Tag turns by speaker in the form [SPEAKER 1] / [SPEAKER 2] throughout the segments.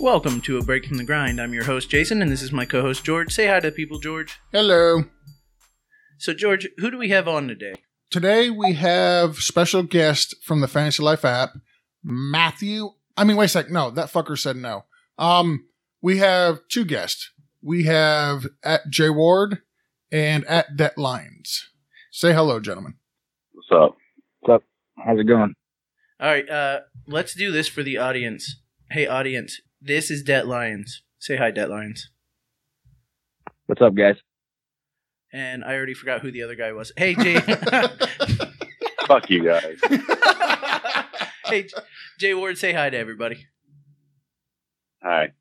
[SPEAKER 1] Welcome to A Break from the Grind. I'm your host, Jason, and this is my co host, George. Say hi to people, George.
[SPEAKER 2] Hello.
[SPEAKER 1] So, George, who do we have on today?
[SPEAKER 2] Today we have special guest from the Fantasy Life app, Matthew. I mean, wait a sec. No, that fucker said no. Um, we have two guests. We have at J Ward and at Det Lions. Say hello, gentlemen.
[SPEAKER 3] What's up? What's up? How's it going?
[SPEAKER 1] All right, uh, let's do this for the audience. Hey, audience, this is Det Lions. Say hi, Det Lions.
[SPEAKER 3] What's up, guys?
[SPEAKER 1] And I already forgot who the other guy was. Hey, Jay.
[SPEAKER 3] Fuck you guys.
[SPEAKER 1] hey, J- Jay Ward, say hi to everybody.
[SPEAKER 3] Hi.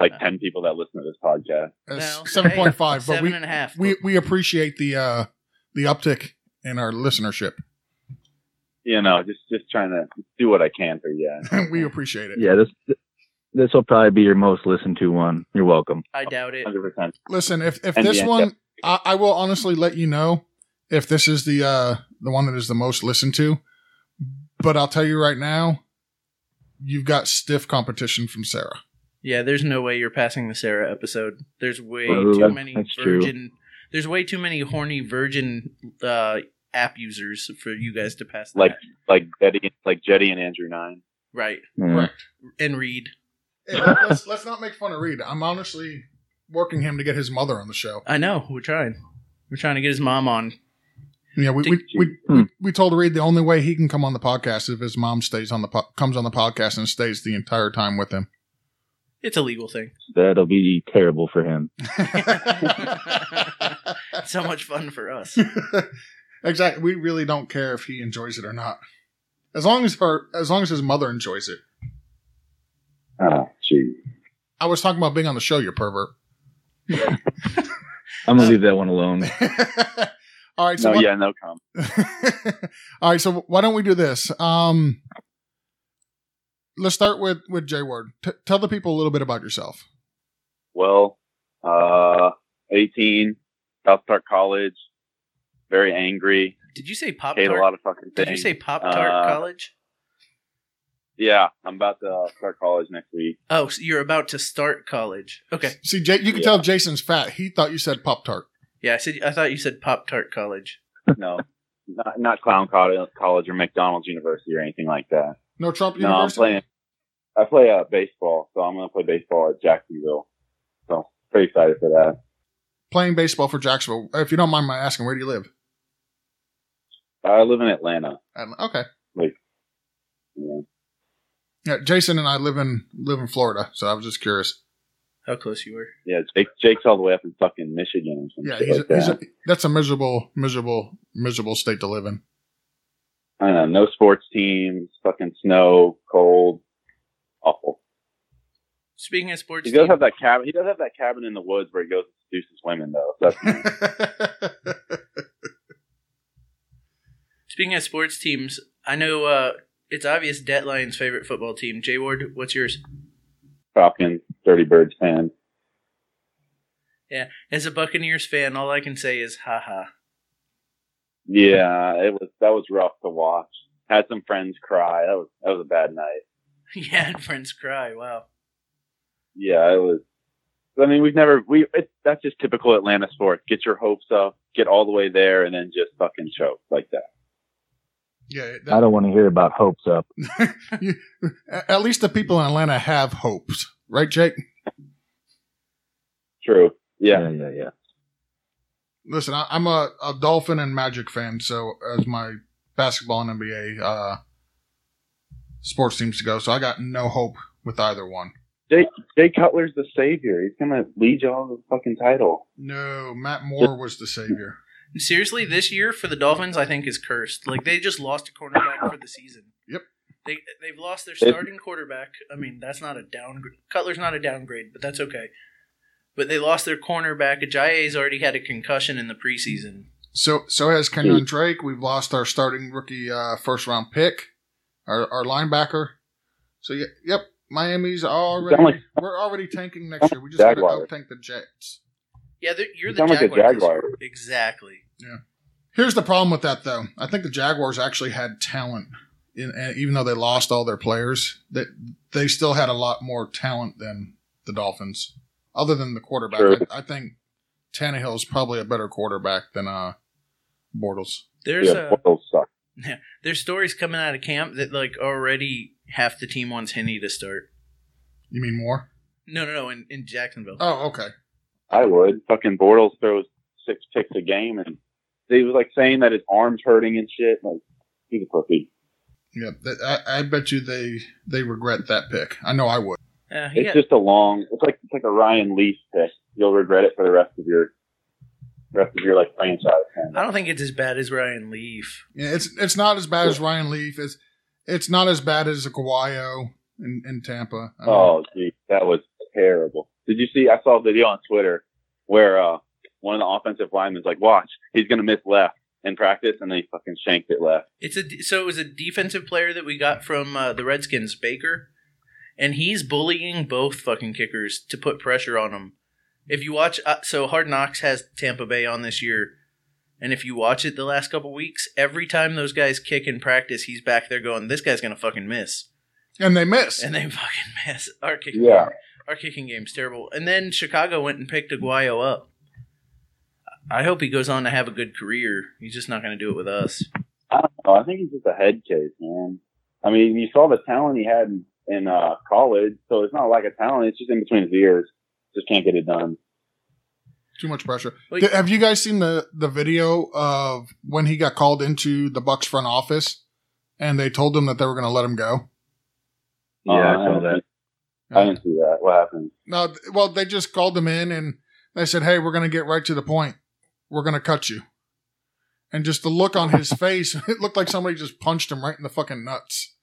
[SPEAKER 3] Like 10 people that listen to this podcast.
[SPEAKER 2] That's
[SPEAKER 1] No,
[SPEAKER 2] Uh, seven point five, but
[SPEAKER 1] Seven
[SPEAKER 2] we,
[SPEAKER 1] and a half.
[SPEAKER 2] we we appreciate the uh the uptick in our listenership.
[SPEAKER 3] You know, just just trying to do what I can for you guys.
[SPEAKER 2] we appreciate it.
[SPEAKER 4] Yeah, this this will probably be your most listened to one. You're welcome.
[SPEAKER 1] I doubt it.
[SPEAKER 3] 100%.
[SPEAKER 2] Listen, if if
[SPEAKER 3] And
[SPEAKER 2] this
[SPEAKER 3] the
[SPEAKER 2] one, I, I will honestly let you know if this is the uh the one that is the most listened to. But I'll tell you right now, you've got stiff competition from Sarah.
[SPEAKER 1] Yeah, there's no way you're passing the Sarah episode. There's way
[SPEAKER 4] Ooh,
[SPEAKER 1] too
[SPEAKER 4] that-
[SPEAKER 1] many
[SPEAKER 4] that's true.
[SPEAKER 1] virgin. There's way too many horny virgin uh, app users for you guys to pass. That.
[SPEAKER 3] Like- Like Betty, like Jetty and Andrew Nine.
[SPEAKER 1] right
[SPEAKER 4] Yeah.
[SPEAKER 2] Right.
[SPEAKER 1] and read.
[SPEAKER 2] Hey, let's, let's not make fun of Reed. I'm honestly working him to get his mother on the show.
[SPEAKER 1] I know we're trying. We're trying to get his mom on.
[SPEAKER 2] Yeah, we we, we,
[SPEAKER 4] Hmm.
[SPEAKER 2] we we told Reed the only way he can come on the podcast is if his mom stays on the po- comes on the podcast and stays the entire time with him.
[SPEAKER 1] It's a legal thing.
[SPEAKER 4] That'll be terrible for him.
[SPEAKER 1] so much fun for us.
[SPEAKER 2] exactly. We really don't care if he enjoys it or not. As long as her, as long as his mother enjoys it.
[SPEAKER 3] Oh, jeez.
[SPEAKER 2] I was talking about being on the show, you pervert.
[SPEAKER 4] I'm gonna leave that one alone.
[SPEAKER 2] All right. So
[SPEAKER 3] No,
[SPEAKER 2] what-
[SPEAKER 3] yeah, no comment.
[SPEAKER 2] All right. So why don't we do this? Um, let's start with with J Word. T- tell the people a little bit about yourself.
[SPEAKER 3] Well, uh, 18, South Park College, very angry,
[SPEAKER 1] Did you say pop
[SPEAKER 3] hate a lot
[SPEAKER 1] tart?
[SPEAKER 3] of fucking things.
[SPEAKER 1] Did you say pop tart
[SPEAKER 3] Uh,
[SPEAKER 1] college?
[SPEAKER 3] Yeah, I'm about to uh, start college next week.
[SPEAKER 1] Oh, so you're about to start college. Okay.
[SPEAKER 2] See, Jay, you can
[SPEAKER 3] Yeah.
[SPEAKER 2] tell Jason's fat. He thought you said Pop Tart.
[SPEAKER 1] Yeah, I said I thought you said pop tart college.
[SPEAKER 3] No, not, not Clown Col- College or McDonald's University or anything like that.
[SPEAKER 2] No Trump
[SPEAKER 3] No, I'm
[SPEAKER 2] University.
[SPEAKER 3] playing. I play uh, baseball, so I'm going to play baseball at Jacksonville. So pretty excited for that.
[SPEAKER 2] Playing baseball for Jacksonville. If you don't mind my asking, where do you live?
[SPEAKER 3] I live in Atlanta.
[SPEAKER 2] Atl- Okay.
[SPEAKER 3] Yeah.
[SPEAKER 2] Yeah, Jason and I live in live in Florida, so I was just curious.
[SPEAKER 1] How close you were?
[SPEAKER 3] Yeah, Jake, Jake's all the way up in fucking Michigan. Or some
[SPEAKER 2] Yeah,
[SPEAKER 3] shit
[SPEAKER 2] he's a,
[SPEAKER 3] like
[SPEAKER 2] he's
[SPEAKER 3] that.
[SPEAKER 2] a, that's a miserable, miserable, miserable state to live in.
[SPEAKER 3] I don't know. No sports teams. Fucking snow, cold, awful.
[SPEAKER 1] Speaking of sports,
[SPEAKER 3] He does
[SPEAKER 1] team-
[SPEAKER 3] have that cabin. He does have that cabin in the woods where he goes and seduces women, though. So that's,
[SPEAKER 1] Speaking of sports teams, I know uh, it's obvious Det Lions' favorite football team. Jay Ward, what's yours?
[SPEAKER 3] Falcons, Dirty Birds fan.
[SPEAKER 1] As a Buccaneers fan, all I can say is haha.
[SPEAKER 3] Yeah, it was that was rough to watch. Had some friends cry. That was that was a bad night.
[SPEAKER 1] yeah, and friends cry. Wow.
[SPEAKER 3] Yeah, it was. I mean, we've never we it, that's just typical Atlanta sports. Get your hopes up, get all the way there, and then just fucking choke like that.
[SPEAKER 2] yeah,
[SPEAKER 4] I don't want to hear about hopes up.
[SPEAKER 2] that- at least the people in Atlanta have hopes, right, Jake?
[SPEAKER 3] True. Yeah.
[SPEAKER 4] yeah, yeah. yeah.
[SPEAKER 2] Listen, I, I'm a, a Dolphin and Magic fan, so as my basketball and NBA uh, sports teams to go, so I got no hope with either one.
[SPEAKER 3] Jay Cutler's the savior. He's gonna lead y'all to the fucking title.
[SPEAKER 2] No, Matt Moore was the savior.
[SPEAKER 1] Seriously, this year for the Dolphins, I think is cursed. Like they just lost a cornerback for the season.
[SPEAKER 2] Yep.
[SPEAKER 1] They they've lost their starting quarterback. I mean, that's not a downgrade. Cutler's not a downgrade, but that's okay. But they lost their cornerback. Ajaye's already had a concussion in the preseason.
[SPEAKER 2] So, so has Kenyon Drake. We've lost our starting rookie uh, first round pick, our, our linebacker. So, y- yep, Miami's already.
[SPEAKER 3] Sound like-
[SPEAKER 2] we're already tanking next year. We just got to
[SPEAKER 3] Jaguars.
[SPEAKER 2] out tank the Jets.
[SPEAKER 1] Yeah, they're- you're
[SPEAKER 3] You
[SPEAKER 1] the
[SPEAKER 3] sound like a
[SPEAKER 1] Jaguars.
[SPEAKER 3] Jaguar.
[SPEAKER 1] Exactly.
[SPEAKER 2] Here's the problem with that, though. I think the Jaguars actually had talent in, and even though they lost all their players, that they, still had a lot more talent than the Dolphins, other than the quarterback.
[SPEAKER 3] Sure.
[SPEAKER 2] I, I think Tannehill is probably a better quarterback than uh, Bortles.
[SPEAKER 1] There's
[SPEAKER 3] yeah,
[SPEAKER 1] a
[SPEAKER 3] Bortles suck.
[SPEAKER 1] there's stories coming out of camp that like already half the team wants Henny to start.
[SPEAKER 2] You mean more?
[SPEAKER 1] No, no, no, in, in Jacksonville.
[SPEAKER 2] Oh, okay.
[SPEAKER 3] I would. Fucking Bortles throws six picks a game, and he was like saying that his arms hurting and shit. Like he's a pussy.
[SPEAKER 2] Yeah, that, I, I bet you they they regret that pick. I know I would.
[SPEAKER 1] Uh, he
[SPEAKER 3] It's
[SPEAKER 1] got,
[SPEAKER 3] just a long. It's like it's like a Ryan Leaf pick. You'll regret it for the rest of your rest of your like franchise. man.
[SPEAKER 1] I don't think it's as bad as Ryan Leaf.
[SPEAKER 2] Yeah, it's it's not as bad as Ryan Leaf. It's it's not as bad as Aguayo in, in Tampa. I
[SPEAKER 1] Um,
[SPEAKER 2] mean,
[SPEAKER 3] Oh, gee, that was terrible. Did you see? I saw a video on Twitter where uh, one of the offensive linemen's like, "Watch, he's gonna miss left in practice," and then he fucking shanked it left.
[SPEAKER 1] It's a de- so it was a defensive player that we got from uh, the Redskins, Baker, and he's bullying both fucking kickers to put pressure on them. If you watch, uh, so Hard Knocks has Tampa Bay on this year, and if you watch it the last couple weeks, every time those guys kick in practice, he's back there going, "This guy's gonna fucking miss,"
[SPEAKER 2] and they miss.
[SPEAKER 1] and they fucking miss. Our kicking,
[SPEAKER 3] Yeah.
[SPEAKER 1] our kicking game's terrible. And then Chicago went and picked Aguayo up. I hope he goes on to have a good career. He's just not gonna do it with us.
[SPEAKER 3] I don't know. I think he's just a head case, man. I mean, you saw the talent he had in, in uh, college, so it's not like a talent. It's just in between his ears. Just can't get it done.
[SPEAKER 2] Too much pressure.
[SPEAKER 1] Like-
[SPEAKER 2] Th- Have you guys seen the the video of when he got called into the Bucks front office and they told him that they were going to let him go?
[SPEAKER 4] Yeah, I saw
[SPEAKER 3] didn't
[SPEAKER 4] that.
[SPEAKER 3] see- I didn't see that. What happened?
[SPEAKER 2] No, th- well, they just called him in and they said, "Hey, we're going to get right to the point. We're going to cut you." And just the look on his face, it looked like somebody just punched him right in the fucking nuts.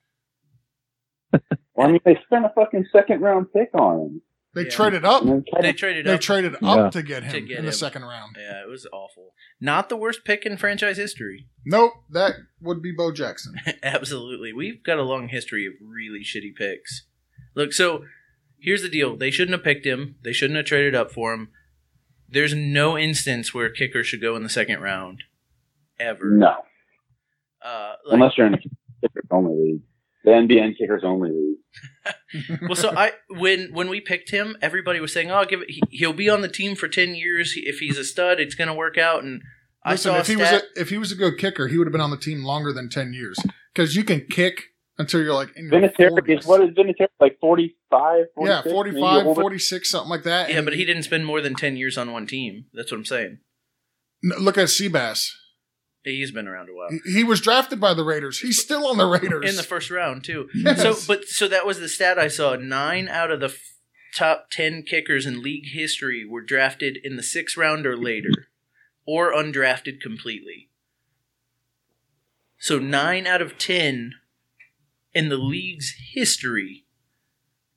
[SPEAKER 3] Well, I mean, they spent a fucking second round pick on him.
[SPEAKER 2] They
[SPEAKER 1] Yeah.
[SPEAKER 2] traded up.
[SPEAKER 3] And then
[SPEAKER 1] Oh, They
[SPEAKER 3] Kevin,
[SPEAKER 1] traded
[SPEAKER 2] They
[SPEAKER 1] up.
[SPEAKER 2] traded up
[SPEAKER 4] Yeah.
[SPEAKER 2] to get him
[SPEAKER 1] To get
[SPEAKER 2] in the
[SPEAKER 1] him.
[SPEAKER 2] second round.
[SPEAKER 1] Yeah, it was awful. Not the worst pick in franchise history.
[SPEAKER 2] Nope, that would be Bo Jackson.
[SPEAKER 1] Absolutely. We've got a long history of really shitty picks. Look, so here's the deal. They shouldn't have picked him. They shouldn't have traded up for him. There's no instance where a kicker should go in the second round. Ever.
[SPEAKER 3] no,
[SPEAKER 1] Uh, like,
[SPEAKER 3] unless you're in a kickers only league, the NBN kickers only league.
[SPEAKER 1] well, so I when when we picked him, everybody was saying, "Oh, give it. He, he'll be on the team for ten years. He- If he's a stud, it's gonna work out." And I
[SPEAKER 2] Listen,
[SPEAKER 1] saw a
[SPEAKER 2] if he
[SPEAKER 1] stat-
[SPEAKER 2] was a, if he was a good kicker, he would have been on the team longer than ten years because you can kick until you're like in your
[SPEAKER 3] Vinatieri
[SPEAKER 2] 40s.
[SPEAKER 3] is what is Vinatieri like 45,
[SPEAKER 2] yeah,
[SPEAKER 3] 46?
[SPEAKER 2] 45, 46, something like that.
[SPEAKER 1] yeah,
[SPEAKER 2] And
[SPEAKER 1] but he didn't spend more than ten years on one team. That's what I'm saying.
[SPEAKER 2] n- look at Seabass.
[SPEAKER 1] He's been around a while.
[SPEAKER 2] He, he was drafted by the Raiders. He's still on the Raiders.
[SPEAKER 1] in the first round too.
[SPEAKER 2] Yes.
[SPEAKER 1] So, but so that was the stat I saw. Nine out of the f- top ten kickers in league history were drafted in the sixth round or later, or undrafted completely. So nine out of ten in the league's history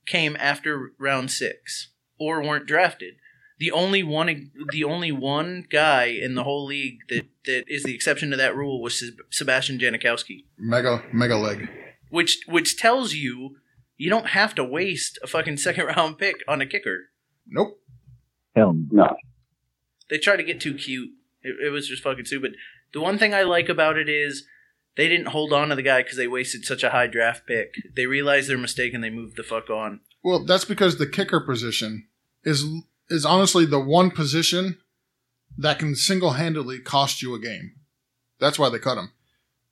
[SPEAKER 1] came after round six or weren't drafted. The only one, the only one guy in the whole league that, that is the exception to that rule was Seb- Sebastian Janikowski
[SPEAKER 2] mega mega leg.
[SPEAKER 1] which which tells you you don't have to waste a fucking second round pick on a kicker.
[SPEAKER 2] Nope.
[SPEAKER 4] Hell no.
[SPEAKER 3] No,
[SPEAKER 1] They try to get too cute. It, it was just fucking stupid. The one thing I like about it is they didn't hold on to the guy because they wasted such a high draft pick. They realized their mistake and they moved the fuck on.
[SPEAKER 2] Well, that's because the kicker position is is honestly the one position that can single handedly cost you a game. That's why they cut him.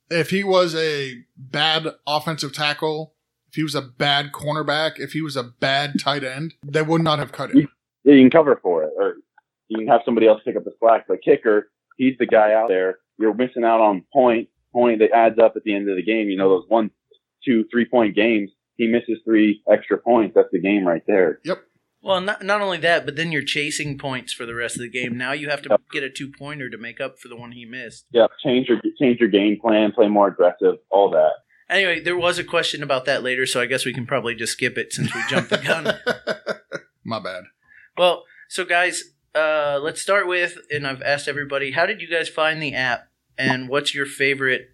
[SPEAKER 2] If he was a bad offensive tackle, if he was a bad cornerback, if he was a bad tight end, they would not have cut him.
[SPEAKER 3] yeah, you can cover for it, or you can have somebody else pick up the slack. The kicker, he's the guy out there. You're missing out on point, point that adds up at the end of the game. You know those one, two, three point games. He misses three extra points. That's the game right there.
[SPEAKER 1] Well, not not only that, but then you're chasing points for the rest of the game. Now you have to get a two pointer to make up for the one he missed.
[SPEAKER 3] Yeah, change your change your game plan, play more aggressive, all that.
[SPEAKER 1] Anyway, there was a question about that later, so I guess we can probably just skip it since we jumped the gun.
[SPEAKER 2] My bad.
[SPEAKER 1] Well, so guys, uh, let's start with, and I've asked everybody, how did you guys find the app, and what's your favorite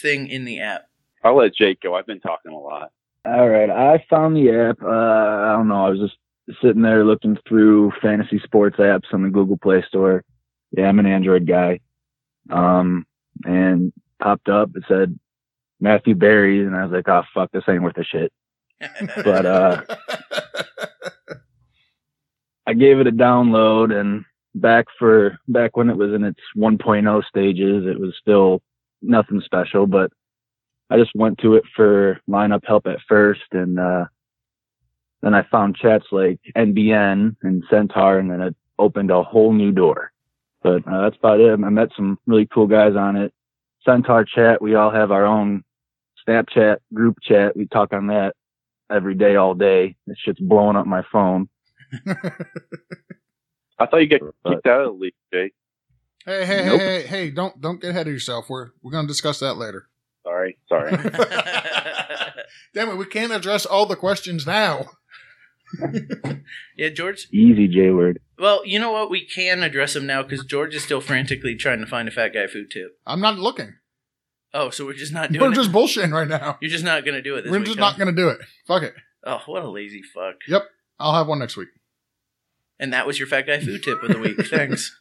[SPEAKER 1] thing in the app?
[SPEAKER 3] I'll let Jake go. I've been talking a lot.
[SPEAKER 4] All right, I found the app. Uh, I don't know. I was just sitting there looking through fantasy sports apps on the Google Play Store. Yeah, I'm an Android guy. Um, and popped up. It said Matthew Berry, and I was like, oh fuck, this ain't worth a shit. But uh, I gave it a download, and back for back when it was in its 1.0 stages, it was still nothing special. But I just went to it for lineup help at first, and uh, then I found chats like NBN and Centaur, and then it opened a whole new door. But uh, that's about it. I met some really cool guys on it. Centaur chat, we all have our own Snapchat group chat. We talk on that every day, all day. This shit's blowing up my phone.
[SPEAKER 3] I thought you got kicked out of the league, Jake.
[SPEAKER 2] hey, hey,
[SPEAKER 4] Nope.
[SPEAKER 2] hey, hey, hey, don't don't get ahead of yourself. We're we're gonna discuss that later.
[SPEAKER 3] Sorry, sorry.
[SPEAKER 2] Damn it, we can't address all the questions now.
[SPEAKER 1] yeah, George.
[SPEAKER 4] Easy J word.
[SPEAKER 1] Well, you know what? We can address him now because George is still frantically trying to find a fat guy food tip.
[SPEAKER 2] I'm not looking.
[SPEAKER 1] Oh, so we're just not doing
[SPEAKER 2] We're
[SPEAKER 1] it.
[SPEAKER 2] just bullshitting right now.
[SPEAKER 1] You're just not gonna do it this
[SPEAKER 2] We're
[SPEAKER 1] week.
[SPEAKER 2] just
[SPEAKER 1] huh?
[SPEAKER 2] not gonna do it. Fuck it.
[SPEAKER 1] Oh, what a lazy fuck!
[SPEAKER 2] I'll have one next week.
[SPEAKER 1] And that was your fat guy food tip of the week. Thanks.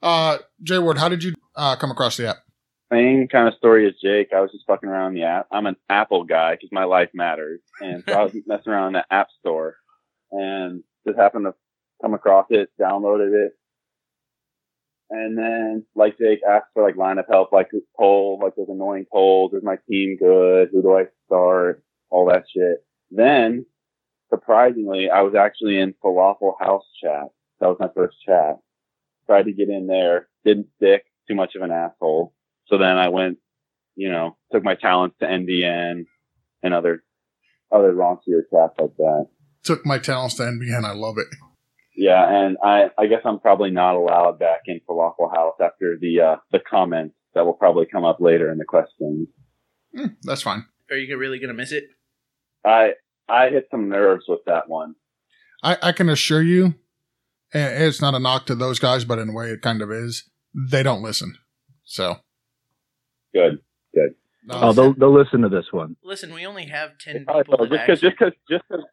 [SPEAKER 2] Uh, Jay Ward, how did you uh, come across the app?
[SPEAKER 3] Same kind of story as Jake. I was just fucking around the app. I'm an Apple guy because my life matters, and so I was messing around in the App Store, and just happened to come across it, downloaded it, and then like Jake asked for like lineup help, like who's cold, like those annoying colds, is my team good, who do I start, all that shit. Then surprisingly, I was actually in Falafel House chat. That was my first chat. Tried to get in there, didn't stick. Too much of an asshole. So then I went, you know, took my talents to NBN and other other raunchier crap like that.
[SPEAKER 2] Took my talents to NBN. I love it.
[SPEAKER 3] Yeah, and I I guess I'm probably not allowed back in Falafel House after the uh, the comments that will probably come up later in the questions.
[SPEAKER 2] Hmm, that's fine.
[SPEAKER 1] Are you really gonna miss it?
[SPEAKER 3] I I hit some nerves with that one.
[SPEAKER 2] I, I can assure you, and it's not a knock to those guys, but in a way it kind of is. They don't listen. So,
[SPEAKER 3] Good.
[SPEAKER 2] uh,
[SPEAKER 4] Oh, they'll, they'll listen to this one.
[SPEAKER 1] Listen, we only have ten
[SPEAKER 3] They probably
[SPEAKER 1] people.
[SPEAKER 3] felt-
[SPEAKER 1] That
[SPEAKER 3] Just because
[SPEAKER 1] actually,
[SPEAKER 3] just because just because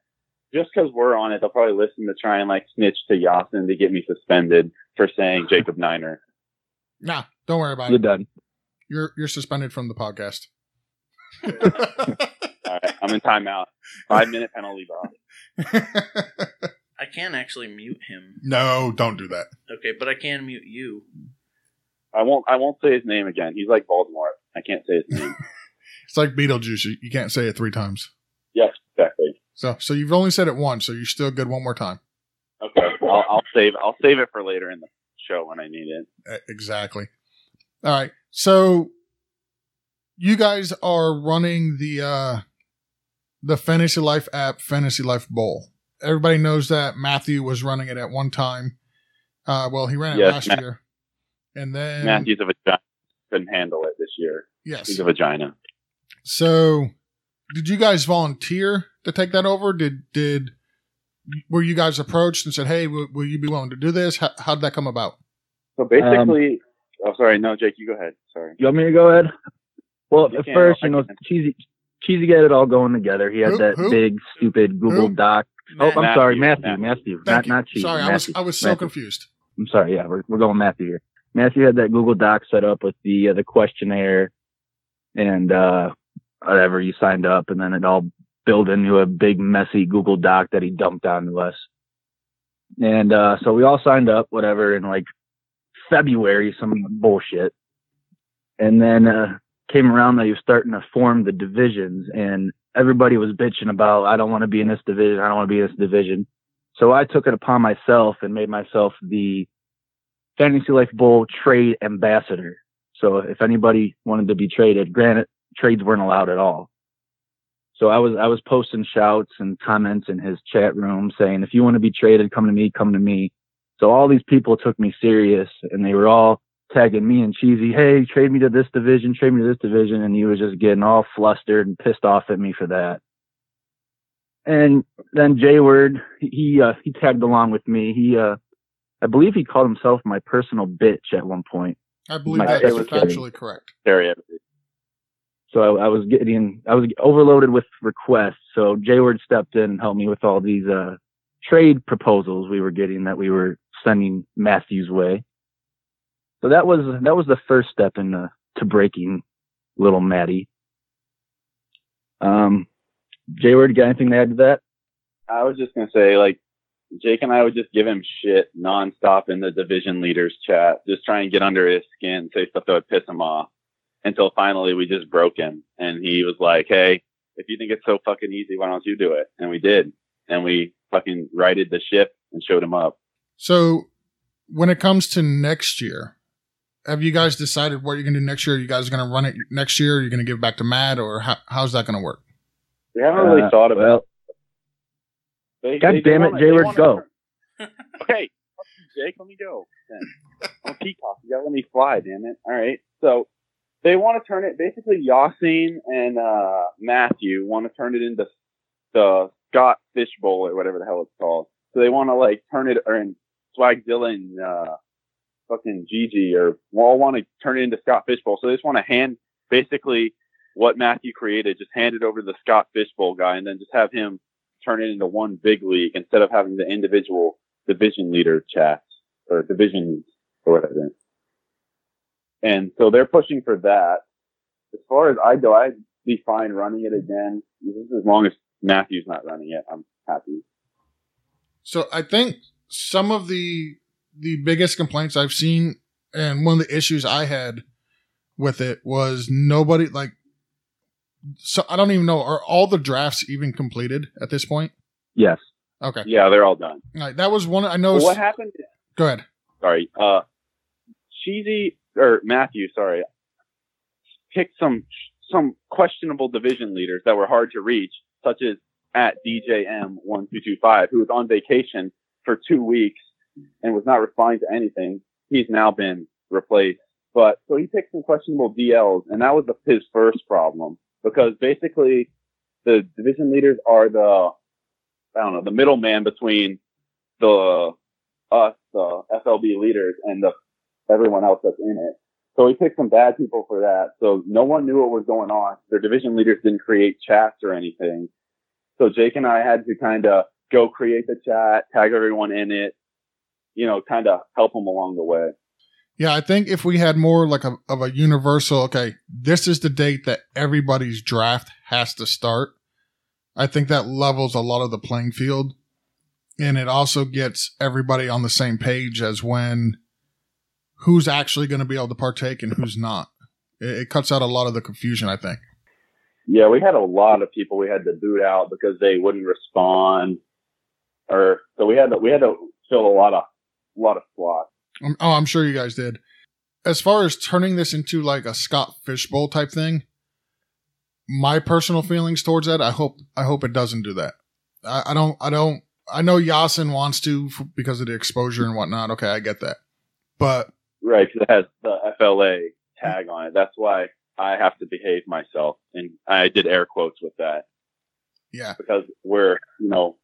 [SPEAKER 3] just because we're on it, they'll probably listen to try and like snitch to Yasin to get me suspended for saying Jacob Niner.
[SPEAKER 2] nah, don't worry about
[SPEAKER 4] You're
[SPEAKER 2] it.
[SPEAKER 4] done.
[SPEAKER 2] You're you're suspended from the podcast.
[SPEAKER 3] All right, I'm in timeout. Five minute penalty box.
[SPEAKER 1] I can actually mute him.
[SPEAKER 2] no, don't do that.
[SPEAKER 1] Okay, but I can mute you.
[SPEAKER 3] I won't. I won't say his name again. He's like Baltimore. I can't say his name.
[SPEAKER 2] It's like Beetlejuice. You, you can't say it three times.
[SPEAKER 3] yes, exactly.
[SPEAKER 2] So, so you've only said it once, so you're still good one more time.
[SPEAKER 3] Okay, I'll, I'll save. I'll save it for later in the show when I need it.
[SPEAKER 2] E- Exactly. All right. So you guys are running the uh the Fantasy Life app, Fantasy Life Bowl. Everybody knows that Matthew was running it at one time. Uh well, he ran it
[SPEAKER 3] Yes,
[SPEAKER 2] last
[SPEAKER 3] Matt-
[SPEAKER 2] year. And then
[SPEAKER 3] Matthew's a vagina. Couldn't handle it this year.
[SPEAKER 2] yes.
[SPEAKER 3] He's a vagina.
[SPEAKER 2] So did you guys volunteer to take that over? Did did were you guys approached and said, "Hey, will, will you be willing to do this?" How, how'd that come about?
[SPEAKER 3] So basically, oh sorry, no, Jake, you go ahead. Sorry.
[SPEAKER 4] You want me to go ahead? Well,
[SPEAKER 3] You
[SPEAKER 4] at
[SPEAKER 3] can,
[SPEAKER 4] first, you
[SPEAKER 3] I
[SPEAKER 4] know,
[SPEAKER 3] can.
[SPEAKER 4] Cheesy Cheesy got it all going together. He had
[SPEAKER 2] Who?
[SPEAKER 4] that
[SPEAKER 2] Who?
[SPEAKER 4] big, stupid Google
[SPEAKER 2] Who?
[SPEAKER 4] Doc. Oh,
[SPEAKER 1] Matt,
[SPEAKER 4] I'm
[SPEAKER 3] Matthew.
[SPEAKER 4] sorry, Matthew,
[SPEAKER 3] Matthew.
[SPEAKER 4] Matthew,
[SPEAKER 2] Thank
[SPEAKER 4] not
[SPEAKER 2] you.
[SPEAKER 4] not Cheesy.
[SPEAKER 2] Sorry, I was
[SPEAKER 4] Matthew.
[SPEAKER 2] I was so
[SPEAKER 4] Matthew.
[SPEAKER 2] confused.
[SPEAKER 4] I'm sorry. Yeah, we're, we're going Matthew here. Matthew had that Google Doc set up with the uh, the questionnaire and uh, whatever you signed up, and then it all built into a big messy Google Doc that he dumped onto us. And uh, so we all signed up, whatever, in like February, some bullshit. And then uh, came around that he was starting to form the divisions, and everybody was bitching about, I don't want to be in this division, I don't want to be in this division. So I took it upon myself and made myself the Fantasy Life Bowl trade ambassador. So if anybody wanted to be traded, granted trades weren't allowed at all. So I was I was posting shouts and comments in his chat room saying, if you want to be traded, come to me, come to me. So all these people took me serious and they were all tagging me and Cheesy, hey, trade me to this division, trade me to this division, and he was just getting all flustered and pissed off at me for that. And then J Word, he uh, he tagged along with me. He uh, I believe he called himself my personal bitch at one point.
[SPEAKER 2] I believe
[SPEAKER 4] My
[SPEAKER 2] that's
[SPEAKER 3] favorite
[SPEAKER 2] factually correct.
[SPEAKER 3] Sorry.
[SPEAKER 4] So I, I was getting I was overloaded with requests. So J Word stepped in and helped me with all these uh, trade proposals we were getting that we were sending Matthew's way. So that was that was the first step in uh, to breaking little Matty. Um, J Word, you got anything to add to that?
[SPEAKER 3] I was just gonna say, like, Jake and I would just give him shit nonstop in the division leaders chat, just try and get under his skin, say stuff that would piss him off, until finally we just broke him, and he was like, "Hey, if you think it's so fucking easy, why don't you do it?" And we did, and we fucking righted the ship and showed him up.
[SPEAKER 2] So, when it comes to next year, have you guys decided what you're going to do next year? Are you guys going to run it next year? Are you going to give it back to Matt, or how, how's that going to work?
[SPEAKER 3] We haven't really
[SPEAKER 4] Uh,
[SPEAKER 3] thought about.
[SPEAKER 4] well,
[SPEAKER 3] it. They-
[SPEAKER 4] God
[SPEAKER 3] they- they
[SPEAKER 4] damn it,
[SPEAKER 3] wanna-
[SPEAKER 4] Jay
[SPEAKER 3] they
[SPEAKER 4] Word,
[SPEAKER 3] wanna-
[SPEAKER 4] go.
[SPEAKER 3] okay, fuck you, Jake, let me go. Then. I'm a peacock. You gotta let me fly, damn it. All right. So they want to turn it basically. Yasin and uh, Matthew want to turn it into the Scott Fish Bowl or whatever the hell it's called. So they want to like turn it or in Swag Dylan, uh, fucking Gigi or all want to turn it into Scott Fish Bowl. So they just want to hand basically what Matthew created, just hand it over to the Scott Fish Bowl guy, and then just have him turn it into one big league instead of having the individual division leader chats or division or whatever. And so they're pushing for that. As far as I go, I'd be fine running it again. Just as long as Matthew's not running it, I'm happy.
[SPEAKER 2] So I think some of the the biggest complaints I've seen and one of the issues I had with it was nobody like so I don't even know are all the drafts even completed at this point?
[SPEAKER 4] Yes.
[SPEAKER 2] Okay.
[SPEAKER 3] Yeah, they're all done.
[SPEAKER 2] All right, that was one I know
[SPEAKER 3] Well, what happened?
[SPEAKER 2] go ahead.
[SPEAKER 3] Sorry, uh, Cheesy or Matthew? Sorry, picked some some questionable division leaders that were hard to reach, such as at DJM one two two five, who was on vacation for two weeks and was not responding to anything. He's now been replaced. But so he picked some questionable DLs, and that was the, his first problem because basically the division leaders are the I don't know the middleman between the us, the FLB leaders, and the everyone else that's in it. So we picked some bad people for that. So no one knew what was going on. Their division leaders didn't create chats or anything. So Jake and I had to kind of go create the chat, tag everyone in it, you know, kind of help them along the way.
[SPEAKER 2] Yeah, I think if we had more like a, of a universal, okay, this is the date that everybody's draft has to start. I think that levels a lot of the playing field. And it also gets everybody on the same page as when who's actually going to be able to partake and who's not. It, it cuts out a lot of the confusion, I think.
[SPEAKER 3] Yeah, we had a lot of people we had to boot out because they wouldn't respond, or so we had to, we had to fill a lot of lot of slots.
[SPEAKER 2] Um, oh, I'm sure you guys did. As far as turning this into like a Scott Fishbowl type thing, my personal feelings towards that, I hope I hope it doesn't do that. I, I don't I don't I know Yasin wants to f- because of the exposure and whatnot. Okay, I get that, but
[SPEAKER 3] Right, 'cause it has the FLA tag on it. That's why I have to behave myself, and I did air quotes with that
[SPEAKER 2] yeah,
[SPEAKER 3] because we're, you know,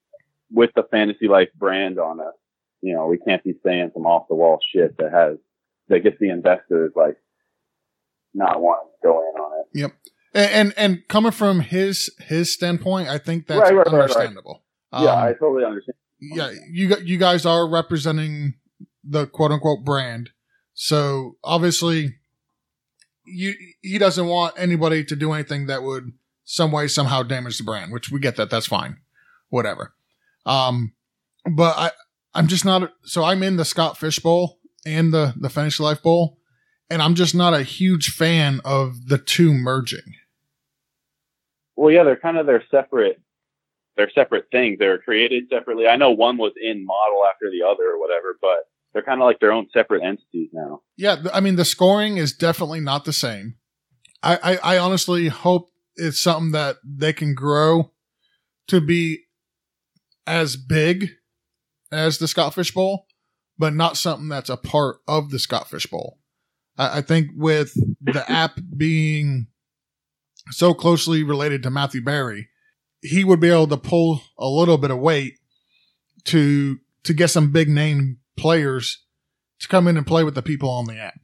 [SPEAKER 3] with the Fantasy Life brand on us, you know, we can't be saying some off the wall shit that has that gets the investors like not wanting to go in on it.
[SPEAKER 2] and and, and coming from his his standpoint, I think that's
[SPEAKER 3] Right, right, right, right.
[SPEAKER 2] understandable.
[SPEAKER 3] yeah,
[SPEAKER 2] Um,
[SPEAKER 3] I totally understand.
[SPEAKER 2] yeah, you gu- you guys are representing the quote unquote brand, so obviously, you he doesn't want anybody to do anything that would some way somehow damage the brand, which we get that that's fine, whatever. Um, but I I'm just not so I'm in the Scott Fish Bowl and the the Finish Life Bowl, and I'm just not a huge fan of the two merging.
[SPEAKER 3] Well, yeah, they're kind of they're separate. They're separate things. They were created separately. I know one was in model after the other or whatever, but they're kind of like their own separate entities now.
[SPEAKER 2] yeah, th- I mean the scoring is definitely not the same. I, I, I honestly hope it's something that they can grow to be as big as the Scott Fish Bowl, but not something that's a part of the Scott Fish Bowl. I, I think with the app being so closely related to Matthew Barry, he would be able to pull a little bit of weight to to get some big name players to come in and play with the people on the app.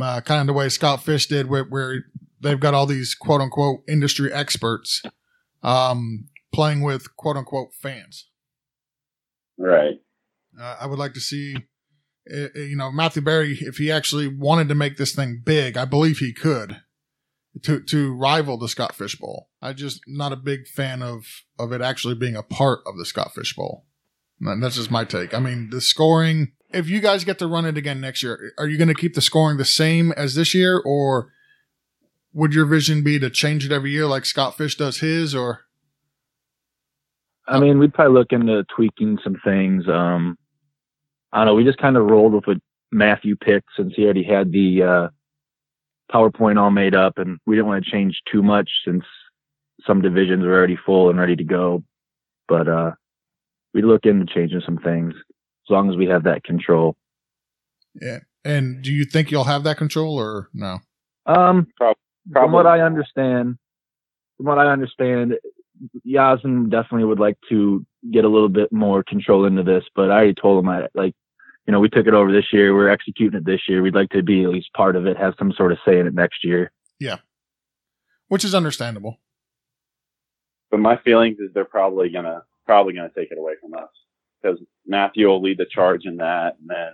[SPEAKER 2] Uh, kind of the way Scott Fish did, where, where they've got all these quote unquote industry experts um, playing with quote unquote fans.
[SPEAKER 3] Right.
[SPEAKER 2] Uh, I would like to see, uh, you know, Matthew Barry, if he actually wanted to make this thing big, I believe he could. to to rival the Scott Fish Bowl. I just not a big fan of of it actually being a part of the Scott Fish Bowl. And that's just my take. I mean, the scoring. If you guys get to run it again next year, are you going to keep the scoring the same as this year, or would your vision be to change it every year like Scott Fish does his? Or
[SPEAKER 4] I mean, we'd probably look into tweaking some things. Um, I don't know. We just kind of rolled with what Matthew picked since he already had the uh, PowerPoint all made up, and we didn't want to change too much since some divisions were already full and ready to go. But uh, we'd look into changing some things as long as we have that control.
[SPEAKER 2] and do you think you'll have that control or no?
[SPEAKER 4] Um,
[SPEAKER 3] Probably.
[SPEAKER 4] From what I understand, from what I understand, Yasin definitely would like to get a little bit more control into this. But I already told him I like, you know, we took it over this year. We're executing it this year. We'd like to be at least part of it, have some sort of say in it next year.
[SPEAKER 2] Which is understandable.
[SPEAKER 3] But my feelings is they're probably gonna probably gonna take it away from us because Matthew will lead the charge in that, and then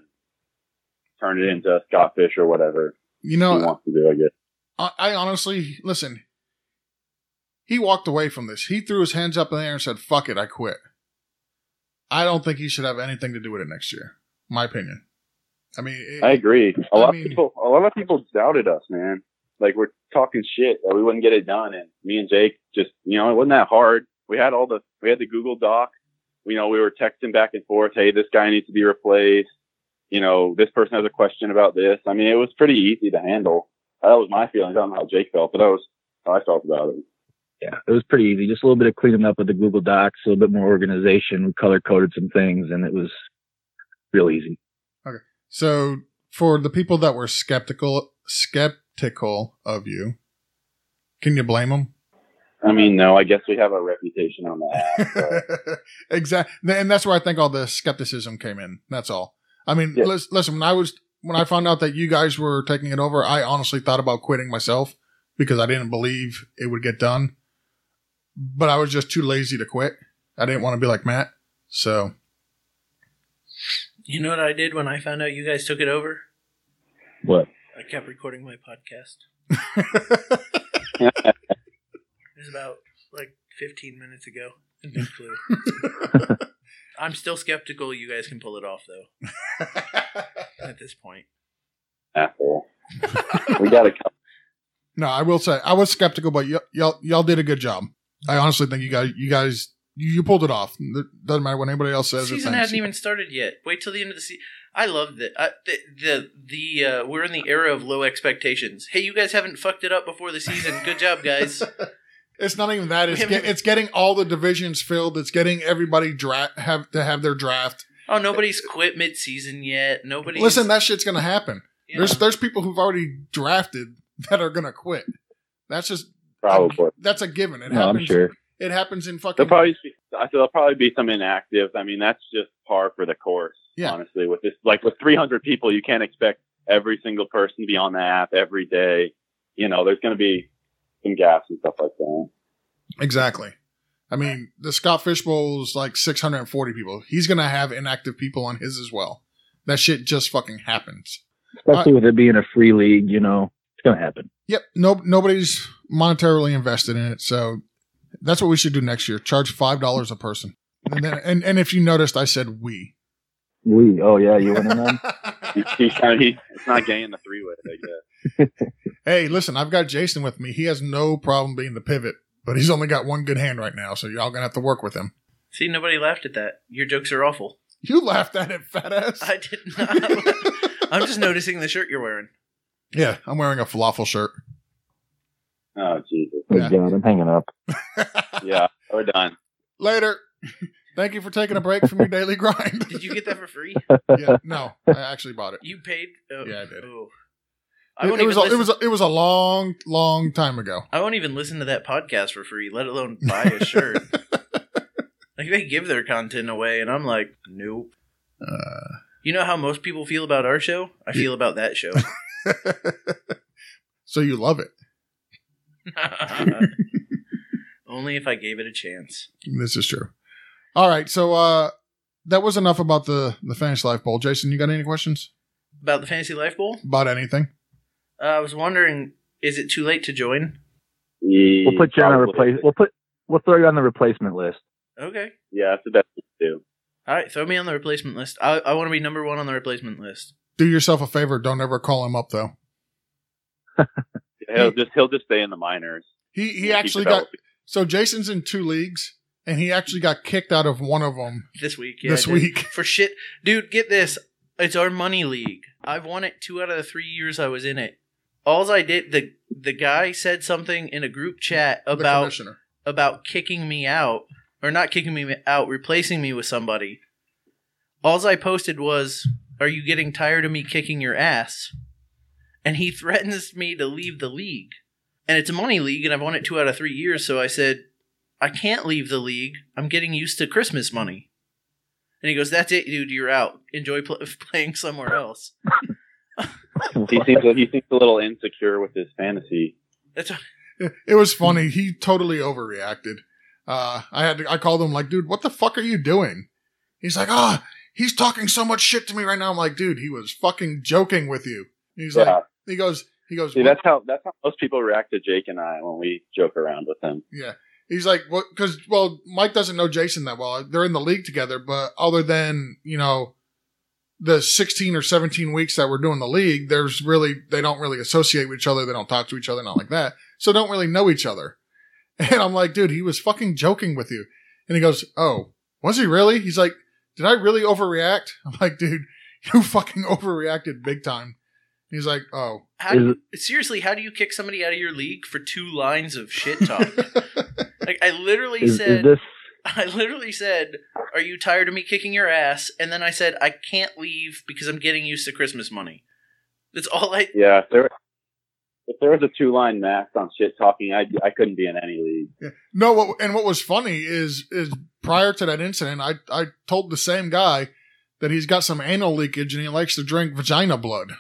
[SPEAKER 3] turn it into Scott Fish or whatever
[SPEAKER 2] You
[SPEAKER 3] he
[SPEAKER 2] know,
[SPEAKER 3] wants to do. I guess.
[SPEAKER 2] I, I honestly listen. He walked away from this. He threw his hands up in the air and said, "Fuck it, I quit." I don't think he should have anything to do with it next year. My opinion. I mean, it,
[SPEAKER 3] I agree. A
[SPEAKER 2] I
[SPEAKER 3] lot
[SPEAKER 2] mean-
[SPEAKER 3] of people, a lot of people doubted us, man. Like we're talking shit that we wouldn't get it done, and me and Jake just, you know, it wasn't that hard. We had all the, we had the Google Doc. You know, we were texting back and forth. Hey, this guy needs to be replaced. You know, this person has a question about this. I mean, it was pretty easy to handle. That was my feelings. I don't know how Jake felt, but that was how I felt about it.
[SPEAKER 4] Yeah, it was pretty easy. Just a little bit of cleaning up with the Google Docs, a little bit more organization. We color coded some things, and it was real easy.
[SPEAKER 2] so for the people that were skeptical skeptical of you, can you blame them?
[SPEAKER 3] I mean, no, I guess we have a reputation on that. but-
[SPEAKER 2] exactly, and that's where I think all the skepticism came in. That's all. I mean,
[SPEAKER 3] Yeah.
[SPEAKER 2] lis- listen. When I was when I found out that you guys were taking it over, I honestly thought about quitting myself because I didn't believe it would get done. But I was just too lazy to quit. I didn't want to be like Matt. So
[SPEAKER 1] You know what I did when I found out you guys took it over?
[SPEAKER 4] What?
[SPEAKER 1] I kept recording my podcast. It was about like 15 minutes ago. No clue. I'm still skeptical you guys can pull it off, though, at this point.
[SPEAKER 3] Asshole. we got to come.
[SPEAKER 2] no, I will say I was skeptical, but y- y'all y'all did a good job. I honestly think you guys you guys you, you pulled it off. It doesn't matter what anybody else says. or
[SPEAKER 1] season
[SPEAKER 2] thinks.
[SPEAKER 1] hadn't even started yet. Wait till the end of the season. I love that. I, the the the uh, we're in the era of low expectations. Hey, you guys haven't fucked it up before the season. Good job, guys.
[SPEAKER 2] It's not even that. It's
[SPEAKER 1] We haven't
[SPEAKER 2] get,
[SPEAKER 1] even-
[SPEAKER 2] it's getting all the divisions filled. It's getting everybody draft have to have their draft.
[SPEAKER 1] Oh, nobody's quit mid season yet. Nobody's
[SPEAKER 2] Listen, that shit's gonna happen.
[SPEAKER 1] you know,
[SPEAKER 2] There's there's people who've already drafted that are gonna quit. That's just
[SPEAKER 3] Probably.
[SPEAKER 2] that's a given. It
[SPEAKER 4] No,
[SPEAKER 2] happens.
[SPEAKER 4] I'm sure.
[SPEAKER 2] It happens in
[SPEAKER 3] There'll
[SPEAKER 2] fucking.
[SPEAKER 3] probably be, I there'll probably be some inactives. I mean, that's just par for the course.
[SPEAKER 2] Yeah.
[SPEAKER 3] Honestly, with this, like with 300 people, you can't expect every single person to be on the app every day. You know, there's going to be some gaps and stuff like that.
[SPEAKER 2] exactly. I mean, the Scott Fishbowl is like 640 people. He's gonna have inactive people on his as well. That shit just fucking happens.
[SPEAKER 4] Especially with it being a free league, you know, it's gonna happen.
[SPEAKER 2] Yep. No, nobody's monetarily invested in it, so that's what we should do next year. Charge five dollars a person, and then and, and if you noticed, I said we.
[SPEAKER 4] We, oh yeah, you want to know?
[SPEAKER 3] He's, he's kind of, he, it's not gay in the three way, I guess.
[SPEAKER 2] hey, listen, I've got Jason with me. He has no problem being the pivot, but he's only got one good hand right now, so y'all gonna have to work with him.
[SPEAKER 1] see, nobody laughed at that. Your jokes are awful.
[SPEAKER 2] You laughed at it, fat ass.
[SPEAKER 1] I did not. I'm just noticing the shirt you're wearing.
[SPEAKER 2] yeah, I'm wearing a falafel shirt.
[SPEAKER 3] Oh, Jesus.
[SPEAKER 4] Oh,
[SPEAKER 2] Yeah.
[SPEAKER 4] God, I'm hanging up.
[SPEAKER 3] Yeah. We're done.
[SPEAKER 2] Later. Thank you for taking a break from your daily grind.
[SPEAKER 1] Did you get that for free?
[SPEAKER 2] yeah, no, I actually bought it.
[SPEAKER 1] You paid? Oh,
[SPEAKER 2] Yeah, I did.
[SPEAKER 1] Oh. I
[SPEAKER 2] It,
[SPEAKER 1] won't
[SPEAKER 2] it was
[SPEAKER 1] even listen.
[SPEAKER 2] a, it was a, it was a long, long time ago.
[SPEAKER 1] I won't even listen to that podcast for free, let alone buy a shirt. like they give their content away, and I'm like, nope.
[SPEAKER 2] Uh,
[SPEAKER 1] You know how most people feel about our show? I feel about that show.
[SPEAKER 2] so you love it.
[SPEAKER 1] Only if I gave it a chance.
[SPEAKER 2] This is true. All right, so uh that was enough about the the fantasy life bowl. Jason, you got any questions
[SPEAKER 1] About the Fantasy Life Bowl,
[SPEAKER 2] about anything?
[SPEAKER 1] uh, I was wondering Is it too late to join?
[SPEAKER 3] Yeah,
[SPEAKER 4] We'll put you on a
[SPEAKER 3] probably.
[SPEAKER 4] replace. We'll put we'll throw you on the replacement list.
[SPEAKER 1] Okay.
[SPEAKER 3] Yeah, that's the best thing to do.
[SPEAKER 1] All right, throw me on the replacement list. I, I want to be number one on the replacement list.
[SPEAKER 2] Do yourself a favor. Don't ever call him up though.
[SPEAKER 3] He'll just he'll just stay in the minors.
[SPEAKER 2] He he
[SPEAKER 3] Keep
[SPEAKER 2] actually got
[SPEAKER 3] developing.
[SPEAKER 2] so Jason's in two leagues, and he actually got kicked out of one of them
[SPEAKER 1] This week, yeah.
[SPEAKER 2] this
[SPEAKER 1] I did.
[SPEAKER 2] week.
[SPEAKER 1] For shit. Dude, get this. It's our money league. I've won it two out of the three years I was in it. Alls I did the the guy said something in a group chat
[SPEAKER 2] The
[SPEAKER 1] about
[SPEAKER 2] commissioner.
[SPEAKER 1] about kicking me out or not kicking me out, replacing me with somebody. Alls I posted was, "Are you getting tired of me kicking your ass?" And he threatens me to leave the league. And it's a money league, and I've won it two out of three years. So I said, "I can't leave the league. I'm getting used to Christmas money." And he goes, "That's it, dude. You're out. Enjoy pl- playing somewhere else."
[SPEAKER 3] He seems he seems a little insecure with his fantasy.
[SPEAKER 1] That's what,
[SPEAKER 2] It, it was funny. He totally overreacted. Uh, I had to, I called him like, dude, what the fuck are you doing? He's like, ah, he's talking so much shit to me right now. I'm like, dude, he was fucking joking with you. He's
[SPEAKER 3] Yeah.
[SPEAKER 2] like, he goes, he goes,
[SPEAKER 3] See,
[SPEAKER 2] "What-
[SPEAKER 3] that's how that's how most people react to Jake and I when we joke around with them.
[SPEAKER 2] He's like, what? Because well, Mike doesn't know Jason that well. They're in the league together, but other than you know, the sixteen or seventeen weeks that we're doing the league, there's really they don't really associate with each other. They don't talk to each other, not like that. So don't really know each other. And I'm like, dude, he was fucking joking with you. And he goes, oh, was he really? He's like, did I really overreact? I'm like, dude, you fucking overreacted big time. He's like, oh,
[SPEAKER 1] how do you, seriously, how do you kick somebody out of your league for two lines of shit talk? like I literally
[SPEAKER 4] Is,
[SPEAKER 1] said,
[SPEAKER 4] is this
[SPEAKER 1] I literally said, "Are you tired of me kicking your ass?" And then I said, "I can't leave because I'm getting used to Christmas money." That's all I.
[SPEAKER 3] Yeah, if there if there was a two line max on shit talking, I I couldn't be in any league.
[SPEAKER 2] No, what, and what was funny is is prior to that incident, I I told the same guy that he's got some anal leakage and he likes to drink vagina blood,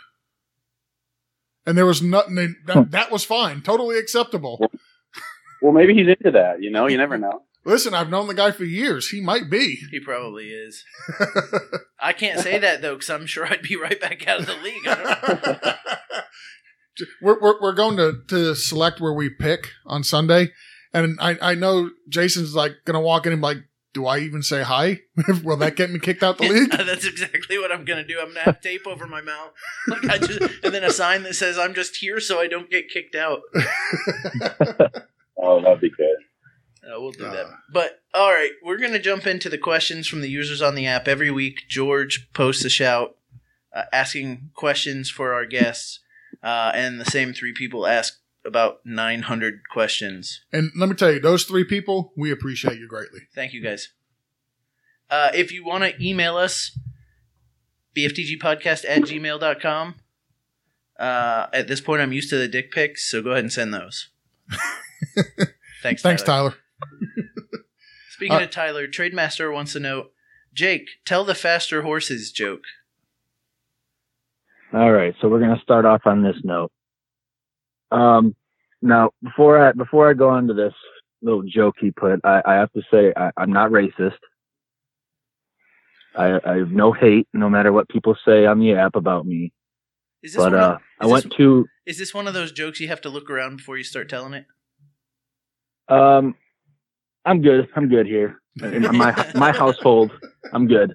[SPEAKER 2] and there was nothing
[SPEAKER 1] Hmm.
[SPEAKER 2] that, that was fine, totally acceptable.
[SPEAKER 3] Well, maybe he's into that. You know, you never know.
[SPEAKER 2] Listen, I've known the guy for years. He might be.
[SPEAKER 1] He probably is. I can't say that though, because I'm sure I'd be right back out of the league. I don't-
[SPEAKER 2] we're, we're, we're going to, to select where we pick on Sunday. And I, I know Jason's like going to walk in and be like, do I even say hi? Will that get me kicked out the league?
[SPEAKER 1] That's exactly what I'm gonna do. I'm gonna have tape over my mouth, like I just, and then a sign that says "I'm just here so I don't get kicked out."
[SPEAKER 3] Oh, that'd be good.
[SPEAKER 1] Uh, we'll do
[SPEAKER 2] Uh.
[SPEAKER 1] that. But all right, we're gonna jump into the questions from the users on the app every week. George posts a shout uh, asking questions for our guests, uh, and the same three people ask about 900 questions.
[SPEAKER 2] And let me tell you, those three people, we appreciate you greatly.
[SPEAKER 1] Thank you guys. Uh, if you want to email us, bftgpodcast at gmail.com. Uh, at this point, I'm used to the dick pics, so go ahead and send those. Thanks,
[SPEAKER 2] Thanks,
[SPEAKER 1] Tyler.
[SPEAKER 2] Tyler.
[SPEAKER 1] Speaking
[SPEAKER 2] Uh,
[SPEAKER 1] of Tyler, Trademaster wants to know, Jake, tell the faster horses joke.
[SPEAKER 4] All right, so we're gonna start off on this note. Um, now before I before I go on to this little joke he put, I, I have to say I, I'm not racist. I, I have no hate, no matter what people say on the app about me.
[SPEAKER 1] Is this
[SPEAKER 4] But
[SPEAKER 1] one
[SPEAKER 4] uh,
[SPEAKER 1] of,
[SPEAKER 4] I
[SPEAKER 1] is
[SPEAKER 4] went
[SPEAKER 1] this-
[SPEAKER 4] to
[SPEAKER 1] is this one of those jokes you have to look around before you start telling it?
[SPEAKER 4] um, I'm good. I'm good here in my my household. I'm good.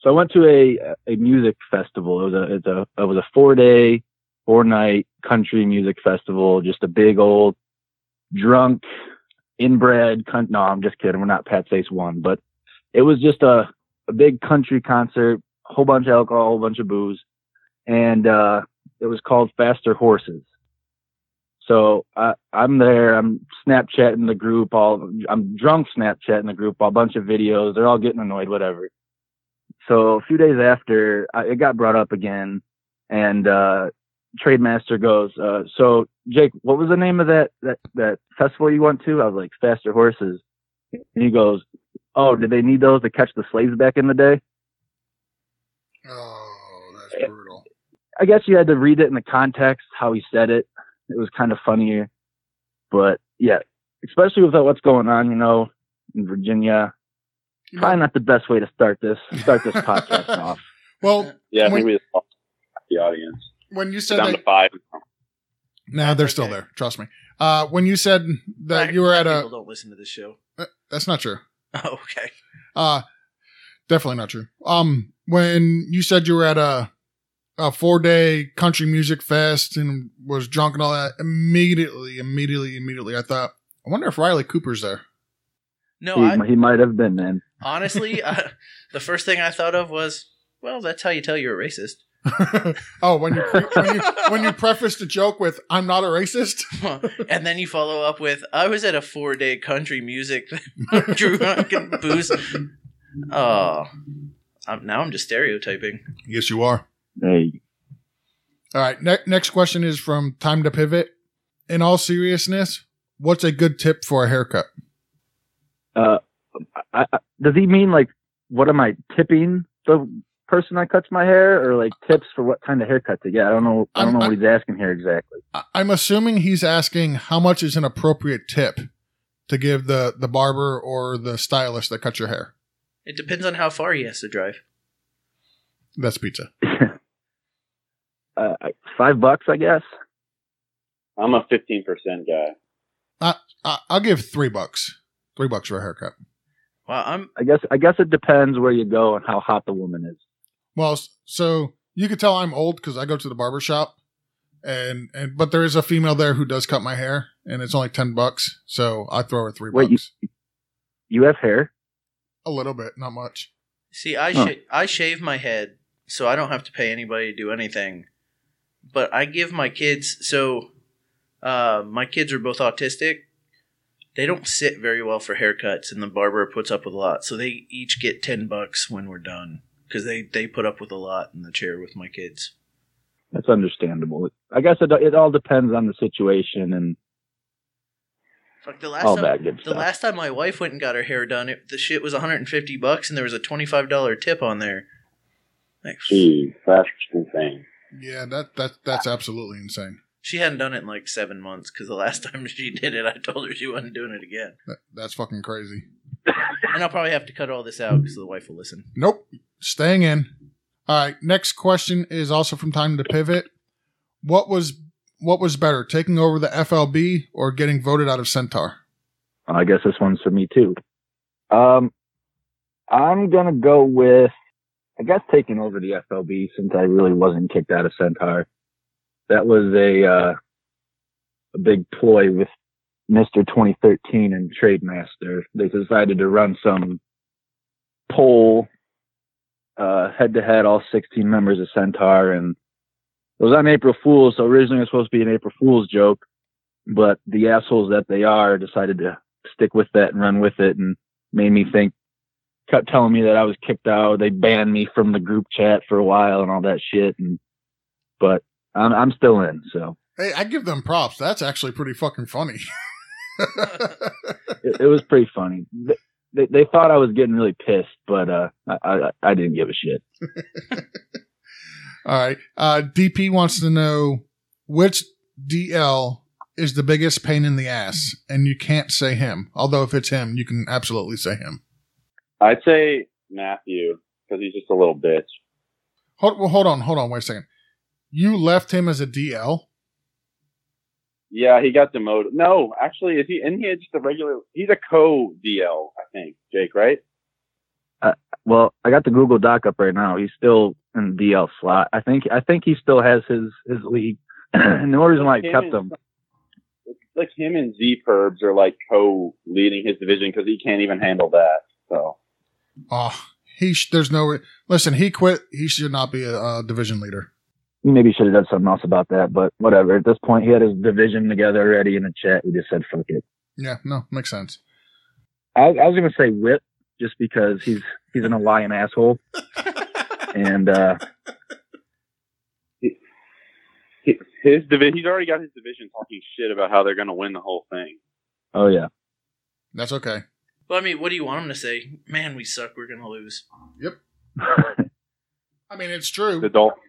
[SPEAKER 4] So I went to a a music festival. It was a it's a it was a four day, four night country music festival. Just a big old drunk, inbred. Con- no, I'm just kidding. We're not Pat Sace one, but it was just a a big country concert. Whole bunch of alcohol, whole bunch of booze, and uh, it was called Faster Horses. So I I'm there. I'm Snapchatting the group. All I'm drunk Snapchatting the group. A bunch of videos. They're all getting annoyed. Whatever. So a few days after, I, it got brought up again, and uh, Trademaster goes, uh, "So Jake, what was the name of that that that festival you went to?" I was like, "Faster Horses." And he goes, "Oh, did they need those to catch the slaves back in the day?"
[SPEAKER 2] Oh, that's brutal.
[SPEAKER 4] I guess you had to read it in the context how he said it. It was kind of funnier, but yeah, especially with what's going on, you know, in Virginia.
[SPEAKER 1] Mm-hmm.
[SPEAKER 2] You
[SPEAKER 4] Probably
[SPEAKER 2] know,
[SPEAKER 4] not the best way to start this start this podcast off.
[SPEAKER 2] well,
[SPEAKER 3] Yeah, I
[SPEAKER 2] Wait.
[SPEAKER 3] think we just lost the audience.
[SPEAKER 2] when you said
[SPEAKER 3] Down
[SPEAKER 2] that,
[SPEAKER 3] to five.
[SPEAKER 2] Nah, they're still
[SPEAKER 1] okay.
[SPEAKER 2] there. Trust me. Uh, when you said that you were at
[SPEAKER 1] People
[SPEAKER 2] a,
[SPEAKER 1] don't listen to this show.
[SPEAKER 2] that's not true.
[SPEAKER 1] Oh, okay.
[SPEAKER 2] Uh, definitely not true. Um, when you said you were at a, a four day country music fest and was drunk and all that, immediately, immediately, immediately, I thought, I wonder if Riley Cooper's there.
[SPEAKER 1] No,
[SPEAKER 4] he,
[SPEAKER 1] I,
[SPEAKER 4] he might have been, man.
[SPEAKER 1] honestly, uh, the first thing I thought of was, well, that's how you tell you're a racist.
[SPEAKER 2] oh, when you, pre- when you when you prefaced the joke with "I'm not a racist,"
[SPEAKER 1] and then you follow up with, I was at a four day country music drunk and booze. Oh, I'm, now I'm just stereotyping.
[SPEAKER 2] yes, you are.
[SPEAKER 4] Hey,
[SPEAKER 2] All right. Ne- next question is from Time to Pivot. In all seriousness, what's a good tip for a haircut?
[SPEAKER 4] uh, I, I, does he mean like what am I tipping the person that cuts my hair, or like tips for what kind of haircut to get? I don't know. I don't
[SPEAKER 2] I'm-
[SPEAKER 4] know what
[SPEAKER 2] I'm-
[SPEAKER 4] he's asking here exactly.
[SPEAKER 2] I- I'm assuming he's asking how much is an appropriate tip to give the the barber or the stylist that cut your hair.
[SPEAKER 1] It depends on how far he has to drive.
[SPEAKER 2] That's pizza.
[SPEAKER 4] uh, I- five bucks, I guess.
[SPEAKER 3] I'm a 15% guy.
[SPEAKER 2] I- I'll give three bucks. Three bucks for a haircut.
[SPEAKER 1] Well, I'm
[SPEAKER 4] I guess. I guess it depends where you go and how hot the woman is.
[SPEAKER 2] Well, s- so you could tell I'm old because I go to the barber shop, and and but there is a female there who does cut my hair, and it's only ten bucks, so I throw her three
[SPEAKER 4] Wait, you-
[SPEAKER 2] bucks.
[SPEAKER 4] You have hair.
[SPEAKER 2] a little bit, not much.
[SPEAKER 1] see, I
[SPEAKER 4] Huh.
[SPEAKER 1] sha- I shave my head, so I don't have to pay anybody to do anything. But I give my kids so uh, my kids are both autistic. They don't sit very well for haircuts, and the barber puts up with a lot. So they each get ten bucks when we're done because they they put up with a lot in the chair with my kids.
[SPEAKER 4] That's understandable. I guess it it all depends on the situation and
[SPEAKER 1] Like the last
[SPEAKER 4] all
[SPEAKER 1] time,
[SPEAKER 4] that good
[SPEAKER 1] the
[SPEAKER 4] stuff.
[SPEAKER 1] last time my wife went and got her hair done, it, the shit was 150 bucks, and there was a 25 dollar tip on there. Like,
[SPEAKER 3] Jeez, that's insane.
[SPEAKER 2] Yeah, that that that's absolutely insane.
[SPEAKER 1] She hadn't done it in like seven months because the last time she did it, I told her she wasn't doing it again.
[SPEAKER 2] That, that's fucking crazy.
[SPEAKER 1] And I'll probably have to cut all this out because the wife will listen.
[SPEAKER 2] Nope, staying in. All right, next question is also from Time to Pivot. What was what was better, taking over the FLB or getting voted out of Centaur?
[SPEAKER 4] I guess this one's for me too. Um, I'm gonna go with, I guess, taking over the FLB since I really wasn't kicked out of Centaur. That was a uh, a big ploy with Mister 2013 and Trademaster. They decided to run some poll head to head, all 16 members of Centaur, and it was on April Fool's. So originally it was supposed to be an April Fool's joke, but the assholes that they are decided to stick with that and run with it and made me think kept telling me that I was kicked out. They banned me from the group chat for a while and all that shit and but I'm I'm still in, so
[SPEAKER 2] Hey, I give them props. That's actually pretty fucking funny.
[SPEAKER 4] it, it was pretty funny. Th- They, they thought I was getting really pissed, but uh, I, I I didn't give a shit.
[SPEAKER 2] All right, uh, DP wants to know which DL is the biggest pain in the ass, and you can't say him. Although if it's him, you can absolutely say him.
[SPEAKER 3] I'd say Matthew, because he's just a little bitch.
[SPEAKER 2] Hold, well, hold on, hold on, wait a second. You left him as a DL.
[SPEAKER 3] Yeah, he got demoted. No, actually, is he in here just a regular? He's a co DL, I think, Jake, right?
[SPEAKER 4] Well, I got the Google Doc up right now. He's still in the DL slot. I think I think he still has his his league, and the only reason why I
[SPEAKER 3] Him
[SPEAKER 4] kept
[SPEAKER 3] and-
[SPEAKER 4] him
[SPEAKER 3] Like him and Z Perbs are like co leading his division because he can't even handle that. So
[SPEAKER 2] Oh, he sh- there's no re- listen. He quit. He should not be a, uh division leader.
[SPEAKER 4] we maybe should have done something else about that, but whatever. At this point, he had his division together already in the chat. We just said fuck it.
[SPEAKER 2] Yeah, no, makes sense.
[SPEAKER 4] I, I was gonna say whip just because he's he's an Hawaiian asshole, and uh,
[SPEAKER 3] his, his division, he's already got his division talking shit about how they're going to win the whole thing.
[SPEAKER 4] oh yeah,
[SPEAKER 2] That's okay.
[SPEAKER 1] Well, I mean, what do you want him to say? Man, we suck. We're gonna lose.
[SPEAKER 2] I mean, it's true.
[SPEAKER 3] The Dolphins.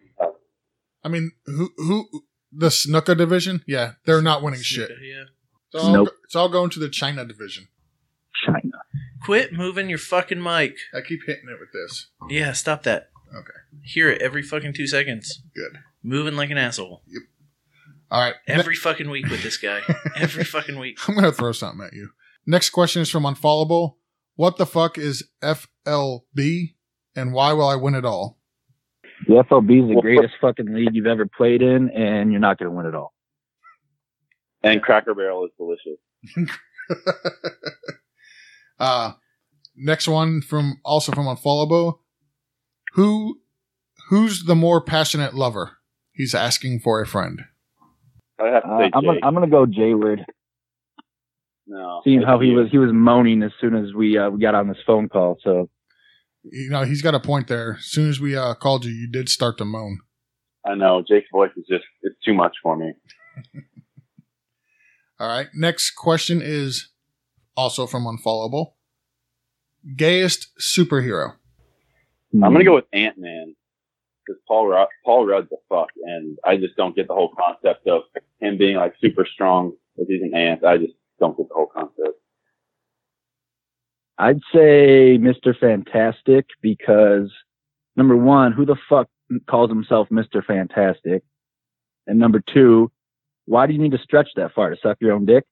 [SPEAKER 2] I mean, who who the Snooker division? Yeah, they're not winning shit.
[SPEAKER 1] Yeah.
[SPEAKER 2] It's all,
[SPEAKER 4] Nope.
[SPEAKER 2] it's all going to the China division.
[SPEAKER 4] China.
[SPEAKER 1] Quit moving your fucking mic.
[SPEAKER 2] I keep hitting it with this.
[SPEAKER 1] Yeah, stop that.
[SPEAKER 2] Okay.
[SPEAKER 1] Hear it every fucking two seconds.
[SPEAKER 2] Good.
[SPEAKER 1] Moving like an asshole.
[SPEAKER 2] All right.
[SPEAKER 1] Every fucking week with this guy. Every fucking week.
[SPEAKER 2] I'm going to throw something at you. Next question is from Unfollowable. What the fuck is FLB and why will I win it all?
[SPEAKER 4] The FLB is the
[SPEAKER 3] Well,
[SPEAKER 4] greatest fucking league you've ever played in, and you're not going to win it all.
[SPEAKER 3] And Cracker Barrel is delicious.
[SPEAKER 2] Uh, next one from also from Unfollowable. Who, who's the more passionate lover? He's asking for a friend.
[SPEAKER 3] I'd have to
[SPEAKER 4] Uh,
[SPEAKER 3] say
[SPEAKER 4] I'm
[SPEAKER 3] Jake.
[SPEAKER 4] gonna, I'm gonna go Jayward.
[SPEAKER 3] no,
[SPEAKER 4] Seeing how he was he was moaning as soon as we uh, we got on this phone call. So
[SPEAKER 2] You know, he's got a point there. As soon as we uh, called you, you did start to moan.
[SPEAKER 3] I know Jake's voice is just—it's too much for me.
[SPEAKER 2] All right. Next question is also from Unfollowable. Gayest superhero.
[SPEAKER 3] I'm gonna
[SPEAKER 4] Hmm.
[SPEAKER 3] go with Ant Man because Paul Rudd, Paul Rudd's a fuck, and I just don't get the whole concept of him being like super strong if he's an ant. I just don't get the whole concept.
[SPEAKER 4] I'd say Mr. Fantastic because number one, who the fuck calls himself Mr. Fantastic? And number two, why do you need to stretch that far to suck your own dick?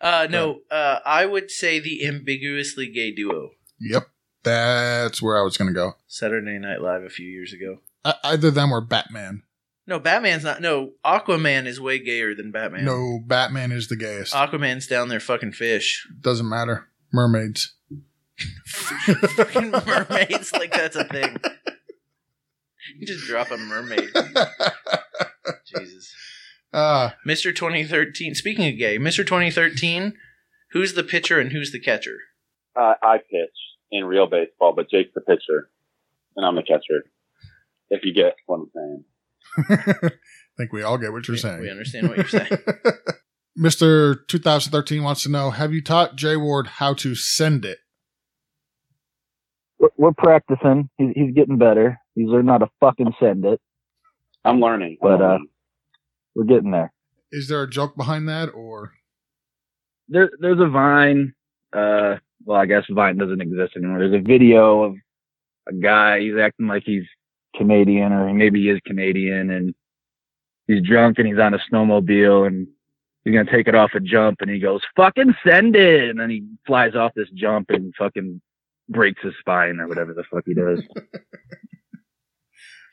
[SPEAKER 1] Uh, no, uh, I would say the ambiguously gay duo.
[SPEAKER 2] yep. That's where I was going to go.
[SPEAKER 1] Saturday Night Live a few years ago.
[SPEAKER 2] I- either them or Batman.
[SPEAKER 1] No, Batman's not. No, Aquaman is way gayer than Batman. Uh,
[SPEAKER 2] No, Batman is the gayest.
[SPEAKER 1] Aquaman's down there fucking fish.
[SPEAKER 2] Doesn't matter. Mermaids.
[SPEAKER 1] fucking mermaids, like that's a thing. You just drop a mermaid. Jesus.
[SPEAKER 2] uh,
[SPEAKER 1] Mr. 2013. Speaking of gay, Mr. 2013, who's the pitcher and who's the catcher?
[SPEAKER 3] Uh, I pitch in real baseball, but Jake's the pitcher, and I'm the catcher. If you get what I'm saying,
[SPEAKER 2] I think we all get what you're
[SPEAKER 1] We- We
[SPEAKER 2] saying.
[SPEAKER 1] understand what you're saying.
[SPEAKER 2] Mr. 2013 wants to know Have you taught Jay Ward how to send it?
[SPEAKER 4] We're, we're practicing. He's, he's getting better. He's learned how to fucking send it.
[SPEAKER 3] I'm learning. Um, I'm
[SPEAKER 4] But, uh,
[SPEAKER 3] learning.
[SPEAKER 4] We're getting there.
[SPEAKER 2] Is there a joke behind that or
[SPEAKER 4] there there's a Vine. Uh, well, I guess Vine doesn't exist anymore. There's a video of a guy. He's acting like he's Canadian, or maybe he is Canadian, and he's drunk and he's on a snowmobile and he's gonna take it off a jump, and he goes fucking send it, and then he flies off this jump and fucking breaks his spine or whatever the fuck he does.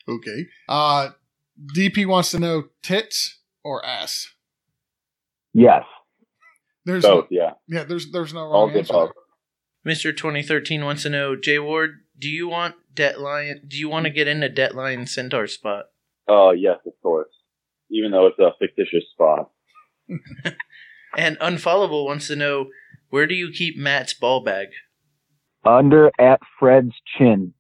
[SPEAKER 2] Okay. Uh DP wants to know tits or ass.
[SPEAKER 4] yes,
[SPEAKER 2] There's
[SPEAKER 3] both, yeah,
[SPEAKER 2] yeah, there's there's no
[SPEAKER 3] all
[SPEAKER 2] wrong
[SPEAKER 3] good.
[SPEAKER 2] answer.
[SPEAKER 3] Both.
[SPEAKER 1] Mr. 2013 wants to know, Jay Ward, do you want Debt Lion? Do you want to get into Debt Lion Centaur spot?
[SPEAKER 3] Oh yes, of course. Even though it's a fictitious spot.
[SPEAKER 1] And Unfollowable wants to know, where do you keep Matt's ball bag?
[SPEAKER 4] under at Fred's chin.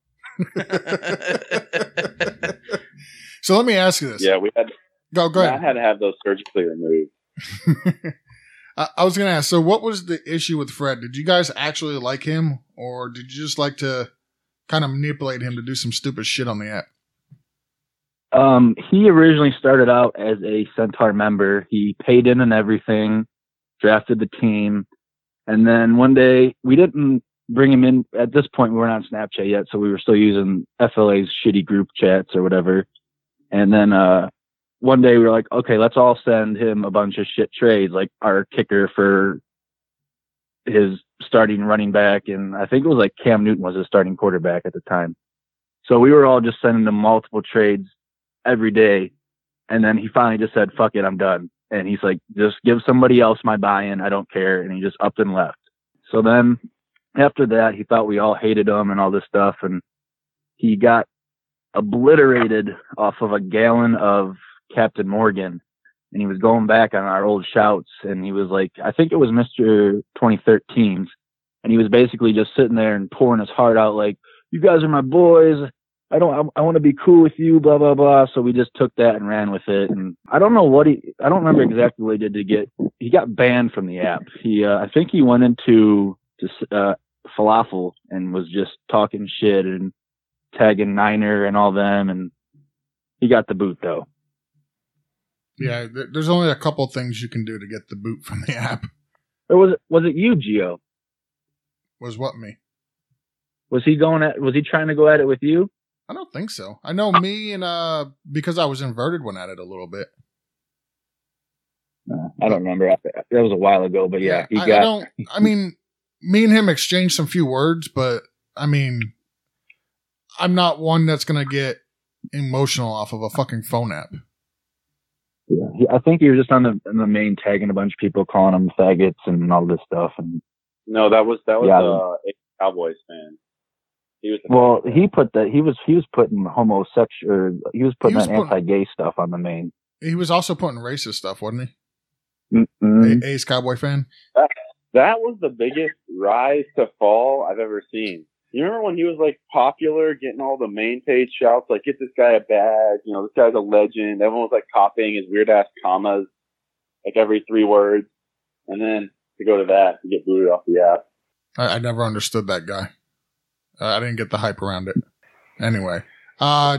[SPEAKER 2] So let me ask you this.
[SPEAKER 3] Yeah, we had
[SPEAKER 2] Go go
[SPEAKER 3] I
[SPEAKER 2] ahead.
[SPEAKER 3] had to have those surgically removed.
[SPEAKER 2] I, I was gonna ask, so what was the issue with Fred? Did you guys actually like him or did you just like to kind of manipulate him to do some stupid shit on the app?
[SPEAKER 4] Um, he originally started out as a Centaur member. He paid in and everything, drafted the team, and then one day we didn't bring him in. At this point, we weren't on Snapchat yet, so we were still using FLA's shitty group chats or whatever. And then uh, one day we were like, okay, let's all send him a bunch of shit trades, like our kicker for his starting running back, and I think it was like Cam Newton was his starting quarterback at the time. So we were all just sending him multiple trades every day. And then he finally just said, fuck it, I'm done. And he's like, just give somebody else my buy in. I don't care. And he just upped and left. So then after that, he thought we all hated him and all this stuff. And he got obliterated off of a gallon of Captain Morgan. And he was going back on our old shouts. And he was like, I think it was Mr. 2013's. And he was basically just sitting there and pouring his heart out, like, you guys are my boys. I don't, I, I want to be cool with you, blah, blah, blah. So we just took that and ran with it. And I don't know what he, I don't remember exactly what he did to get, he got banned from the app. He, uh, I think he went into just, uh, falafel and was just talking shit and tagging Niner and all them. And he got the boot though.
[SPEAKER 2] Yeah, there- there's only a couple things you can do to get the boot from the app.
[SPEAKER 4] Or was it, was it you, Gio?
[SPEAKER 2] Was what me?
[SPEAKER 4] Was he going at, was he trying to go at it with you?
[SPEAKER 2] I don't think so. I know me and uh because I was inverted went at it a little bit.
[SPEAKER 4] Uh, I don't remember. I- That was a while ago, but yeah, he
[SPEAKER 2] I, I
[SPEAKER 4] got.
[SPEAKER 2] don't. I mean, me and him exchanged some few words, but I mean, I'm not one that's gonna get emotional off of a fucking phone app.
[SPEAKER 4] yeah, he, I think he was just on the on the main tagging a bunch of people, calling them faggots and all this stuff. And
[SPEAKER 3] No, that was that was
[SPEAKER 4] Yeah.
[SPEAKER 3] uh, a Cowboys fan. He was the
[SPEAKER 4] well, he put that he was he was putting homosexual, or he was putting
[SPEAKER 2] was
[SPEAKER 4] that
[SPEAKER 2] putting-
[SPEAKER 4] anti-gay stuff on the main.
[SPEAKER 2] He was also putting racist stuff, wasn't he?
[SPEAKER 4] Mm-mm.
[SPEAKER 2] A- Ace Cowboy fan.
[SPEAKER 3] that was the biggest rise to fall I've ever seen. You remember when he was like popular, getting all the main page shouts like "Get this guy a badge," you know, "This guy's a legend." Everyone was like copying his weird ass commas, like every three words, and then to go to that and get booted off the app.
[SPEAKER 2] I, I never understood that guy. Uh, I didn't get the hype around it. Anyway, uh,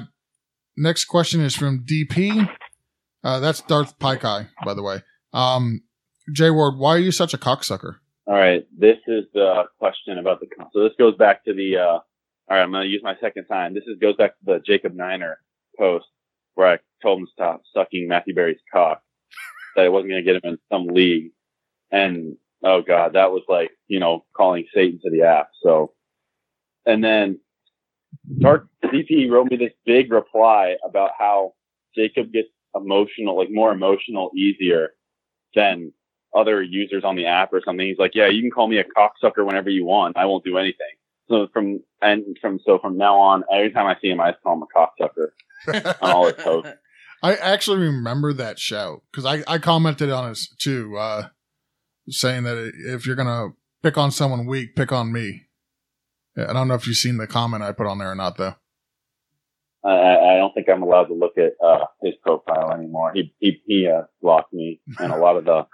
[SPEAKER 2] next question is from DP. Uh, that's Darth Pykai, by the way. Um, J Ward, why are you such a cocksucker?
[SPEAKER 3] All right, this is the question about the. So this goes back to the. Uh, all right, I'm gonna use my second time. This is goes back to the Jacob Niner post where I told him to stop sucking Matthew Berry's cock. that I wasn't gonna get him in some league, and oh god, that was like you know calling Satan to the app. So, and then Dark DP wrote me this big reply about how Jacob gets emotional, like more emotional, easier than other users on the app or something. He's like, yeah, you can call me a cocksucker whenever you want. I won't do anything. So from and from so from now on, every time I see him, I just call him a cocksucker on all his posts.
[SPEAKER 2] I actually remember that shout because I, I commented on it too, uh, saying that if you're gonna pick on someone weak, pick on me. Yeah, I don't know if you've seen the comment I put on there or not, though.
[SPEAKER 3] I, I I don't think I'm allowed to look at uh, his profile anymore. He he he uh, blocked me, and a lot of the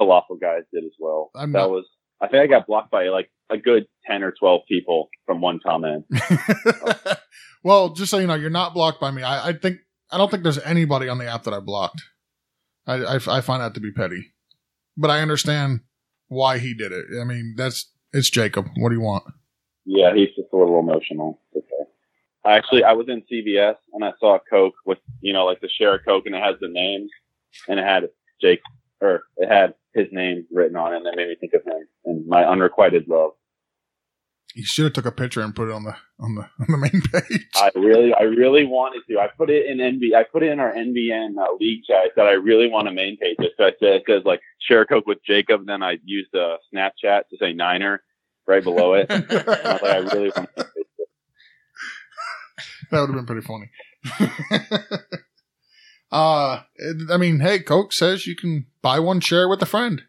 [SPEAKER 3] falafel guys did as well.
[SPEAKER 2] I'm
[SPEAKER 3] that
[SPEAKER 2] not-
[SPEAKER 3] was I think I got blocked by like a good ten or twelve people from one comment.
[SPEAKER 2] well, just so you know, you're not blocked by me. I, I think I don't think there's anybody on the app that I blocked. I, I, I find that to be petty, but I understand why he did it. I mean, that's it's Jacob. What do you want?
[SPEAKER 3] Yeah, he's just a little emotional. It's okay. I actually I was in CVS and I saw a Coke with you know like the share of Coke and it has the name and it had Jake or it had his name written on it and that made me think of him and my unrequited love.
[SPEAKER 2] You should have took a picture and put it on the on the on the main page.
[SPEAKER 3] I really, I really wanted to. I put it in NB. I put it in our NBN uh, league chat. I said I really want to main page this. So I said it says like share coke with Jacob. And then I used uh, Snapchat to say Niner right below it. And I was like, I really want to.
[SPEAKER 2] That would have been pretty funny. uh it- I mean, hey, Coke says you can buy one, share with a friend.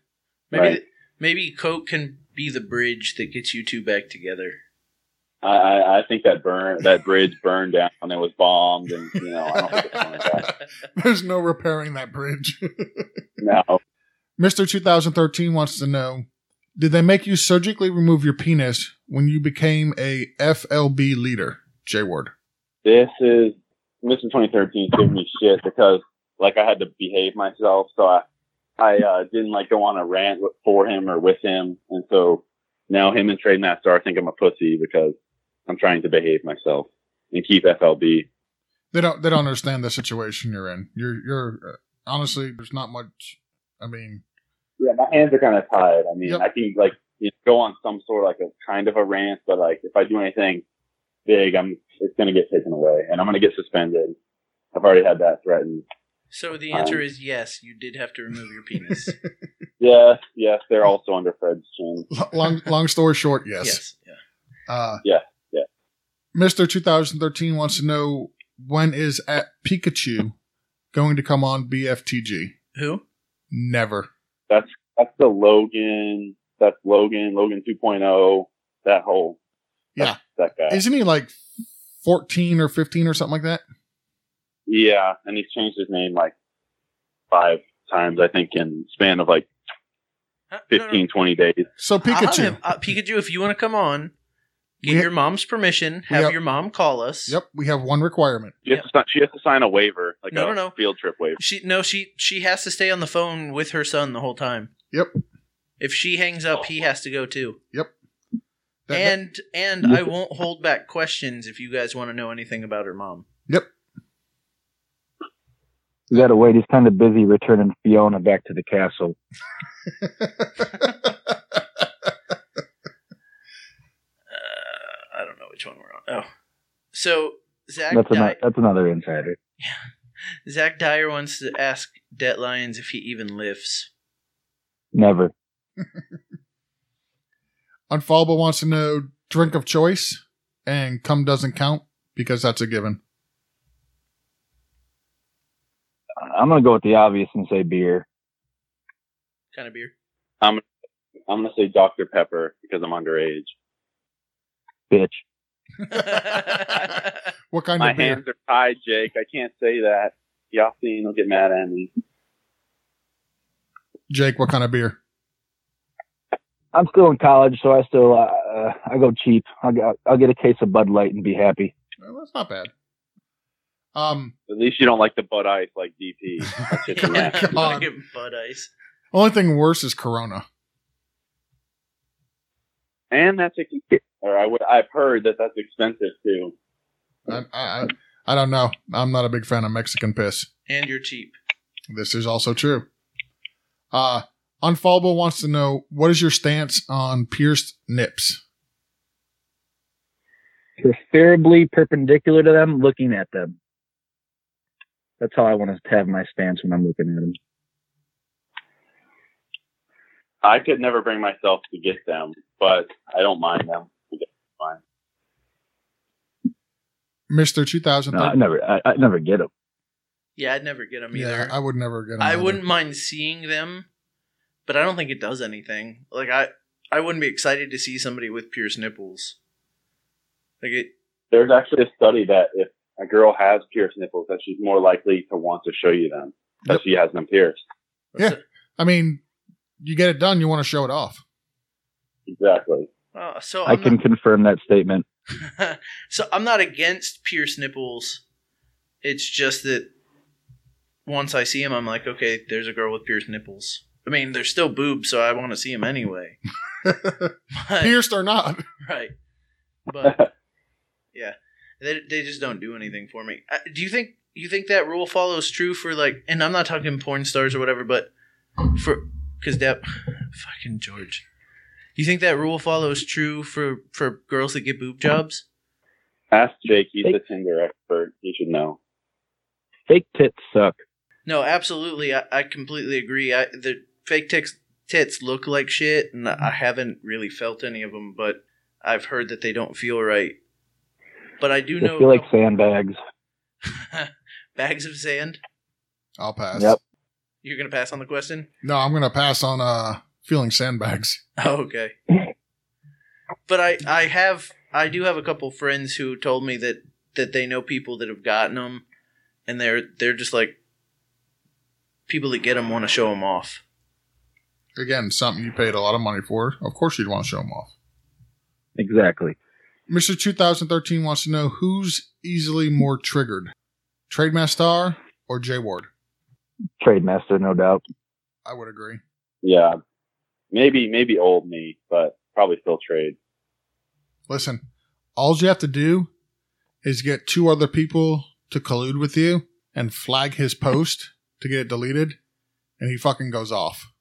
[SPEAKER 1] Maybe
[SPEAKER 3] Right.
[SPEAKER 1] maybe Coke can be the bridge that gets you two back together.
[SPEAKER 3] I, I, I think that burn, that bridge burned down and it was bombed. And you know, I don't think it's going back.
[SPEAKER 2] There's no repairing that bridge.
[SPEAKER 3] No,
[SPEAKER 2] Mr. 2013 wants to know Did they make you surgically remove your penis when you became a FLB leader? J Ward.
[SPEAKER 3] this is Mr. 2013 is giving me shit because like I had to behave myself, so I I uh, didn't like go on a rant with, for him or with him, and so now him and Trade Master are think I'm a pussy because I'm trying to behave myself and keep FLB.
[SPEAKER 2] They don't they don't understand the situation you're in. You're you're uh, honestly there's not much I mean
[SPEAKER 3] Yeah, my hands are kind of tied. I mean,
[SPEAKER 2] Yep.
[SPEAKER 3] I can like you know, go on some sort of like a kind of a rant, but like if I do anything big, I'm it's gonna get taken away and I'm gonna get suspended. I've already had that threatened.
[SPEAKER 1] So the answer is yes, you did have to remove your penis.
[SPEAKER 3] Yes, yes, they're also under Fred's chin.
[SPEAKER 2] lo- long long story short, yes.
[SPEAKER 1] yes. Yeah.
[SPEAKER 2] Uh,
[SPEAKER 3] Yeah, yeah.
[SPEAKER 2] Mr. 2013 wants to know when is at Pikachu going to come on BFTG?
[SPEAKER 1] Who?
[SPEAKER 2] Never.
[SPEAKER 3] that's that's the Logan. That's Logan. Logan 2.0. That whole.
[SPEAKER 2] Yeah.
[SPEAKER 3] That, that guy.
[SPEAKER 2] Isn't he like 14 or 15 or something like that?
[SPEAKER 3] yeah, and he's changed his name like five times, I think, in span of like
[SPEAKER 1] Huh? No, no,
[SPEAKER 3] 15, 20 days.
[SPEAKER 2] So
[SPEAKER 1] I'll
[SPEAKER 2] Pikachu.
[SPEAKER 1] have- uh, Pikachu, if you want to come on, get
[SPEAKER 2] We ha-
[SPEAKER 1] your mom's permission. Have
[SPEAKER 2] have-
[SPEAKER 1] your mom call us.
[SPEAKER 2] Yep, we have one requirement.
[SPEAKER 3] She has, to sign, she has to sign a waiver, like
[SPEAKER 1] No,
[SPEAKER 3] a
[SPEAKER 1] no, no.
[SPEAKER 3] field trip waiver.
[SPEAKER 1] She no, she she has to stay on the phone with her son the whole time.
[SPEAKER 2] Yep.
[SPEAKER 1] If she hangs up, he has to go too.
[SPEAKER 2] That- that-
[SPEAKER 1] and and I won't hold back questions if you guys want to know anything about her mom.
[SPEAKER 4] You gotta wait. He's kind of busy returning Fiona back to the castle.
[SPEAKER 1] Uh, I don't know which one we're on. Oh, so Zach
[SPEAKER 4] That's another.
[SPEAKER 1] Dy-
[SPEAKER 4] That's another insider.
[SPEAKER 1] Zach Dyer wants to ask Det Lions if he even lives.
[SPEAKER 4] Never.
[SPEAKER 2] Unfallable wants to know drink of choice, and cum doesn't count because that's a given.
[SPEAKER 4] I'm gonna go with the obvious and say beer.
[SPEAKER 1] Kind of beer.
[SPEAKER 3] I'm gonna say Dr Pepper because I'm underage.
[SPEAKER 4] Bitch.
[SPEAKER 2] What kind
[SPEAKER 3] My
[SPEAKER 2] of beer?
[SPEAKER 3] hands are tied, Jake. I can't say that. Yassine will get mad at me.
[SPEAKER 2] Jake, what kind of beer?
[SPEAKER 4] I'm still in college, so I still uh, I go cheap. I'll, get- I'll get a case of Bud Light and be happy.
[SPEAKER 2] Well, that's not bad. Um,
[SPEAKER 3] At least you don't like the Bud Ice like DP. That's just a
[SPEAKER 1] Yeah,
[SPEAKER 3] mess.
[SPEAKER 1] I'm gonna
[SPEAKER 2] God.
[SPEAKER 1] get Bud Ice.
[SPEAKER 2] only thing worse is Corona.
[SPEAKER 3] and that's a. Or I would. I've heard that that's expensive too.
[SPEAKER 2] I, I, I, I don't know. I'm not a big fan of Mexican piss.
[SPEAKER 1] And you're cheap.
[SPEAKER 2] This is also true. Uh, Unfallable wants to know what is your stance on pierced nips?
[SPEAKER 4] Preferably perpendicular to them, looking at them. That's how I want to have my stance when I'm looking at them.
[SPEAKER 3] I could never bring myself to get them, but I don't mind them.
[SPEAKER 2] Mr. 2000.
[SPEAKER 4] No, I never. I, I never get them.
[SPEAKER 1] Yeah, I'd never get them
[SPEAKER 2] yeah,
[SPEAKER 1] either.
[SPEAKER 2] I would never get 'em
[SPEAKER 1] I,
[SPEAKER 2] either.
[SPEAKER 1] wouldn't mind seeing them, but I don't think it does anything. Like I, I wouldn't be excited to see somebody with pierced nipples. Like it,
[SPEAKER 3] There's actually a study that if a girl has pierced nipples, that she's more likely to want to show you them that
[SPEAKER 2] Yep.
[SPEAKER 3] she has them pierced.
[SPEAKER 2] Yeah. I mean, you get it done, you want to show it off.
[SPEAKER 3] Exactly.
[SPEAKER 1] Uh, so
[SPEAKER 4] I
[SPEAKER 1] I'm
[SPEAKER 4] can confirm that statement.
[SPEAKER 1] not, so I'm not against pierced nipples. It's just that once I see them, I'm like, okay, there's a girl with pierced nipples. I mean, they're still boobs, so I want to see them anyway. But-
[SPEAKER 2] Pierced or not.
[SPEAKER 1] right, but yeah, they they just don't do anything for me. Uh, Do you think you think that rule follows true for like? And I'm not talking porn stars or whatever, but for because that fucking George. You think that rule follows true for for girls that get boob jobs?
[SPEAKER 3] Ask Jake. He's the Tinder expert. He should know.
[SPEAKER 4] Fake tits suck.
[SPEAKER 1] No, absolutely. I, I completely agree. I, the fake tits tits look like shit, and I
[SPEAKER 4] Mm-hmm.
[SPEAKER 1] haven't really felt any of them, but I've heard that they don't feel right. But I do
[SPEAKER 4] They
[SPEAKER 1] know
[SPEAKER 4] feel like sandbags.
[SPEAKER 1] bags of sand.
[SPEAKER 2] I'll pass.
[SPEAKER 4] Yep.
[SPEAKER 1] You're gonna pass on the question.
[SPEAKER 2] No, I'm going to pass on uh, feeling sandbags.
[SPEAKER 1] Oh, okay. but I, I have, I do have a couple friends who told me that that they know people that have gotten them, and they're they're just like people that get them want to show them off.
[SPEAKER 2] Again, something you paid a lot of money for. Of course, you'd want to show them off.
[SPEAKER 4] Exactly.
[SPEAKER 2] Mr. 2013 wants to know who's easily more triggered, Trademaster Star or J Ward?
[SPEAKER 4] Trade master, no doubt.
[SPEAKER 2] I would agree.
[SPEAKER 3] Yeah. Maybe maybe old me, but probably still trade.
[SPEAKER 2] Listen, all you have to do is get two other people to collude with you and flag his post to get it deleted, and he fucking goes off.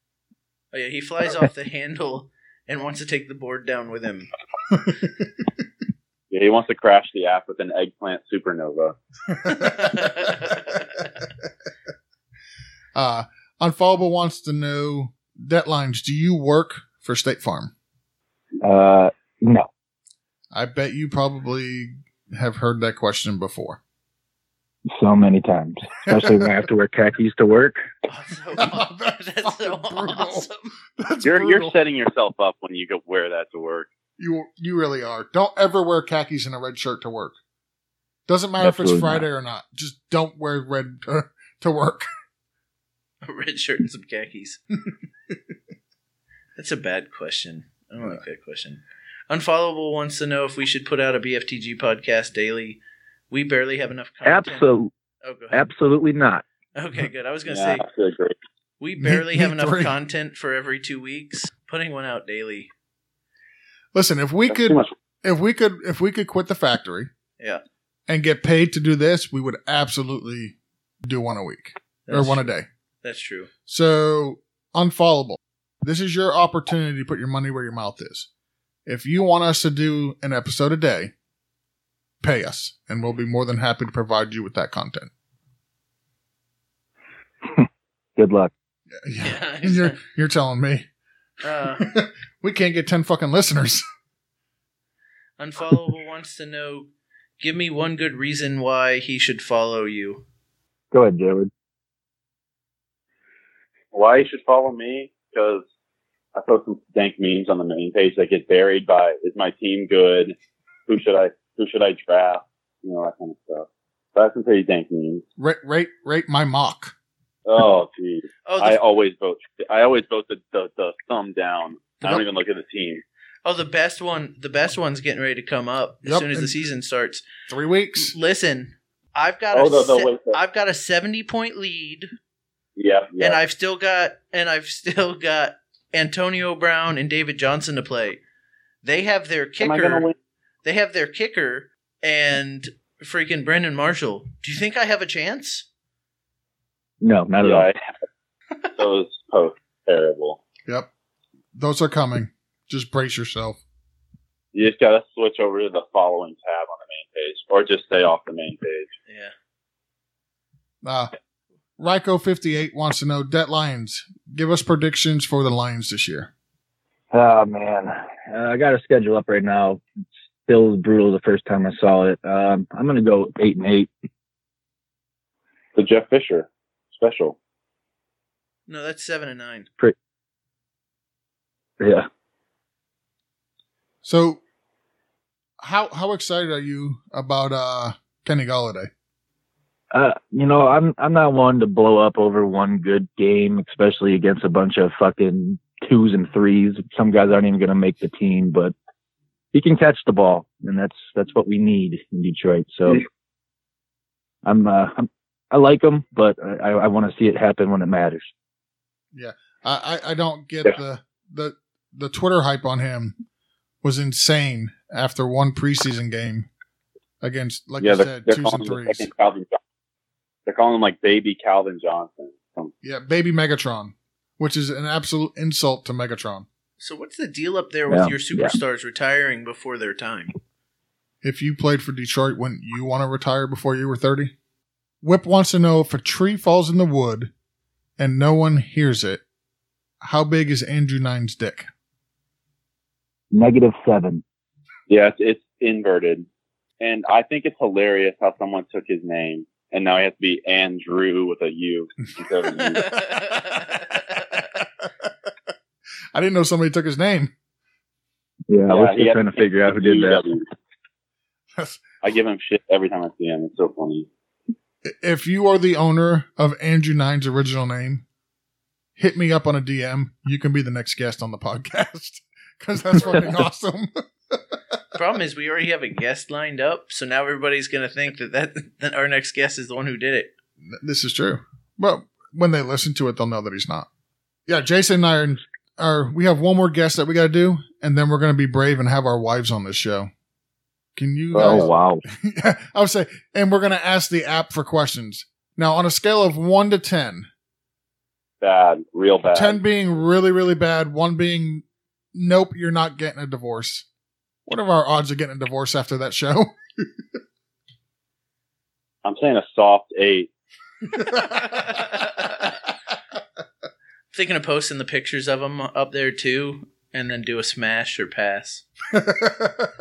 [SPEAKER 1] Oh yeah, he flies off the handle and wants to take the board down with him.
[SPEAKER 3] Yeah, he wants to crash the app with an eggplant supernova.
[SPEAKER 2] Uh, Unfallable wants to know deadlines. Do you work for State Farm?
[SPEAKER 4] Uh, no.
[SPEAKER 2] I bet you probably have heard that question before.
[SPEAKER 4] So many times, especially when I have to wear khakis to work.
[SPEAKER 1] Also, that's so
[SPEAKER 2] Oh, fucking brutal.
[SPEAKER 1] awesome.
[SPEAKER 2] That's
[SPEAKER 3] You're
[SPEAKER 2] brutal.
[SPEAKER 3] you're setting yourself up when you go wear that to work.
[SPEAKER 2] You you really are. Don't ever wear khakis and a red shirt to work. Doesn't matter if it's
[SPEAKER 4] Absolutely
[SPEAKER 2] Friday or not. Just don't wear red to, to work.
[SPEAKER 1] A red shirt and some khakis. that's a bad question. I don't like that question. Unfollowable wants to know if we should put out a BFTG podcast daily. We barely have enough content.
[SPEAKER 4] Absolutely,
[SPEAKER 1] Oh, go ahead.
[SPEAKER 4] absolutely not.
[SPEAKER 1] Okay, good. I was gonna
[SPEAKER 3] Yeah,
[SPEAKER 1] say
[SPEAKER 3] I feel great.
[SPEAKER 1] we
[SPEAKER 2] Me-
[SPEAKER 1] barely
[SPEAKER 2] me
[SPEAKER 1] have enough
[SPEAKER 2] three.
[SPEAKER 1] content for every two weeks. Putting one out daily.
[SPEAKER 2] Listen, if we
[SPEAKER 3] That's
[SPEAKER 2] could
[SPEAKER 3] too much.
[SPEAKER 2] if we could if we could quit the factory
[SPEAKER 1] Yeah.
[SPEAKER 2] and get paid to do this we would absolutely do one a week
[SPEAKER 1] That's
[SPEAKER 2] or one
[SPEAKER 1] true.
[SPEAKER 2] a day
[SPEAKER 1] That's true.
[SPEAKER 2] so unfollowable this is your opportunity to put your money where your mouth is if you want us to do an episode a day pay us and we'll be more than happy to provide you with that content
[SPEAKER 4] Good luck.
[SPEAKER 2] yeah.
[SPEAKER 1] Yeah.
[SPEAKER 2] you're you're telling me
[SPEAKER 1] uh,
[SPEAKER 2] we can't get 10 fucking listeners
[SPEAKER 1] Unfollowable wants to know give me one good reason why he should follow you.
[SPEAKER 4] Go ahead, Jared.
[SPEAKER 3] why you should follow me because I post some dank memes on the main page that get buried by is my team good? Who should I who should I draft? You know that kind of stuff. So I have some pretty dank memes.
[SPEAKER 2] rate rate rate my mock
[SPEAKER 3] Oh geez,
[SPEAKER 1] Oh,
[SPEAKER 3] I
[SPEAKER 1] the,
[SPEAKER 3] always vote. I always vote the, the the thumb down. I
[SPEAKER 2] Yep.
[SPEAKER 3] don't even look at the team.
[SPEAKER 1] oh, the best one. The best one's getting ready to come up as
[SPEAKER 2] Yep,
[SPEAKER 1] soon as the
[SPEAKER 2] and-
[SPEAKER 1] season starts.
[SPEAKER 2] three weeks
[SPEAKER 1] Listen, I've got
[SPEAKER 3] Oh
[SPEAKER 1] a
[SPEAKER 3] no, no,
[SPEAKER 1] se-
[SPEAKER 3] wait. no.
[SPEAKER 1] I've got a seventy point lead,
[SPEAKER 3] Yeah, yeah.
[SPEAKER 1] and I've still got and I've still got Antonio Brown and David Johnson to play. They have their
[SPEAKER 3] Am I gonna
[SPEAKER 1] kicker.
[SPEAKER 3] win?
[SPEAKER 1] They have their kicker and freaking Brendan Marshall. Do you think I have a chance?
[SPEAKER 4] No, not at
[SPEAKER 3] Yeah,
[SPEAKER 4] all.
[SPEAKER 3] I- those posts terrible.
[SPEAKER 2] yep those are coming just brace yourself
[SPEAKER 3] You just gotta switch over to the following tab on the main page, or just stay off the main page.
[SPEAKER 1] Yeah.
[SPEAKER 2] Uh, Ryko58 wants to know Debt Lions. Give us predictions for the Lions this year.
[SPEAKER 4] Oh man, uh, I got a schedule up right now. It's still as brutal as the first time I saw it. Um, I'm gonna go eight and eight.
[SPEAKER 3] The Jeff Fisher special.
[SPEAKER 1] No, that's seven and nine.
[SPEAKER 4] Yeah,
[SPEAKER 2] So, how how excited are you about uh, Kenny Galladay?
[SPEAKER 4] uh, you know I'm I'm not one to blow up over one good game, especially against a bunch of fucking twos and threes. Some guys aren't even gonna make the team, but he can catch the ball, and that's that's what we need in Detroit. So I'm uh, I'm I like him, but I, I want to see it happen when it matters.
[SPEAKER 2] I, I, I don't get
[SPEAKER 3] Yeah.
[SPEAKER 2] the the the Twitter hype on him was insane after one preseason game against like you
[SPEAKER 3] they're,
[SPEAKER 2] said
[SPEAKER 3] they're
[SPEAKER 2] twos
[SPEAKER 3] calling
[SPEAKER 2] and
[SPEAKER 3] him the
[SPEAKER 2] threes.
[SPEAKER 3] second Calvin Johnson. They're calling him like baby Calvin Johnson. Um,
[SPEAKER 2] Yeah, baby Megatron, which is an absolute insult to Megatron.
[SPEAKER 1] So what's the deal up there with
[SPEAKER 4] Yeah,
[SPEAKER 1] your superstars retiring before their time?
[SPEAKER 2] If you played for Detroit, wouldn't you want to retire before you were 30? Whip wants to know if a tree falls in the wood and no one hears it, how big is Andrew Nine's dick?
[SPEAKER 4] Negative seven.
[SPEAKER 3] Yeah, it's, it's inverted, and I think it's hilarious how someone took his name and now he has to be Andrew with a U instead of a U.
[SPEAKER 2] I didn't know somebody took his name.
[SPEAKER 4] Yeah, I was
[SPEAKER 3] he
[SPEAKER 4] just
[SPEAKER 3] has
[SPEAKER 4] trying to figure out who did that.
[SPEAKER 3] UW. I give him shit every time I see him. It's so funny.
[SPEAKER 2] If you are the owner of Andrew Nine's original name, hit me up on a DM. You can be the next guest on the podcast because that's fucking awesome.
[SPEAKER 1] Problem is, we already have a guest lined up, so now everybody's going to think that, that that our next guest is the one who did it.
[SPEAKER 2] This is true. Well, when they listen to it, they'll know that he's not. Yeah, Jason and I are, are we have one more guest that we got to do, and then we're going to be brave and have our wives on this show. Can you guys?
[SPEAKER 4] Oh wow.
[SPEAKER 2] I would say, and we're going to ask the app for questions. Now, on a scale of one to 10,
[SPEAKER 3] Bad, real bad.
[SPEAKER 2] 10 being really, really bad, one being nope, you're not getting a divorce. What are our odds of getting a divorce after that show?
[SPEAKER 3] I'm saying a soft eight.
[SPEAKER 1] Thinking of posting the pictures of them up there too, and then do a smash or pass.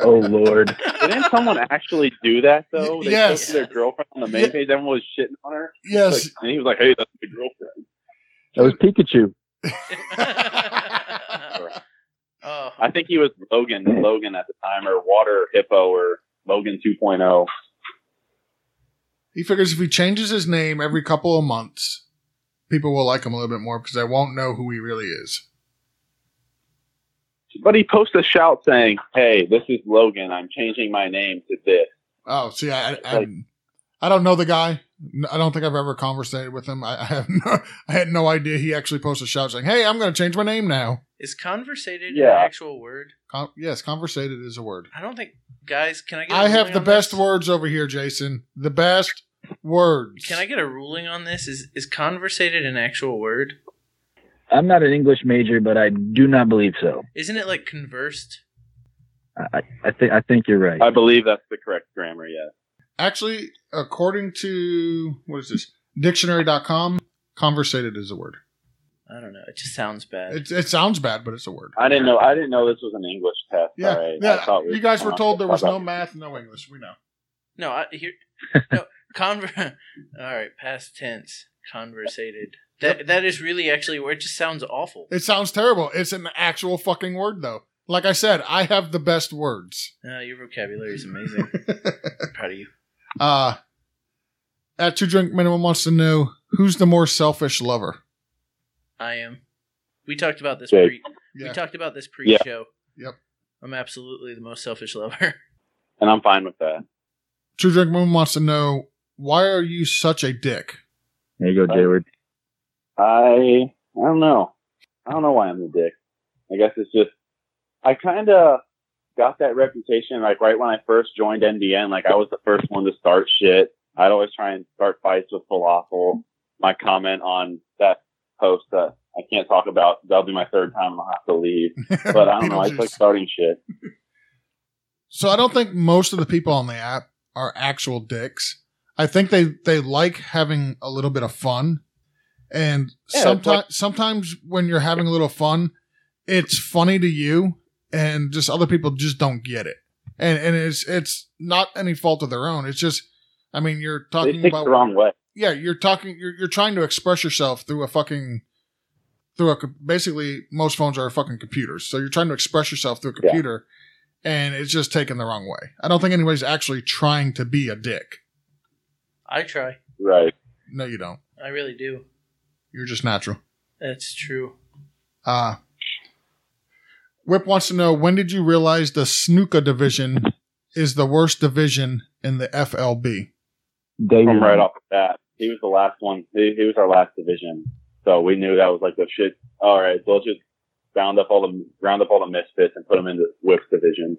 [SPEAKER 4] Oh lord.
[SPEAKER 3] Didn't someone actually do that though? They
[SPEAKER 2] Yes.
[SPEAKER 3] posted their girlfriend on the main
[SPEAKER 2] Yeah.
[SPEAKER 3] page. Everyone was shitting on her,
[SPEAKER 2] yes.
[SPEAKER 3] and he was like, "Hey, that's my girlfriend."
[SPEAKER 4] That was Pikachu.
[SPEAKER 1] oh,
[SPEAKER 3] I think he was Logan, Logan at the time, or Water Hippo, or Logan oh. 2.0.
[SPEAKER 2] He figures if he changes his name every couple of months, people will like him a little bit more because they won't know who he really is.
[SPEAKER 3] But he posted a shout saying, "Hey, this is Logan. I'm changing my name to this."
[SPEAKER 2] Oh, see, I, I, I,
[SPEAKER 3] Like-
[SPEAKER 2] I don't know the guy. N- I don't think I've ever conversated with him. I, I have no, I had no idea he actually posted a shout saying, "Hey, I'm going to change my name now."
[SPEAKER 1] Is conversated
[SPEAKER 3] Yeah.
[SPEAKER 1] an actual word?
[SPEAKER 2] Con- yes, conversated is a word.
[SPEAKER 1] I don't think guys. Can I get? a
[SPEAKER 2] I have
[SPEAKER 1] ruling
[SPEAKER 2] the
[SPEAKER 1] on
[SPEAKER 2] best
[SPEAKER 1] this?
[SPEAKER 2] words over here, Jason. The best words.
[SPEAKER 1] Can I get a ruling on this? Is is conversated an actual word?
[SPEAKER 4] I'm not an English major, but I do not believe so.
[SPEAKER 1] Isn't it like conversed?
[SPEAKER 4] I, I think I think you're right.
[SPEAKER 3] I believe that's the correct grammar. Yeah.
[SPEAKER 2] Actually, according to what is this? Dictionary.com, conversated is a word.
[SPEAKER 1] I don't know. It just sounds bad.
[SPEAKER 2] It, it sounds bad, but it's a word.
[SPEAKER 3] I didn't know. I didn't know this was an English test.
[SPEAKER 2] Yeah.
[SPEAKER 3] All right. I
[SPEAKER 2] yeah.
[SPEAKER 3] thought we-
[SPEAKER 2] You guys were told there was
[SPEAKER 3] I
[SPEAKER 2] no
[SPEAKER 3] thought-
[SPEAKER 2] math, no English. We know.
[SPEAKER 1] no, I here. No, conver. All right, past tense. Conversated. That that is really actually where it just sounds awful.
[SPEAKER 2] It sounds terrible. It's an actual fucking word, though. Like I said, I have the best words.
[SPEAKER 1] Uh, your vocabulary is amazing. I'm proud of you.
[SPEAKER 2] Uh, at Two Drink Minimum wants to know who's the more selfish lover?
[SPEAKER 1] I am. We talked about this
[SPEAKER 3] Jake.
[SPEAKER 1] pre.
[SPEAKER 2] Yeah.
[SPEAKER 1] We talked about this
[SPEAKER 3] Yeah.
[SPEAKER 1] pre-show.
[SPEAKER 2] Yep.
[SPEAKER 1] I'm absolutely the most selfish lover.
[SPEAKER 3] And I'm fine with that.
[SPEAKER 2] True Drink Minimum wants to know why are you such a dick?
[SPEAKER 4] there you go, Jayward.
[SPEAKER 3] I I don't know. I don't know why I'm the dick. I guess it's just I kind of got that reputation like right when I first joined NBN. Like I was the first one to start shit. I'd always try and start fights with falafel. My comment on that post that I can't talk about. That'll be my third time. and I'll have to leave. But I don't know. I just like
[SPEAKER 2] Beetlejuice.
[SPEAKER 3] starting shit.
[SPEAKER 2] So I don't think most of the people on the app are actual dicks. I think they they like having a little bit of fun, and
[SPEAKER 3] Yeah, it's
[SPEAKER 2] sometimes
[SPEAKER 3] like-
[SPEAKER 2] sometimes when you're having a little fun, it's funny to you, and just other people just don't get it, and and it's it's not any fault of their own. It's just, I mean, you're
[SPEAKER 3] They
[SPEAKER 2] talking
[SPEAKER 3] take the
[SPEAKER 2] about
[SPEAKER 3] wrong way.
[SPEAKER 2] yeah, you're talking, you're, you're trying to express yourself through a fucking, through a, co- basically most phones are fucking computers. So you're trying to express yourself through a
[SPEAKER 3] Yeah.
[SPEAKER 2] computer and it's just taken the wrong way. I don't think anybody's actually trying to be a dick.
[SPEAKER 1] I try.
[SPEAKER 3] Right.
[SPEAKER 2] No, you don't.
[SPEAKER 1] I really do.
[SPEAKER 2] You're just natural.
[SPEAKER 1] That's true.
[SPEAKER 2] Uh, Whip wants to know when did you realize the snooker division is the worst division in the FLB?
[SPEAKER 4] Day
[SPEAKER 3] from
[SPEAKER 4] one.
[SPEAKER 3] right off the bat. He was the last one. He, he was our last division, so we knew that was like the shit. All right, so let's just round up all the round up all the misfits and put them into Whips division.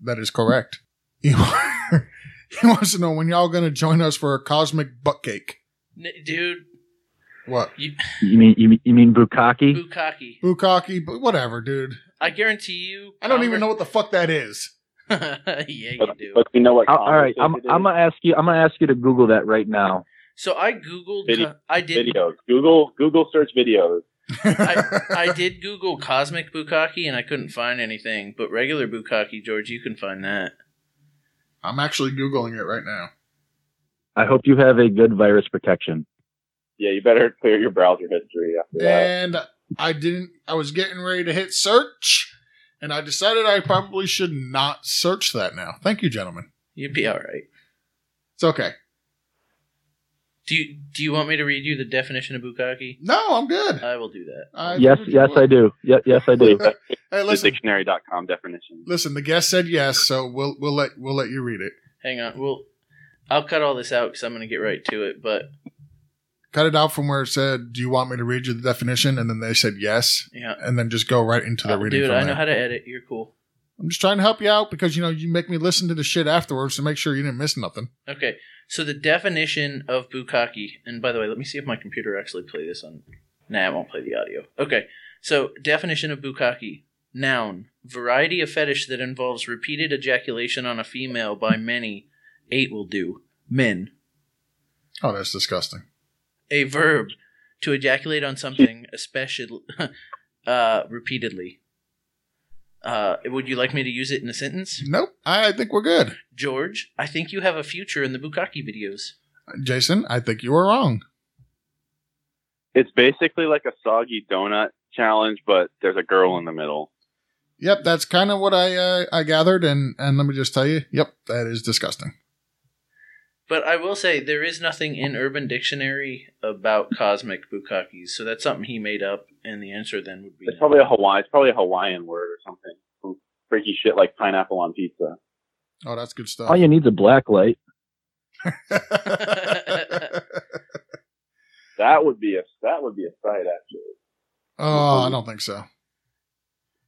[SPEAKER 2] That is correct. He, he wants to know when y'all going to join us for a cosmic butt cake.
[SPEAKER 1] N- dude,
[SPEAKER 2] What?
[SPEAKER 4] You mean you mean, you mean Bukaki?
[SPEAKER 1] Bukaki.
[SPEAKER 2] Bukaki, but whatever, dude.
[SPEAKER 1] I guarantee you.
[SPEAKER 2] I don't even know what the fuck that is.
[SPEAKER 1] yeah, you
[SPEAKER 3] But,
[SPEAKER 1] do.
[SPEAKER 3] but you know what?
[SPEAKER 4] All all right, I'm I'm gonna ask you. I'm gonna ask you to Google that right now.
[SPEAKER 1] So I googled.
[SPEAKER 3] Video-
[SPEAKER 1] I did.
[SPEAKER 3] videos. Google Google search videos.
[SPEAKER 1] I did Google cosmic bukkake and I couldn't find anything. But regular bukkake, George, you can find that.
[SPEAKER 2] I'm actually Googling it right now.
[SPEAKER 4] I hope you have a good virus protection.
[SPEAKER 3] Yeah, you better clear your browser history after that.
[SPEAKER 2] And I didn't, I was getting ready to hit search, and I decided I probably should not search that now. Thank you, gentlemen.
[SPEAKER 1] You'd be all right.
[SPEAKER 2] It's okay.
[SPEAKER 1] Do you Do you want me to read you the definition of bukkake?
[SPEAKER 2] No, I'm good.
[SPEAKER 1] I will do that.
[SPEAKER 2] I
[SPEAKER 4] yes,
[SPEAKER 2] figured you
[SPEAKER 4] yes,
[SPEAKER 2] would.
[SPEAKER 4] I do. Yes, yes, I do.
[SPEAKER 2] Hey,
[SPEAKER 3] The
[SPEAKER 2] listen,
[SPEAKER 3] dictionary.com definition.
[SPEAKER 2] listen. The guest said yes, so we'll we'll let we'll let you read it.
[SPEAKER 1] Hang on. Well, I'll cut all this out because I'm going to get right to it. But
[SPEAKER 2] Cut it out from where it said, "Do you want me to read you the definition?" And then they said yes,
[SPEAKER 1] yeah,
[SPEAKER 2] and then just go right into the reading.
[SPEAKER 1] Uh, dude,
[SPEAKER 2] from
[SPEAKER 1] I
[SPEAKER 2] there.
[SPEAKER 1] know how to edit. You're cool.
[SPEAKER 2] I'm just trying to help you out because you know you make me listen to the shit afterwards to make sure you didn't miss nothing.
[SPEAKER 1] Okay, so the definition of bukkake, and by the way, let me see if my computer actually play this on. Nah, it won't play the audio. Okay, so definition of bukkake: noun, variety of fetish that involves repeated ejaculation on a female by many, eight will do men.
[SPEAKER 2] Oh, that's disgusting.
[SPEAKER 1] A verb, to ejaculate on something, especially uh, repeatedly. Uh, would you like me to use it in a sentence,
[SPEAKER 2] Nope. I think we're good.
[SPEAKER 1] George? I think you have a future in the bukkake videos.
[SPEAKER 2] Jason, I think you were wrong.
[SPEAKER 3] It's basically like a soggy donut challenge, but there's a girl in the middle.
[SPEAKER 2] Yep, that's kind of what I uh, I gathered, and and let me just tell you, yep, that is disgusting.
[SPEAKER 1] But I will say there is nothing in Urban Dictionary about cosmic bukkakis, so that's something he made up, and the answer then would be
[SPEAKER 3] It's
[SPEAKER 1] no.
[SPEAKER 3] probably a Hawaii. It's probably a Hawaiian word or something. Some freaky shit like pineapple on pizza.
[SPEAKER 2] Oh, that's good stuff.
[SPEAKER 4] All you need's a black light.
[SPEAKER 3] That would be a that would be a sight actually.
[SPEAKER 2] Oh, I don't think so.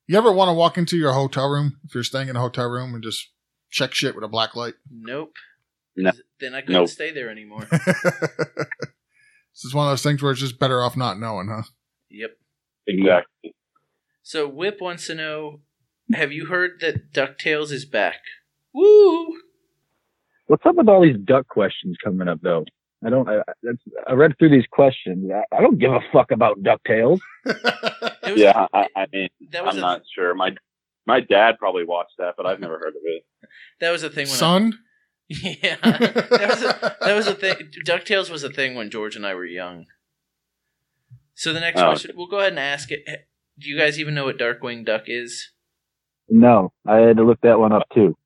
[SPEAKER 2] You ever want to walk into your hotel room if you're staying in a hotel room and just check shit with a black light?
[SPEAKER 1] nope.
[SPEAKER 3] No.
[SPEAKER 1] Then I couldn't
[SPEAKER 3] Nope.
[SPEAKER 1] stay there anymore.
[SPEAKER 2] this is one of those things where it's just better off not knowing, huh?
[SPEAKER 1] yep.
[SPEAKER 3] Exactly.
[SPEAKER 1] So Whip wants to know: Have you heard that Ducktales is back? Woo!
[SPEAKER 4] What's up with all these duck questions coming up though? I don't. I, I- that's, I read through these questions. I, I don't give a fuck about Ducktales.
[SPEAKER 1] It was-
[SPEAKER 3] Yeah, I, I mean,
[SPEAKER 1] that was
[SPEAKER 3] I'm
[SPEAKER 1] a,
[SPEAKER 3] not sure. My my dad probably watched that, but I've never heard of it.
[SPEAKER 1] that was a thing when
[SPEAKER 2] Son?
[SPEAKER 1] I, yeah was a- that was a thing. Ducktales was a thing when George and I were young. So the next
[SPEAKER 3] Oh.
[SPEAKER 1] question, we'll go ahead and ask it. Do you guys even know what Darkwing Duck is?
[SPEAKER 4] No, I had to look that one up too.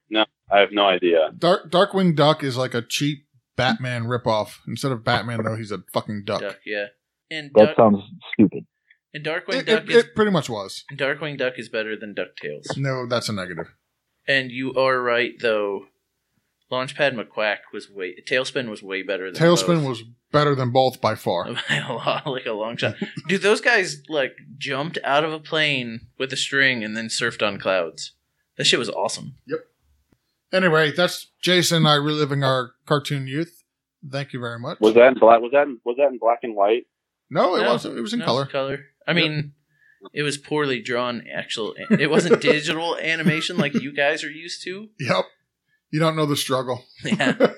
[SPEAKER 3] I have no idea.
[SPEAKER 2] Dark Darkwing Duck is like a cheap Batman ripoff. Instead of Batman though, he's a fucking duck.
[SPEAKER 1] Duck, yeah. And
[SPEAKER 4] That
[SPEAKER 1] Duck,
[SPEAKER 4] sounds stupid.
[SPEAKER 1] and Darkwing
[SPEAKER 2] It,
[SPEAKER 1] Duck
[SPEAKER 2] it,
[SPEAKER 1] is
[SPEAKER 2] it pretty much was.
[SPEAKER 1] Darkwing Duck is better than Ducktales.
[SPEAKER 2] No, that's a negative.
[SPEAKER 1] And you are right though. Launchpad McQuack was way Tailspin was way better than
[SPEAKER 2] Tailspin
[SPEAKER 1] both.
[SPEAKER 2] was better than both by far.
[SPEAKER 1] by a lot, like a long shot. Dude, those guys like jumped out of a plane with a string and then surfed on clouds. That shit was awesome.
[SPEAKER 2] Anyway, that's Jason and I reliving our cartoon youth. Thank you very much.
[SPEAKER 3] Was that in black? Was that in, was that in black and white?
[SPEAKER 2] No, Oh, it
[SPEAKER 1] No,
[SPEAKER 2] wasn't. It was in
[SPEAKER 1] no, it's
[SPEAKER 2] color.
[SPEAKER 1] I mean, it was poorly drawn. Actual, it wasn't digital animation like you guys are used to.
[SPEAKER 2] Yep. You don't know the struggle.
[SPEAKER 1] Yeah.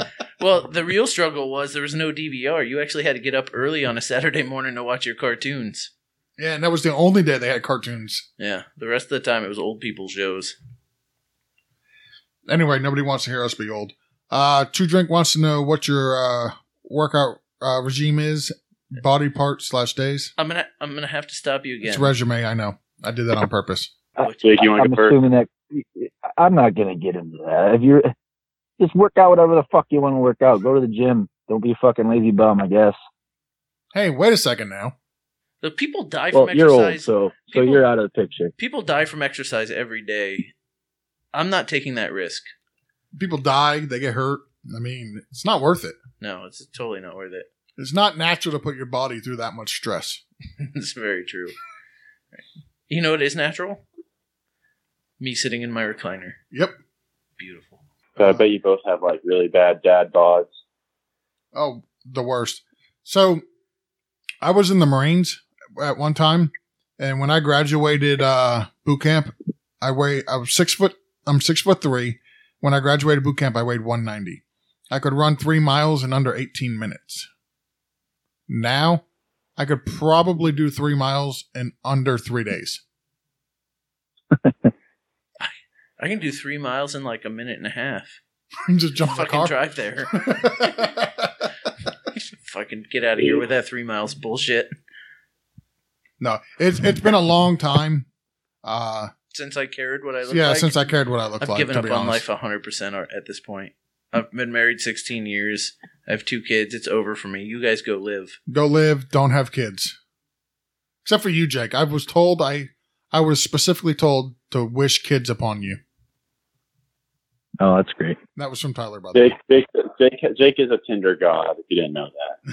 [SPEAKER 1] Well, the real struggle was there was no DVR. You actually had to get up early on a Saturday morning to watch your cartoons.
[SPEAKER 2] Yeah, and that was the only day they had cartoons.
[SPEAKER 1] Yeah, the rest of the time it was old people shows.
[SPEAKER 2] Anyway, nobody wants to hear us be old. Uh, Two Drink wants to know what your uh, workout uh, regime is, body part slash days.
[SPEAKER 1] I'm gonna, I'm gonna have to stop you
[SPEAKER 2] It's
[SPEAKER 1] again.
[SPEAKER 2] resume. I know. I did that on purpose.
[SPEAKER 3] Jake, you want to
[SPEAKER 4] I'm
[SPEAKER 3] go first?
[SPEAKER 4] assuming that I'm not gonna get into that. If you're just work out whatever the fuck you want to work out. Go to the gym. Don't be a fucking lazy bum. I guess.
[SPEAKER 2] Hey, wait a second now.
[SPEAKER 1] The people die from
[SPEAKER 4] Well,
[SPEAKER 1] exercise.
[SPEAKER 4] you're old, so so
[SPEAKER 1] People-
[SPEAKER 4] you're out of the picture.
[SPEAKER 1] people die from exercise every day. I'm not taking that risk.
[SPEAKER 2] People die. They get hurt. I mean, it's not worth it.
[SPEAKER 1] No, it's totally not worth it.
[SPEAKER 2] It's not natural to put your body through that much stress.
[SPEAKER 1] it's very true. You know what is natural? Me sitting in my recliner.
[SPEAKER 2] Yep.
[SPEAKER 1] Beautiful.
[SPEAKER 3] I bet you both have like really bad dad bods.
[SPEAKER 2] Oh, the worst. So I was in the Marines at one time, and when I graduated uh, boot camp, I weigh I was six foot. I'm six foot three. When I graduated boot camp, I weighed 190. I could run three miles in under 18 minutes. Now, I could probably do three miles in under three days.
[SPEAKER 1] I can do three miles in like a minute and a half.
[SPEAKER 2] Just jump in the
[SPEAKER 1] Fucking
[SPEAKER 2] car.
[SPEAKER 1] drive there. Fucking get out of here with that three miles bullshit.
[SPEAKER 2] no, it's it's been a long time. Uh,
[SPEAKER 1] Since I cared what I looked
[SPEAKER 2] yeah,
[SPEAKER 1] like,
[SPEAKER 2] since I cared what I looked
[SPEAKER 1] I've
[SPEAKER 2] like.
[SPEAKER 1] given
[SPEAKER 2] to
[SPEAKER 1] up
[SPEAKER 2] be
[SPEAKER 1] on
[SPEAKER 2] honest.
[SPEAKER 1] life life 100% or- at this point. I've been married 16 years. I have two kids. It's over for me. You guys go live.
[SPEAKER 2] go live, don't have kids. Except for you, Jake. I was told I I was specifically told to wish kids upon you.
[SPEAKER 4] Oh, that's great.
[SPEAKER 2] That was from Tyler, by the
[SPEAKER 3] Jake, Jake, Jake, Jake is a Tinder god. If you didn't know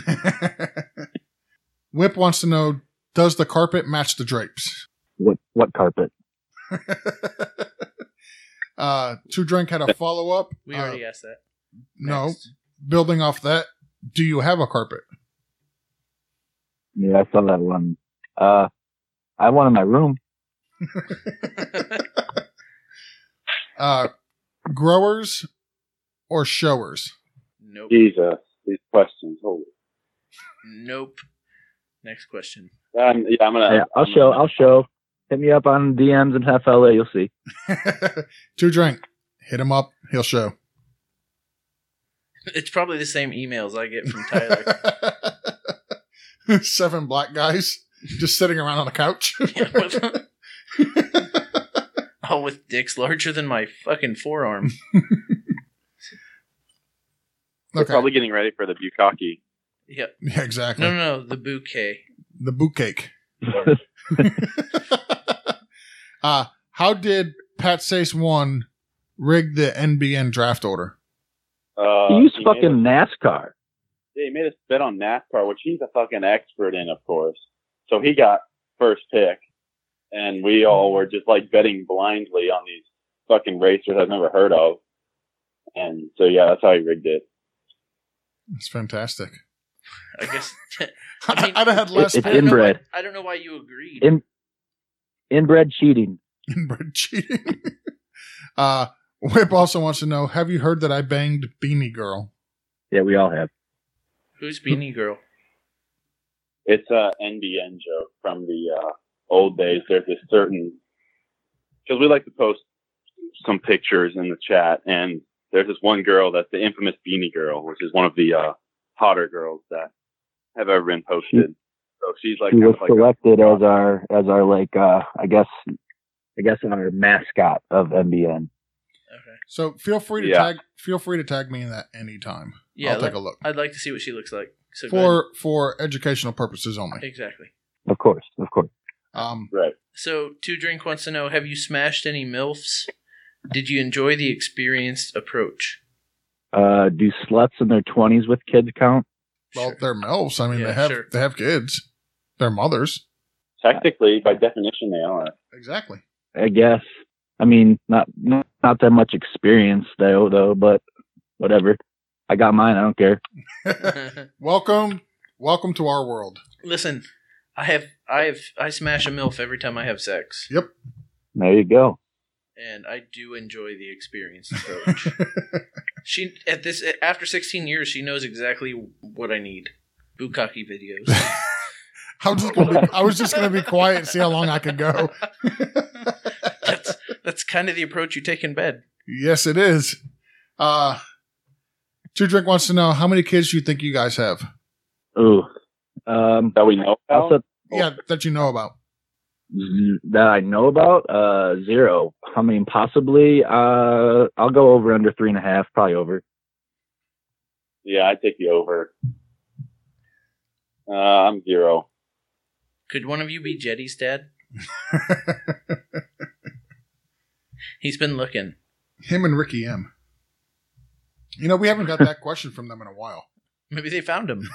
[SPEAKER 3] that,
[SPEAKER 2] way. Whip wants to know, does the carpet match the drapes?
[SPEAKER 4] What what carpet?
[SPEAKER 2] Uh Two Drink had a follow up.
[SPEAKER 1] We already asked that.
[SPEAKER 2] Uh, no.
[SPEAKER 1] Next.
[SPEAKER 2] Building off that, do you have a carpet?
[SPEAKER 4] Yeah, I saw that one. Uh, I have one in my room.
[SPEAKER 2] Uh growers or showers?
[SPEAKER 1] Nope.
[SPEAKER 3] Jesus, these questions. Holy.
[SPEAKER 1] Nope. Next question.
[SPEAKER 3] Um, yeah, I'm gonna.
[SPEAKER 4] Uh, Yeah, I'll
[SPEAKER 3] I'm
[SPEAKER 4] show.
[SPEAKER 3] gonna-
[SPEAKER 4] I'll show. Hit me up on DMs and half LA. You'll see.
[SPEAKER 2] Two Drink, hit him up, he'll show.
[SPEAKER 1] It's probably the same emails I get from Tyler.
[SPEAKER 2] Seven black guys just sitting around on a couch.
[SPEAKER 1] Yeah, with- oh, with dicks larger than my fucking forearm.
[SPEAKER 3] They're
[SPEAKER 2] okay.
[SPEAKER 3] probably getting ready for the Bukaki.
[SPEAKER 1] Yep.
[SPEAKER 2] yeah, exactly.
[SPEAKER 1] No, no, no. The bouquet.
[SPEAKER 2] The boot cake. uh, how did Pat Sace one rig the NBN draft order?
[SPEAKER 3] Uh,
[SPEAKER 4] he used
[SPEAKER 3] he made
[SPEAKER 4] fucking NASCAR.
[SPEAKER 3] Yeah, he made us bet on NASCAR, which he's a fucking expert in, of course. So he got first pick, and we all were just like betting blindly on these fucking racers I've never heard of. And so yeah, that's how he rigged it.
[SPEAKER 2] It's fantastic.
[SPEAKER 1] I guess
[SPEAKER 2] I
[SPEAKER 1] I mean-
[SPEAKER 2] would have had less
[SPEAKER 1] I
[SPEAKER 4] It's
[SPEAKER 1] don't know why-
[SPEAKER 4] inbred.
[SPEAKER 1] I don't know why you agreed.
[SPEAKER 4] In- inbred cheating.
[SPEAKER 2] inbred cheating. uh, Whip also wants to know: Have you heard that I banged Beanie Girl?
[SPEAKER 4] Yeah, we all have.
[SPEAKER 1] Who's Beanie Girl?
[SPEAKER 3] It's a NBN joke from the uh, old days. There's this certain because we like to post some pictures in the chat, and there's this one girl that's the infamous Beanie Girl, which is one of the uh, hotter girls that have ever been posted. So she's like,
[SPEAKER 4] He
[SPEAKER 3] kind
[SPEAKER 4] was
[SPEAKER 3] of like a-
[SPEAKER 4] selected as our as our like uh I guess I guess our mascot of MBN.
[SPEAKER 1] Okay.
[SPEAKER 2] So feel free to
[SPEAKER 3] Yeah.
[SPEAKER 2] tag. Feel free to tag me in that anytime.
[SPEAKER 1] Yeah,
[SPEAKER 2] I'll take
[SPEAKER 1] like,
[SPEAKER 2] a look
[SPEAKER 1] I'd like to see what she looks like. So go
[SPEAKER 2] for for educational purposes
[SPEAKER 1] ahead.
[SPEAKER 2] only.
[SPEAKER 1] exactly.
[SPEAKER 4] Of course, of course.
[SPEAKER 2] Um,
[SPEAKER 3] right.
[SPEAKER 1] So, Two Drink wants to know Have you smashed any MILFs? Did you enjoy the experienced approach?
[SPEAKER 4] Uh do sluts in their twenties with kids count?
[SPEAKER 2] well,
[SPEAKER 1] Sure.
[SPEAKER 2] they're MILFs. I mean,
[SPEAKER 1] Yeah,
[SPEAKER 2] they have
[SPEAKER 1] sure.
[SPEAKER 2] they have kids. They're mothers.
[SPEAKER 3] Technically, by definition, they are.
[SPEAKER 2] Exactly.
[SPEAKER 4] I guess. I mean not not not that much experience though though, but whatever. I got mine, I don't care.
[SPEAKER 2] welcome, welcome to our world.
[SPEAKER 1] Listen, I have, I have, I smash a MILF every time I have sex,
[SPEAKER 4] There you go.
[SPEAKER 1] and I do enjoy the experienced approach. she, at this, after 16 years, she knows exactly what I need. Bukaki videos.
[SPEAKER 2] I'm just gonna be, I was just gonna be quiet and see how long I could go.
[SPEAKER 1] That's, that's kind of the approach you take in bed.
[SPEAKER 2] yes, it is. Uh, Two Drink wants to know how many kids do you think you guys have?
[SPEAKER 4] Ooh. Um
[SPEAKER 3] That we know about?
[SPEAKER 4] also
[SPEAKER 1] Oh.
[SPEAKER 2] Yeah, that you know about.
[SPEAKER 4] z- that I know about, uh zero. I mean possibly uh I'll go over under three and a half, probably over.
[SPEAKER 3] yeah, I take the over. Uh, I'm zero.
[SPEAKER 1] Could one of you be Jetty's dad? He's been looking.
[SPEAKER 2] Him and Ricky M. You know, we haven't got that question from them in a while.
[SPEAKER 1] Maybe they found him.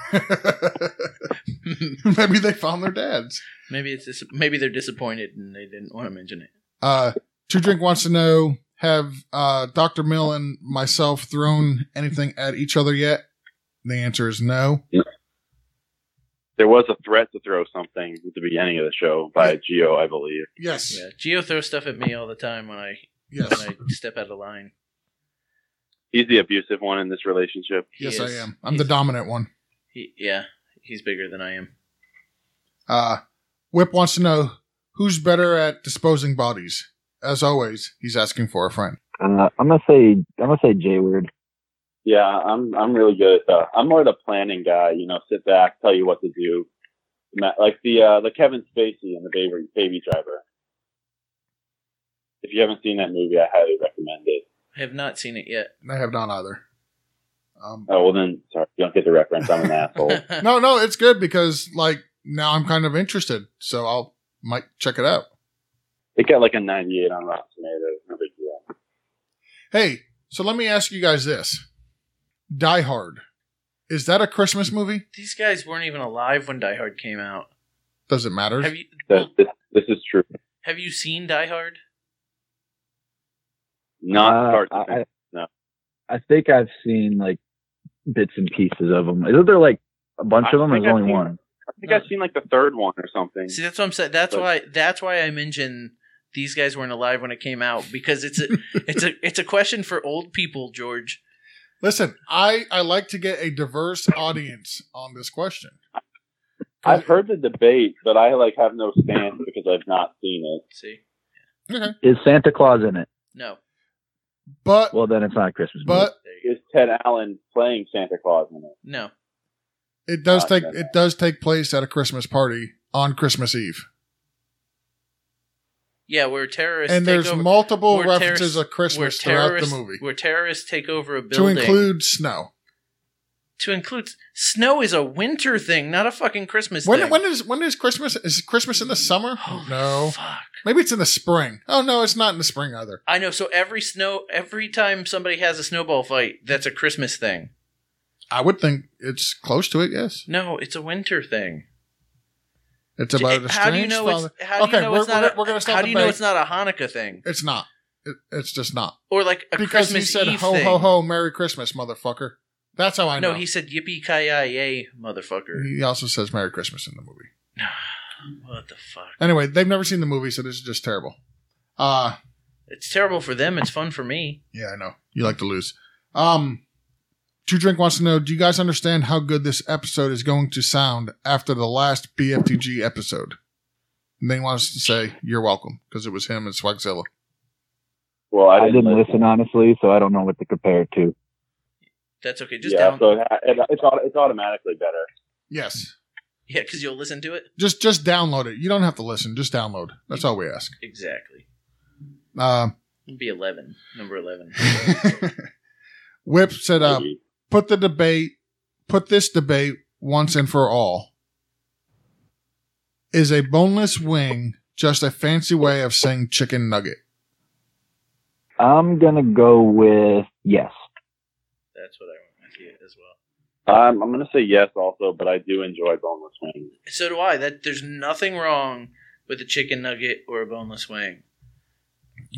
[SPEAKER 2] Maybe they found their dads.
[SPEAKER 1] Maybe it's dis- maybe they're disappointed and they didn't want to mention it.
[SPEAKER 2] Uh, Two Drink wants to know Have uh, Dr. Mill and myself thrown anything at each other yet? The answer is no.
[SPEAKER 3] There was a threat to throw something at the beginning of the show by Geo, I believe.
[SPEAKER 2] Yes.
[SPEAKER 1] Yeah, Geo throws stuff at me all the time when I
[SPEAKER 2] Yes.
[SPEAKER 1] when I step out of line.
[SPEAKER 3] He's the abusive one in this relationship.
[SPEAKER 1] He
[SPEAKER 2] Yes,
[SPEAKER 1] is-
[SPEAKER 2] I am. I'm the
[SPEAKER 1] he's-
[SPEAKER 2] dominant one.
[SPEAKER 1] He, yeah, he's bigger than I am.
[SPEAKER 2] Uh, Whip wants to know who's better at disposing bodies. As always, he's asking for a friend.
[SPEAKER 4] Uh, I'm gonna say I'm gonna say J word.
[SPEAKER 3] Yeah, I'm I'm really good at that. I'm more the planning guy. You know, sit back, tell you what to do. Ma- Like the uh, the Kevin Spacey in the Baby Baby Driver. If you haven't seen that movie, I highly recommend it.
[SPEAKER 1] I have not seen it yet.
[SPEAKER 2] I have not either. Um,
[SPEAKER 3] Oh well, then sorry, you don't get the reference. I'm an asshole.
[SPEAKER 1] Uh.
[SPEAKER 2] no, no, it's good because like now I'm kind of interested, so I'll might check it out.
[SPEAKER 3] It got like a 98 on Rotten Tomatoes. No big deal.
[SPEAKER 2] Hey, so let me ask you guys this: Die Hard is that a Christmas movie?
[SPEAKER 1] These guys weren't even alive when Die Hard came out.
[SPEAKER 2] Does it matter?
[SPEAKER 1] Have you
[SPEAKER 3] That- this, this is true.
[SPEAKER 1] have you seen Die Hard?
[SPEAKER 3] Not
[SPEAKER 4] Uh,
[SPEAKER 3] part.
[SPEAKER 4] I, I-
[SPEAKER 3] No.
[SPEAKER 4] I think I've seen like bits and pieces of them. Isn't there like a bunch
[SPEAKER 3] I
[SPEAKER 4] of them? Or
[SPEAKER 3] think
[SPEAKER 4] there's
[SPEAKER 3] I've
[SPEAKER 4] only
[SPEAKER 3] seen-
[SPEAKER 4] one.
[SPEAKER 3] I think I've seen like the third one or something.
[SPEAKER 1] See, that's what I'm saying. That's
[SPEAKER 3] But-
[SPEAKER 1] why that's why I mentioned these guys weren't alive when it came out because it's a it's a it's a question for old people, George.
[SPEAKER 2] Listen, I I like to get a diverse audience on this question.
[SPEAKER 3] I've heard the debate, but I like have no stance because I've not seen it.
[SPEAKER 1] See,
[SPEAKER 4] Is Santa Claus in it?
[SPEAKER 1] no,
[SPEAKER 2] But
[SPEAKER 4] Well, then it's not a Christmas movie.
[SPEAKER 2] but
[SPEAKER 1] there you go.
[SPEAKER 3] Is Ted Allen playing Santa Claus in it?
[SPEAKER 1] no.
[SPEAKER 2] it does
[SPEAKER 3] Uh,
[SPEAKER 2] take
[SPEAKER 3] no, no.
[SPEAKER 2] it does take place at a Christmas party on Christmas Eve.
[SPEAKER 1] Yeah, where terrorists
[SPEAKER 2] and
[SPEAKER 1] take
[SPEAKER 2] there's
[SPEAKER 1] over.
[SPEAKER 2] multiple
[SPEAKER 1] where
[SPEAKER 2] references
[SPEAKER 1] terrorists-
[SPEAKER 2] of Christmas
[SPEAKER 1] where
[SPEAKER 2] throughout the
[SPEAKER 1] terrorists-
[SPEAKER 2] movie,
[SPEAKER 1] Where terrorists take over a
[SPEAKER 2] to
[SPEAKER 1] building.
[SPEAKER 2] include snow.
[SPEAKER 1] to include snow is a winter thing, not a fucking Christmas
[SPEAKER 2] When
[SPEAKER 1] thing.
[SPEAKER 2] when is when is Christmas? Is Christmas in the summer?
[SPEAKER 1] Holy
[SPEAKER 2] no,
[SPEAKER 1] fuck.
[SPEAKER 2] maybe it's in the spring. Oh no, it's not in the spring either.
[SPEAKER 1] I know. So every snow, every time somebody has a snowball fight, that's a Christmas thing.
[SPEAKER 2] I would think it's close to it. Yes,
[SPEAKER 1] No, it's a winter thing.
[SPEAKER 2] it's about a
[SPEAKER 1] how do you
[SPEAKER 2] strange
[SPEAKER 1] know
[SPEAKER 2] father.
[SPEAKER 1] it's how do
[SPEAKER 2] Okay,
[SPEAKER 1] you know
[SPEAKER 2] we're-
[SPEAKER 1] it's not
[SPEAKER 2] we're-
[SPEAKER 1] a,
[SPEAKER 2] we're gonna stop
[SPEAKER 1] how
[SPEAKER 2] the
[SPEAKER 1] do you know
[SPEAKER 2] debate.
[SPEAKER 1] it's not a Hanukkah thing
[SPEAKER 2] It's not. It, it's just not
[SPEAKER 1] or like a
[SPEAKER 2] because
[SPEAKER 1] Christmas
[SPEAKER 2] he said
[SPEAKER 1] Eve
[SPEAKER 2] ho
[SPEAKER 1] thing?
[SPEAKER 2] ho ho Merry Christmas, motherfucker. That's how I know.
[SPEAKER 1] No, he said yippee ki yay, motherfucker.
[SPEAKER 2] he also says Merry Christmas in the movie. Mm-hmm.
[SPEAKER 1] What the fuck?
[SPEAKER 2] Anyway, they've never seen the movie, so this is just terrible. Uh
[SPEAKER 1] It's terrible for them. It's fun for me.
[SPEAKER 2] yeah, I know. You like to lose. Um Two Drink wants to know, do you guys understand how good this episode is going to sound after the last BFTG episode? And then he wants to say, You're welcome, because it was him and Swagzilla.
[SPEAKER 3] Well, I
[SPEAKER 4] I
[SPEAKER 3] didn't,
[SPEAKER 4] didn't listen, honestly, so I don't know what to compare it to.
[SPEAKER 1] That's okay. Just
[SPEAKER 3] yeah,
[SPEAKER 1] down.
[SPEAKER 3] so it, it, it's au- it's automatically better.
[SPEAKER 2] Yes.
[SPEAKER 1] yeah, because you'll listen to it.
[SPEAKER 2] Just just download it. You don't have to listen, just download. That's all we ask.
[SPEAKER 1] Exactly.
[SPEAKER 2] Uh,
[SPEAKER 1] It'd be eleven. Number eleven.
[SPEAKER 2] Whip said uh,
[SPEAKER 3] Maybe.
[SPEAKER 2] put the debate put this debate once and for all. Is a boneless wing just a fancy way of saying chicken nugget?
[SPEAKER 4] I'm gonna go with yes.
[SPEAKER 1] That's what I went with you as well.
[SPEAKER 3] Um, I'm gonna say yes also, but I do enjoy boneless wings.
[SPEAKER 1] So do I. That there's nothing wrong with a chicken nugget or a boneless wing.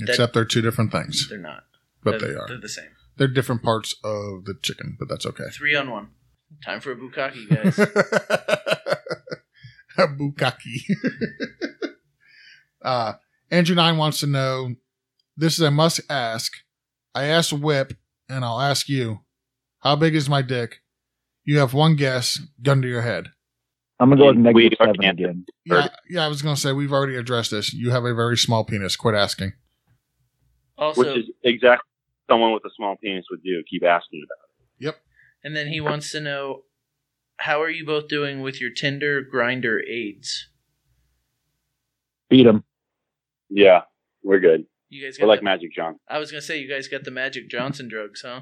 [SPEAKER 2] Except they're two different things,
[SPEAKER 1] They're not.
[SPEAKER 2] but
[SPEAKER 1] They're-
[SPEAKER 2] they are.
[SPEAKER 1] They're the same.
[SPEAKER 2] They're different parts of the chicken, but that's okay.
[SPEAKER 1] Three on one. Time for a bukkake, guys.
[SPEAKER 2] Bukaki. uh, Andrew Nine wants to know. This is a must ask. I asked Whip, and I'll ask you. How big is my dick? You have one guess. Gun to your head.
[SPEAKER 4] I'm gonna go with
[SPEAKER 3] We
[SPEAKER 4] negative
[SPEAKER 3] are
[SPEAKER 4] seven
[SPEAKER 3] canceled.
[SPEAKER 4] again.
[SPEAKER 2] Yeah, yeah. I was gonna say we've already addressed this. You have a very small penis. Quit asking.
[SPEAKER 1] Also,
[SPEAKER 3] Which is exactly what someone with a small penis would do. Keep asking about.
[SPEAKER 1] and then he wants to know, how are you both doing with your Tinder grinder aids?
[SPEAKER 4] Beat him.
[SPEAKER 3] it. Yeah, we're good.
[SPEAKER 1] You guys got
[SPEAKER 3] We're like
[SPEAKER 1] the-
[SPEAKER 3] Magic John.
[SPEAKER 1] I was gonna say you guys got the Magic Johnson drugs, huh?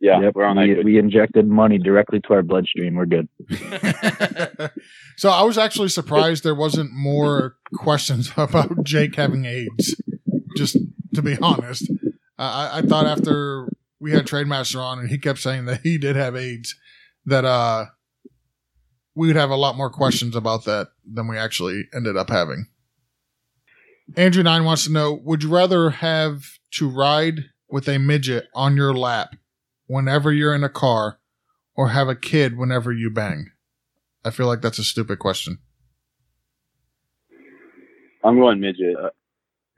[SPEAKER 3] Yeah,
[SPEAKER 4] Yep,
[SPEAKER 3] we're on that.
[SPEAKER 4] we,
[SPEAKER 3] good-
[SPEAKER 4] we injected money directly to our bloodstream. We're good.
[SPEAKER 2] so I was actually surprised there wasn't more questions about Jake having AIDS. Just to be honest, I, I- I thought after we had Trade Master on and he kept saying that he did have AIDS, that uh, we would have a lot more questions about that than we actually ended up having. Andrew Nine wants to know: Would you rather have to ride with a midget on your lap whenever you're in a car, or have a kid whenever you bang? I feel like that's a stupid question.
[SPEAKER 3] I'm going midget.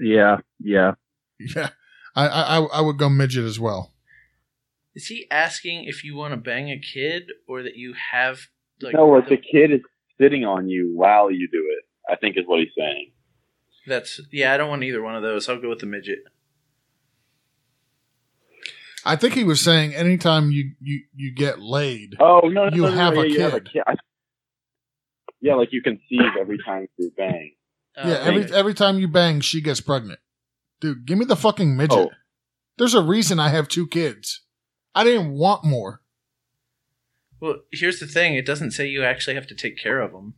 [SPEAKER 4] Yeah, yeah.
[SPEAKER 2] Yeah, I I, I- I would go midget as well.
[SPEAKER 1] Is he asking if you want to bang a kid or that you have like?
[SPEAKER 3] no, like
[SPEAKER 1] the-
[SPEAKER 3] the kid is sitting on you while you do it. I think is what he's saying.
[SPEAKER 1] that's yeah. I don't want either one of those. I'll go with the midget.
[SPEAKER 2] I think he was saying anytime you you you get laid,
[SPEAKER 3] Oh no, no
[SPEAKER 2] You
[SPEAKER 3] no, no,
[SPEAKER 2] have
[SPEAKER 3] yeah,
[SPEAKER 2] a
[SPEAKER 3] you have a
[SPEAKER 2] kid.
[SPEAKER 3] kid. I- yeah, like you conceive every time you bang.
[SPEAKER 1] Uh,
[SPEAKER 2] yeah, every
[SPEAKER 1] okay.
[SPEAKER 2] every time you bang, she gets pregnant. Dude, give me the fucking midget.
[SPEAKER 3] Oh.
[SPEAKER 2] There's a reason I have two kids. I didn't want more.
[SPEAKER 1] Well, here's the thing. It doesn't say you actually have to take care of them.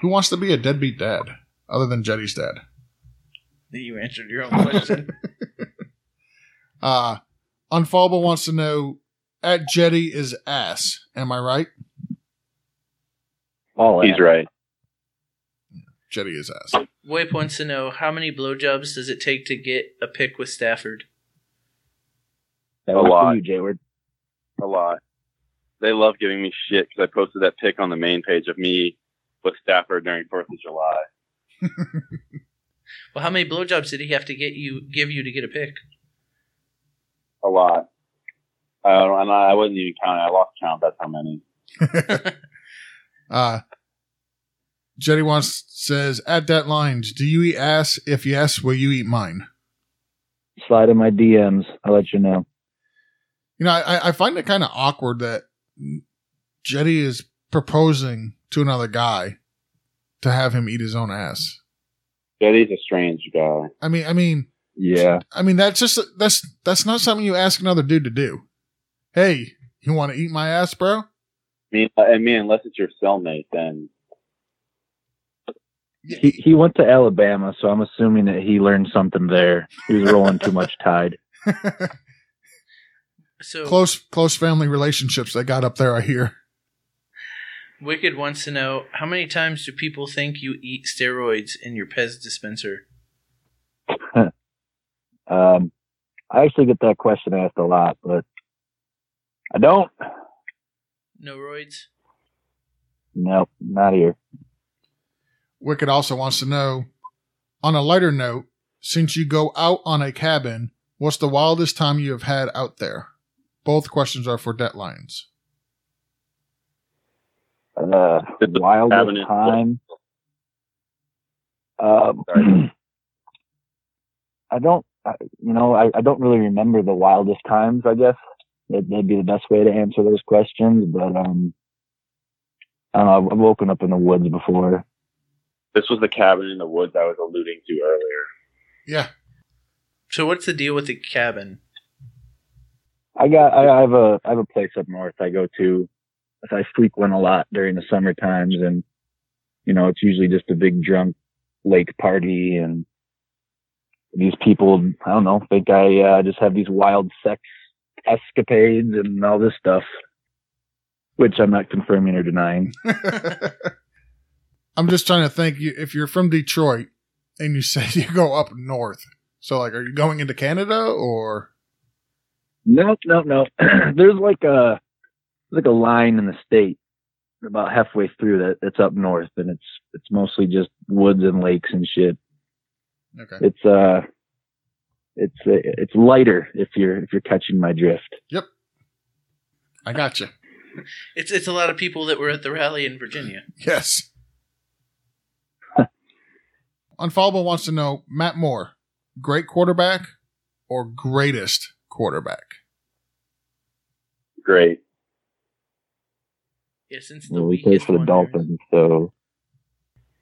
[SPEAKER 2] Who wants to be a deadbeat dad other than Jetty's dad?
[SPEAKER 1] You answered your own question.
[SPEAKER 2] Uh Unfallable wants to know at Jetty is ass. Am I right?
[SPEAKER 4] All
[SPEAKER 3] He's
[SPEAKER 4] ass.
[SPEAKER 3] right.
[SPEAKER 2] Jetty is ass.
[SPEAKER 1] Whip wants to know how many blowjobs does it take to get a pick with Stafford?
[SPEAKER 4] That
[SPEAKER 3] A
[SPEAKER 4] one's for
[SPEAKER 3] lot.
[SPEAKER 4] You, Jayward.
[SPEAKER 3] a lot. They love giving me shit because I posted that pic on the main page of me with Stafford during Fourth of July.
[SPEAKER 1] Well, how many blowjobs did he have to get you give you to get a pick?
[SPEAKER 3] A lot. I don't, and I wasn't even counting. I lost count. That's how many.
[SPEAKER 2] Uh, Jetty wants says at that lines. Do you eat ass? If yes, will you eat mine?
[SPEAKER 4] Slide in my DMs. I'll let you know.
[SPEAKER 2] You know, I, I find it kind of awkward that Jetty is proposing to another guy to have him eat his own ass.
[SPEAKER 3] Jetty's a strange guy.
[SPEAKER 2] I mean, I mean,
[SPEAKER 4] Yeah.
[SPEAKER 2] I mean that's just that's that's not something you ask another dude to do. Hey, You want to eat my ass, bro?
[SPEAKER 3] I mean, I mean, unless it's your cellmate, then
[SPEAKER 4] He he went to Alabama, so I'm assuming that he learned something there. He was rolling too much tide.
[SPEAKER 1] So
[SPEAKER 2] close close family relationships they got up there, I hear.
[SPEAKER 1] Wicked wants to know how many times do people think you eat steroids in your Pez dispenser?
[SPEAKER 4] Um, I actually get that question asked a lot, but I don't.
[SPEAKER 1] No roids.
[SPEAKER 4] Nope, not here.
[SPEAKER 2] Wicked also wants to know, on a lighter note, since you go out on a cabin, what's the wildest time you have had out there? Both questions are for deadlines.
[SPEAKER 4] Uh,
[SPEAKER 3] It's a
[SPEAKER 4] wildest
[SPEAKER 3] cabinet.
[SPEAKER 4] time. Um,
[SPEAKER 3] Sorry.
[SPEAKER 4] I don't. I, you know, I, I don't really remember the wildest times. I guess that, that'd be the best way to answer those questions. But um, I don't know. I've woken up in the woods before.
[SPEAKER 3] this was the cabin in the woods I was alluding to earlier.
[SPEAKER 2] Yeah.
[SPEAKER 1] So what's the deal with the cabin?
[SPEAKER 4] I got I, I have a I have a place up north I go to. I frequent a lot during the summer times, and you know it's usually just a big drunk lake party, and these people I don't know think I uh, just have these wild sex escapades and all this stuff, which I'm not confirming or denying.
[SPEAKER 2] I'm just trying to think you- if you're from Detroit and you say you go up north. So like are you going into Canada or
[SPEAKER 4] Nope, nope, nope. there's like a there's like a line in the state about halfway through that it's up north, and it's it's mostly just woods and lakes and shit.
[SPEAKER 2] Okay.
[SPEAKER 4] it's uh it's uh, it's lighter if you're if you're catching my drift
[SPEAKER 2] I got you.
[SPEAKER 1] It's it's a lot of people that were at the rally in Virginia.
[SPEAKER 2] Yes. Unfallable wants to know Matt Moore, great quarterback or greatest quarterback?
[SPEAKER 3] Great.
[SPEAKER 1] Yeah, since the
[SPEAKER 4] well, we play
[SPEAKER 1] weakest
[SPEAKER 4] for the
[SPEAKER 1] one,
[SPEAKER 4] dolphins so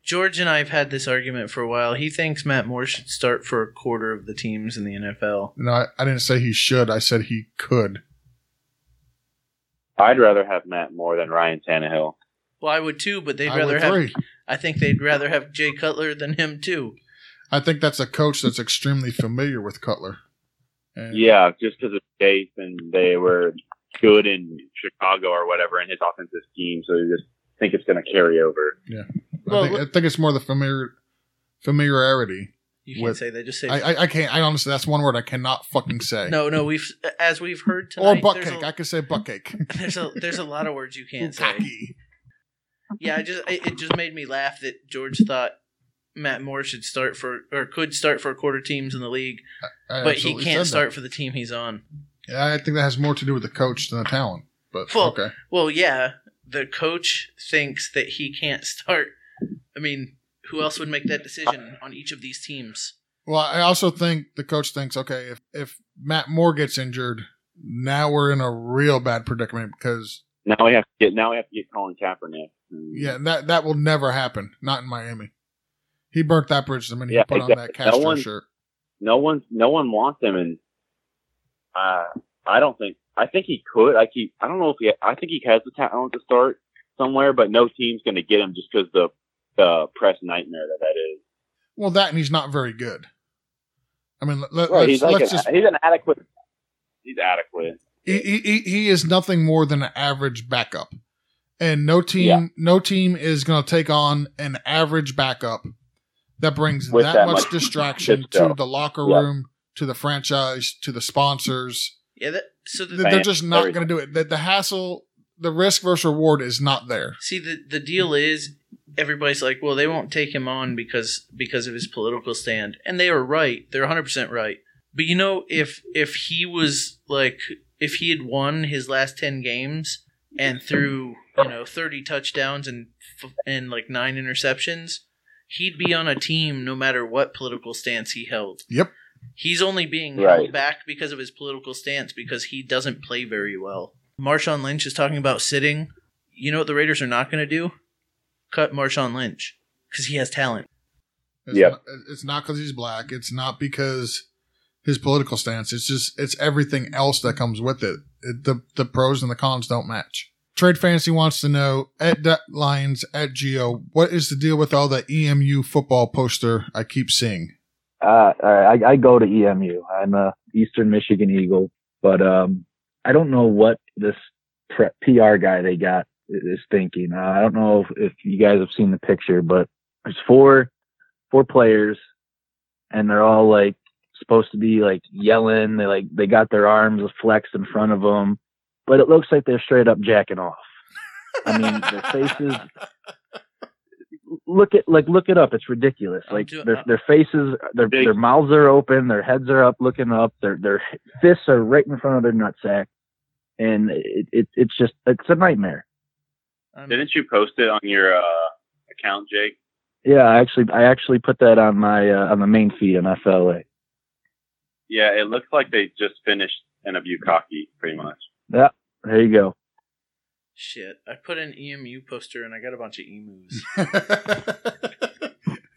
[SPEAKER 1] George and I have had this argument for a while. He thinks Matt Moore should start for a quarter of the teams in the NFL.
[SPEAKER 2] No, I, I didn't say he should. I said he could.
[SPEAKER 3] I'd rather have Matt Moore than Ryan Tannehill.
[SPEAKER 1] Well, I would too, but they'd
[SPEAKER 2] I
[SPEAKER 1] rather
[SPEAKER 2] would
[SPEAKER 1] have.
[SPEAKER 2] agree.
[SPEAKER 1] I think they'd rather have Jay Cutler than him too.
[SPEAKER 2] I think that's a coach that's extremely familiar with Cutler. And
[SPEAKER 3] Yeah, just because of shape and they were good in Chicago or whatever in his offensive scheme, so you just think it's going to carry over.
[SPEAKER 2] I,
[SPEAKER 1] Well,
[SPEAKER 2] think, I think it's more the familiar familiarity.
[SPEAKER 1] You can't
[SPEAKER 2] With-
[SPEAKER 1] say that. Just say
[SPEAKER 2] I, I, I can't. I honestly, that's one word I cannot fucking say.
[SPEAKER 1] no, no. We've as we've heard
[SPEAKER 2] or
[SPEAKER 1] tonight.
[SPEAKER 2] butt
[SPEAKER 1] there's a-
[SPEAKER 2] cake. I could say butt cake.
[SPEAKER 1] there's a there's a lot of words you can't say.
[SPEAKER 2] Bukkake.
[SPEAKER 1] Yeah, I just it, it just made me laugh that George thought Matt Moore should start for or could start for quarter teams in the league,
[SPEAKER 2] I
[SPEAKER 1] but he
[SPEAKER 2] absolutely
[SPEAKER 1] can't
[SPEAKER 2] said that.
[SPEAKER 1] start for the team he's on.
[SPEAKER 2] Yeah, I think that has more to do with the coach than the talent. But
[SPEAKER 1] Well,
[SPEAKER 2] okay,
[SPEAKER 1] Well, yeah, the coach thinks that he can't start. I mean, who else would make that decision on each of these teams?
[SPEAKER 2] Well, I also think the coach thinks, okay, if, if Matt Moore gets injured, now we're in a real bad predicament because
[SPEAKER 3] Now we have to get now we have to get Colin Kaepernick.
[SPEAKER 2] yeah, that that will never happen. Not in Miami. He burnt that bridge the minute
[SPEAKER 3] Yeah,
[SPEAKER 2] he put on that
[SPEAKER 3] exactly.
[SPEAKER 2] Castro
[SPEAKER 3] No one-
[SPEAKER 2] shirt.
[SPEAKER 3] no one no one wants him and uh I don't think I think he could I keep I don't know if he I think he has the talent to start somewhere but no team's going to get him just cuz the the press nightmare that that is.
[SPEAKER 2] Well, that and he's not very good. I mean, let, let,
[SPEAKER 3] Right,
[SPEAKER 2] us
[SPEAKER 3] he's like an,
[SPEAKER 2] let's just
[SPEAKER 3] he's an adequate he's adequate.
[SPEAKER 2] he, he, he- he is nothing more than an average backup, and no team
[SPEAKER 3] Yeah.
[SPEAKER 2] no team is going to take on an average backup that brings
[SPEAKER 3] With
[SPEAKER 2] that,
[SPEAKER 3] that
[SPEAKER 2] much
[SPEAKER 3] much
[SPEAKER 2] distraction
[SPEAKER 3] shit
[SPEAKER 2] to
[SPEAKER 3] show.
[SPEAKER 2] the locker
[SPEAKER 3] Yeah.
[SPEAKER 2] room, to the franchise, to the sponsors.
[SPEAKER 1] Yeah, that, so the,
[SPEAKER 2] Th- They're
[SPEAKER 3] Fans,
[SPEAKER 2] just not
[SPEAKER 3] everything.
[SPEAKER 2] going to do it. The, the hassle, the risk versus reward is not there.
[SPEAKER 1] see the the deal is everybody's like, well, they won't take him on because because of his political stand, and they are right. They're 100 percent right. But you know, if if he was like if he had won his last 10 games and threw you know 30 touchdowns and f- and like nine interceptions, he'd be on a team no matter what political stance he held.
[SPEAKER 2] Yep.
[SPEAKER 1] He's only being
[SPEAKER 3] Right.
[SPEAKER 1] held back because of his political stance because he doesn't play very well. Marshawn Lynch is talking about sitting. You know what the Raiders are not going to do? Cut Marshawn Lynch because he has talent.
[SPEAKER 2] It's
[SPEAKER 3] Yeah.
[SPEAKER 2] not, it's not because he's black. It's not because his political stance. It's just it's everything else that comes with it. It- The the pros and the cons don't match. Trade Fantasy wants to know at that Lions at Geo, what is the deal with all the EMU football poster I keep seeing?
[SPEAKER 4] Uh, all right, I, I go to EMU. I'm a Eastern Michigan Eagle, but um, I don't know what this pre- PR guy they got i- is thinking. Uh, I don't know if, if you guys have seen the picture, but there's four four players, and they're all like supposed to be like yelling. They like they got their arms flexed in front of them, but it looks like they're straight up jacking off. I mean, their faces look at like look it up. It's ridiculous.
[SPEAKER 1] I'm
[SPEAKER 4] Like
[SPEAKER 1] do-
[SPEAKER 4] their
[SPEAKER 1] uh,
[SPEAKER 4] their faces, their
[SPEAKER 3] Big.
[SPEAKER 4] their mouths are open, their heads are up, looking up. Their their fists are right in front of their nutsack, and it, it it's just it's a nightmare.
[SPEAKER 1] I'm-
[SPEAKER 3] Didn't you post it on your uh, account, Jake?
[SPEAKER 4] Yeah, I actually I actually put that on my uh, on the main feed on FLA.
[SPEAKER 3] Yeah, it looks like they just finished in a Bukaki, pretty much.
[SPEAKER 4] There you go.
[SPEAKER 1] Shit, I put an EMU poster and I got a bunch of E emus.
[SPEAKER 2] I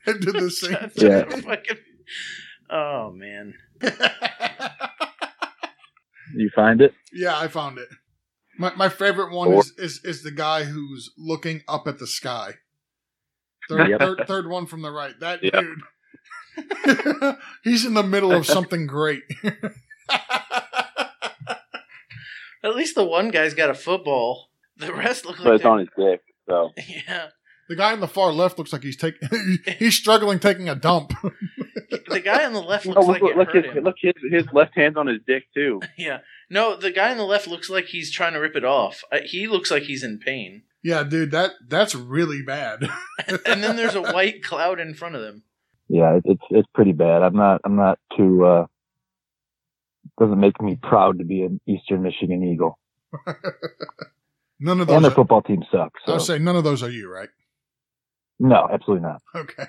[SPEAKER 2] did the same
[SPEAKER 4] Yeah.
[SPEAKER 1] Fucking- oh man,
[SPEAKER 4] You find it?
[SPEAKER 2] Yeah, I found it. My my favorite one
[SPEAKER 3] Or-
[SPEAKER 2] is, is is the guy who's looking up at the sky. Third,
[SPEAKER 4] Yep.
[SPEAKER 2] third, third one from the right. That
[SPEAKER 3] Yep.
[SPEAKER 2] dude. He's in the middle of something great.
[SPEAKER 1] at least the one guy's got a football. The rest look
[SPEAKER 3] But
[SPEAKER 1] like
[SPEAKER 3] it's on his dick, so
[SPEAKER 1] they're- yeah.
[SPEAKER 2] The guy on the far left looks like he's taking. he's struggling taking a dump.
[SPEAKER 1] The guy on the left
[SPEAKER 3] Oh,
[SPEAKER 1] looks like
[SPEAKER 3] look, look,
[SPEAKER 1] it
[SPEAKER 3] look
[SPEAKER 1] hurt
[SPEAKER 3] his
[SPEAKER 1] him.
[SPEAKER 3] look his his left hand's on his dick too.
[SPEAKER 1] Yeah, no, the guy on the left looks like he's trying to rip it off. Uh, He looks like he's in pain.
[SPEAKER 2] yeah, dude, that that's really bad.
[SPEAKER 1] And then there's a white cloud in front of them.
[SPEAKER 4] Yeah, it, it's it's pretty bad. I'm not I'm not too. uh Doesn't make me proud to be an Eastern Michigan Eagle,
[SPEAKER 2] none of
[SPEAKER 4] and
[SPEAKER 2] those.
[SPEAKER 4] their
[SPEAKER 2] Are,
[SPEAKER 4] football team sucks.
[SPEAKER 2] I
[SPEAKER 4] So.
[SPEAKER 2] would say none of those are you, right?
[SPEAKER 4] No, absolutely not.
[SPEAKER 2] Okay.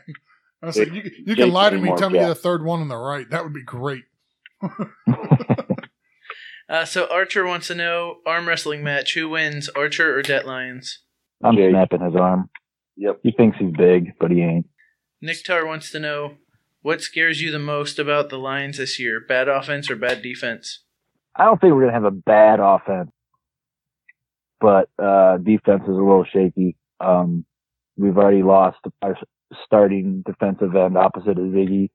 [SPEAKER 2] I was like, you, you
[SPEAKER 3] Jake
[SPEAKER 2] can lie to me.
[SPEAKER 3] Seymour,
[SPEAKER 2] Tell me
[SPEAKER 3] yeah.
[SPEAKER 2] the third one on the right. That would be great.
[SPEAKER 1] Uh, so Archer wants to know arm wrestling match who wins Archer or Det Lions.
[SPEAKER 4] I'm
[SPEAKER 3] Jake.
[SPEAKER 4] snapping his arm.
[SPEAKER 3] Yep.
[SPEAKER 4] He thinks he's big, but he ain't.
[SPEAKER 1] Tar wants to know what scares you the most about the Lions this year: bad offense or bad defense?
[SPEAKER 4] I don't think we're gonna have a bad offense, but uh, defense is a little shaky. Um, we've already lost our starting defensive end opposite of Ziggy.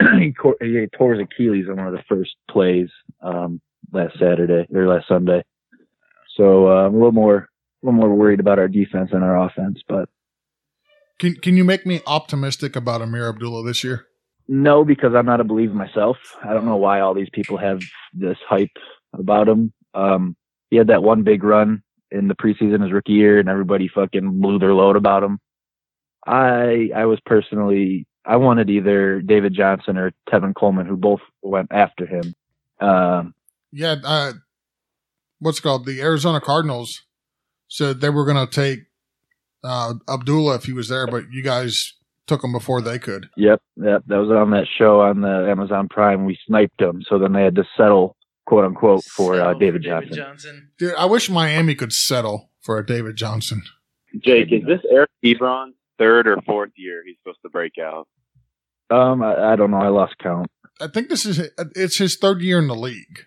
[SPEAKER 4] he, cor- he tore his Achilles on one of the first plays um, last Saturday or last Sunday. So uh, I'm a little more, a little more worried about our defense than our offense. But
[SPEAKER 2] Can Can you make me optimistic about Amir Abdullah this year?
[SPEAKER 4] No, because I'm not a believer myself. I don't know why all these people have this hype about him. Um, he had that one big run in the preseason his rookie year, and everybody fucking blew their load about him. I I was personally I wanted either David Johnson or Tevin Coleman, who both went after him. Um,
[SPEAKER 2] Yeah, uh, what's it called the Arizona Cardinals said they were going to take uh, Abdullah if he was there, but you guys took him before they could.
[SPEAKER 4] Yep, yep, that was on that show on the Amazon Prime. We sniped him, so then they had to settle, quote unquote, for
[SPEAKER 1] So,
[SPEAKER 4] uh, David Johnson.
[SPEAKER 2] Dude, I wish Miami could settle for a David Johnson.
[SPEAKER 3] Jake, is this Eric Ebron's third or fourth year he's supposed to break out?
[SPEAKER 4] Um, I, I don't know. I lost count.
[SPEAKER 2] I think this is it's his third year in the league.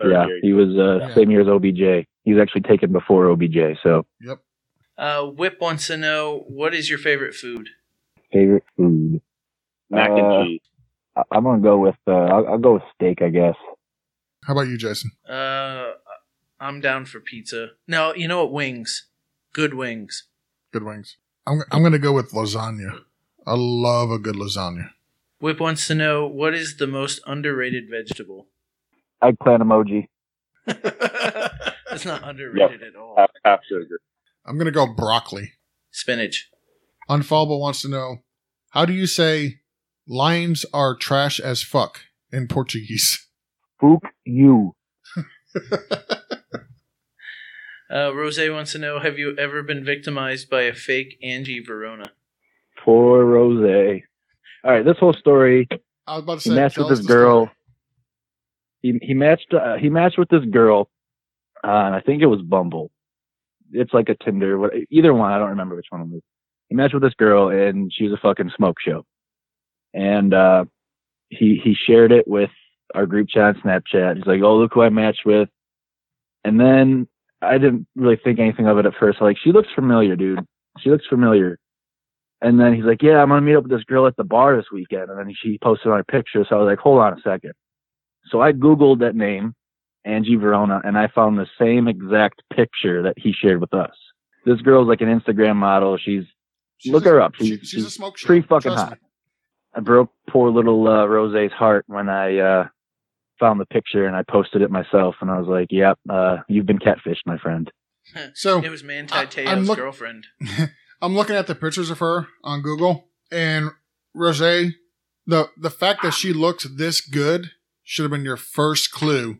[SPEAKER 3] Third
[SPEAKER 4] yeah,
[SPEAKER 3] year.
[SPEAKER 4] he was uh,
[SPEAKER 2] Yeah.
[SPEAKER 4] same year as OBJ. He was actually taken before OBJ. So
[SPEAKER 2] Yep.
[SPEAKER 1] Uh, Whip wants to know what is your favorite food.
[SPEAKER 4] favorite food,
[SPEAKER 3] Mac
[SPEAKER 4] Uh,
[SPEAKER 3] and cheese.
[SPEAKER 4] I- I'm gonna go with uh, I'll, I'll go with steak, I guess.
[SPEAKER 2] How about you, Jason?
[SPEAKER 1] Uh, I'm down for pizza. No, you know what? Wings, good wings.
[SPEAKER 2] Good wings. I'm I'm going to go with lasagna. I love a good lasagna.
[SPEAKER 1] Whip wants to know what is the most underrated vegetable.
[SPEAKER 4] Eggplant emoji.
[SPEAKER 1] That's not underrated at all.
[SPEAKER 3] Half, half sugar.
[SPEAKER 2] I'm going to go broccoli.
[SPEAKER 1] Spinach.
[SPEAKER 2] Unfallable wants to know how do you say lions are trash as fuck in Portuguese?
[SPEAKER 4] Fook you.
[SPEAKER 1] Uh, Rose wants to know: Have you ever been victimized by a fake Angie Verona?
[SPEAKER 4] Poor Rose. All right, this whole story.
[SPEAKER 2] I was about to
[SPEAKER 4] He
[SPEAKER 2] say
[SPEAKER 4] matched
[SPEAKER 2] tell
[SPEAKER 4] with
[SPEAKER 2] us
[SPEAKER 4] this
[SPEAKER 2] the
[SPEAKER 4] girl.
[SPEAKER 2] story.
[SPEAKER 4] He he matched uh, he matched with this girl, uh, and I think it was Bumble. It's like a Tinder, what- either one. I don't remember which one it was. He matched with this girl, and she was a fucking smoke show. And uh, he he shared it with our group chat on Snapchat. He's like, "Oh, look who I matched with." And then I didn't really think anything of it at first. Like, she looks familiar, dude. She looks familiar. And then he's like, Yeah, I'm gonna meet up with this girl at the bar this weekend. And then she posted on her picture, so I was like, Hold on a second. So I Googled that name, Angie Verona, and I found the same exact picture that he shared with us. This girl's like an Instagram model. She's Look
[SPEAKER 2] a-
[SPEAKER 4] her up.
[SPEAKER 2] she-
[SPEAKER 4] She's-
[SPEAKER 2] she's a
[SPEAKER 4] she's
[SPEAKER 2] smoke show.
[SPEAKER 4] pretty fucking
[SPEAKER 2] Trust
[SPEAKER 4] hot.
[SPEAKER 2] me.
[SPEAKER 4] I broke poor little uh, Rose's heart when I uh, found the picture and I posted it myself. And I was like, "Yep, uh, you've been catfished, my friend."
[SPEAKER 2] So
[SPEAKER 1] It was Manti
[SPEAKER 2] I-
[SPEAKER 1] Teo's
[SPEAKER 2] I'm look-
[SPEAKER 1] girlfriend.
[SPEAKER 2] I'm looking at the pictures of her on Google, and Rose, the the fact that she looked this good should have been your first clue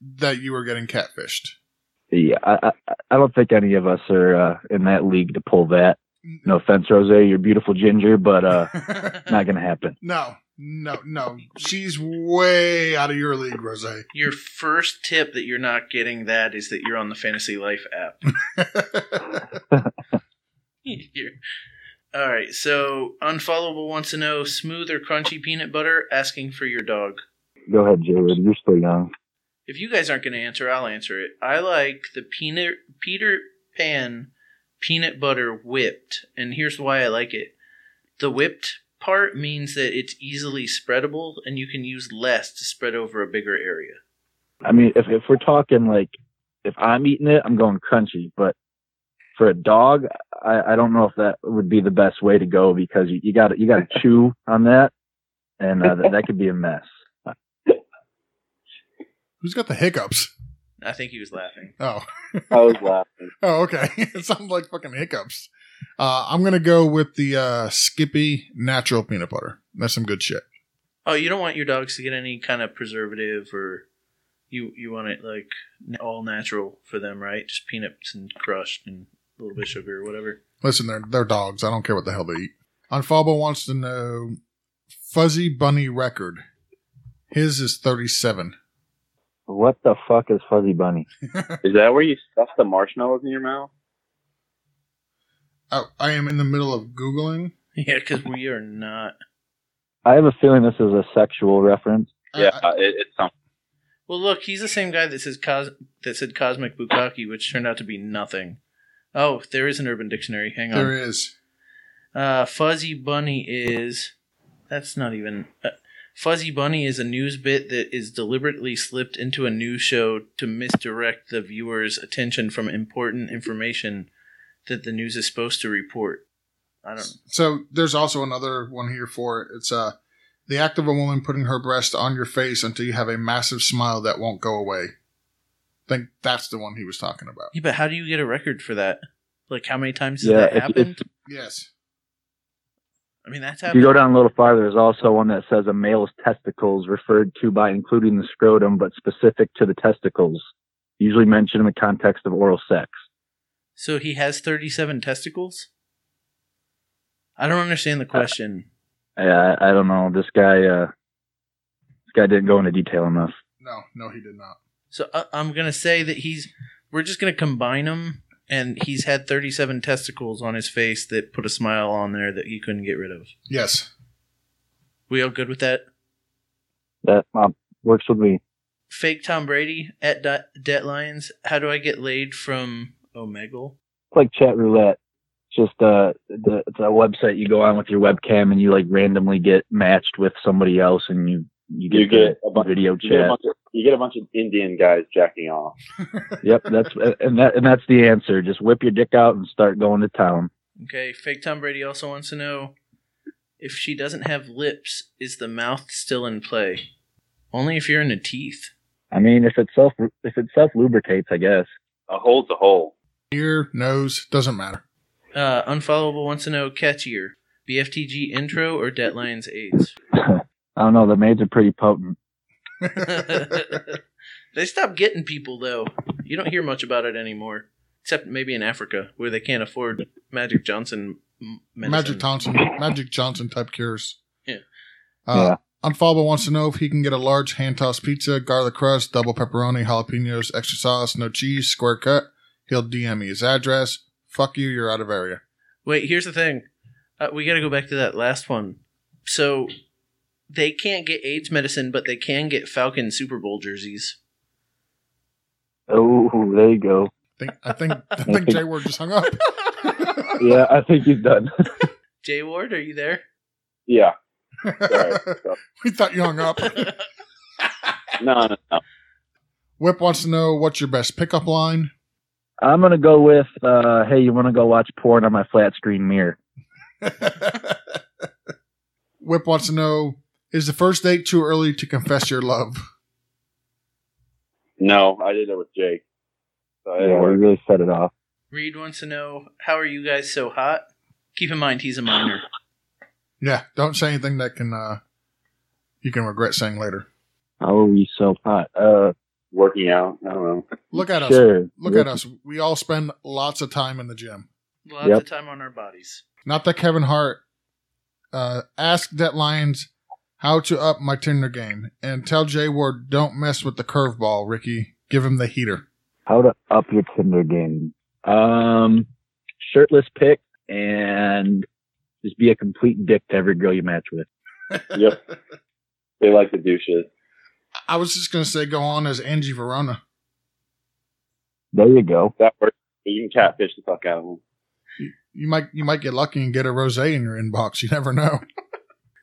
[SPEAKER 2] that you were getting catfished.
[SPEAKER 4] Yeah, I, I, I don't think any of us are uh, in that league to pull that. No offense, Rose, you're beautiful ginger, but uh, not gonna happen.
[SPEAKER 2] no, no, no. She's way out of your league, Rose.
[SPEAKER 1] Your first tip that you're not getting that is that you're on the Fantasy Life app. You're- All right, so Unfollowable wants to know smooth or crunchy peanut butter asking for your dog.
[SPEAKER 4] Go ahead, Jared. You're still young.
[SPEAKER 1] If you guys aren't going to answer, I'll answer it. I like the peanut Peter Pan peanut butter whipped, and here's why I like it. The whipped part means that it's easily spreadable, and you can use less to spread over a bigger area.
[SPEAKER 4] I mean, if if we're talking like if I'm eating it, I'm going crunchy. But for a dog, I, I don't know if that would be the best way to go because you got to you got to chew on that, and uh, that, that could be a mess.
[SPEAKER 2] Who's got the hiccups?
[SPEAKER 1] I think he was laughing.
[SPEAKER 2] Oh,
[SPEAKER 3] I was laughing.
[SPEAKER 2] oh, okay. it sounds like fucking hiccups. Uh, I'm gonna go with the uh, Skippy natural peanut butter. That's some good shit.
[SPEAKER 1] Oh, you don't want your dogs to get any kind of preservative, or you you want it like n- all natural for them, right? Just peanuts and crushed and a little bit of sugar or whatever.
[SPEAKER 2] Listen, they're they're dogs. I don't care what the hell they eat. Unfalbo wants to know Fuzzy Bunny record. His is thirty seven.
[SPEAKER 4] What the fuck is fuzzy bunny?
[SPEAKER 3] Is that where you stuff the marshmallows in your mouth?
[SPEAKER 2] I, Oh, I am in the middle of googling.
[SPEAKER 1] Yeah, because we are not.
[SPEAKER 4] I have a feeling this is a sexual reference.
[SPEAKER 2] I-
[SPEAKER 3] Yeah,
[SPEAKER 1] Uh,
[SPEAKER 2] I-
[SPEAKER 3] it, it's something.
[SPEAKER 1] Well, look, he's the same guy that says cos- that said cosmic bukkake, which turned out to be nothing. Oh, there is an Urban Dictionary. Hang on.
[SPEAKER 2] there is.
[SPEAKER 1] Uh, Fuzzy Bunny is. That's not even. Uh, Fuzzy Bunny is a news bit that is deliberately slipped into a news show to misdirect the viewer's attention from important information that the news is supposed to report. I don't.
[SPEAKER 2] So there's also another one here for it. It's uh the act of a woman putting her breast on your face until you have a massive smile that won't go away. I think that's the one he was talking about.
[SPEAKER 1] Yeah, but how do you get a record for that? Like, how many times has
[SPEAKER 4] Yeah,
[SPEAKER 1] that
[SPEAKER 4] it's-
[SPEAKER 1] happened?
[SPEAKER 4] it's-
[SPEAKER 2] Yes.
[SPEAKER 1] I mean, that's
[SPEAKER 4] If you
[SPEAKER 1] happened.
[SPEAKER 4] go down a little farther, there's also one that says a male's testicles referred to by including the scrotum, but specific to the testicles, usually mentioned in the context of oral sex.
[SPEAKER 1] so he has thirty-seven testicles. I don't understand the question.
[SPEAKER 4] Yeah, I, I don't know. This guy, uh, this guy didn't go into detail enough.
[SPEAKER 2] No, no, he did not.
[SPEAKER 1] So I I'm gonna say that he's. We're just gonna combine them, and he's had 37 testicles on his face that put a smile on there that he couldn't get rid of.
[SPEAKER 2] Yes.
[SPEAKER 1] We all good with that?
[SPEAKER 4] That um, works with me.
[SPEAKER 1] Fake Tom Brady at De- Debt Lions. How do I get laid from Omegle?
[SPEAKER 4] It's like chat roulette. It's Just uh, the, it's a website you go on with your webcam and you like randomly get matched with somebody else and you you get,
[SPEAKER 3] You get
[SPEAKER 4] the
[SPEAKER 3] a bunch-
[SPEAKER 4] video
[SPEAKER 3] You get, a
[SPEAKER 4] chat.
[SPEAKER 3] bunch of, you get a bunch of Indian guys jacking off.
[SPEAKER 4] yep, that's and that and that's the answer. Just whip your dick out and start going to town.
[SPEAKER 1] Okay. Fake Tom Brady also wants to know if she doesn't have lips, is the mouth still in play? Only if you're in the teeth.
[SPEAKER 4] I mean, if it self if it self lubricates, I guess.
[SPEAKER 3] A hole's a hole.
[SPEAKER 2] Ear, nose, doesn't matter.
[SPEAKER 1] Uh, Unfollowable wants to know catchier, BFTG intro or Debt Lions AIDS.
[SPEAKER 4] I don't know. The maids are pretty potent.
[SPEAKER 1] they stopped getting people though. You don't hear much about it anymore, except maybe in Africa where they can't afford Magic Johnson. m- Medicine.
[SPEAKER 2] Magic Johnson, Magic Johnson type cures.
[SPEAKER 1] Yeah.
[SPEAKER 2] Uh, Unfalbo wants to know if he can get a large hand tossed pizza, garlic crust, double pepperoni, jalapenos, extra sauce, no cheese, square cut. He'll DM me his address. Fuck you, you're out of area.
[SPEAKER 1] Wait, here's the thing. Uh, we got to go back to that last one. So they can't get AIDS medicine, but they can get Falcon Super Bowl jerseys.
[SPEAKER 4] Oh, there you go.
[SPEAKER 2] think, I think I think Jay Ward just hung up.
[SPEAKER 4] Yeah, I think he's done.
[SPEAKER 1] Jay Ward, are you there?
[SPEAKER 3] Yeah. Sorry. So-
[SPEAKER 2] we thought you hung up.
[SPEAKER 3] no, no, no.
[SPEAKER 2] Whip wants to know what's your best pickup line.
[SPEAKER 4] I'm gonna go with, uh, hey, you want to go watch porn on my flat screen mirror?
[SPEAKER 2] Whip wants to know is the first date too early to confess your love?
[SPEAKER 3] No, I did it with Jake. So it
[SPEAKER 4] Yeah, we
[SPEAKER 3] worked.
[SPEAKER 4] really set it off.
[SPEAKER 1] Reed wants to know how are you guys so hot? Keep in mind he's a minor.
[SPEAKER 2] Yeah, don't say anything that can uh, you can regret saying later.
[SPEAKER 4] How are we so hot? Uh,
[SPEAKER 3] working out. I don't know.
[SPEAKER 2] Look at us.
[SPEAKER 4] sure.
[SPEAKER 2] Look
[SPEAKER 4] Yeah.
[SPEAKER 2] at us. We all spend lots of time in the gym.
[SPEAKER 1] Lots
[SPEAKER 4] Yep.
[SPEAKER 1] of time on our bodies.
[SPEAKER 2] Not that Kevin Hart uh, asked that Lions how to up my Tinder game and tell Jay Ward don't mess with the curveball, Ricky. Give him the heater.
[SPEAKER 4] How to up your Tinder game? Um, shirtless pic and just be a complete dick to every girl you match with.
[SPEAKER 3] Yep. They like to do shit.
[SPEAKER 2] I was just gonna say go on as Angie Verona.
[SPEAKER 4] There you go.
[SPEAKER 3] That works. You can catfish the fuck out of them.
[SPEAKER 2] You might you might get lucky and get a rose in your inbox. You never know.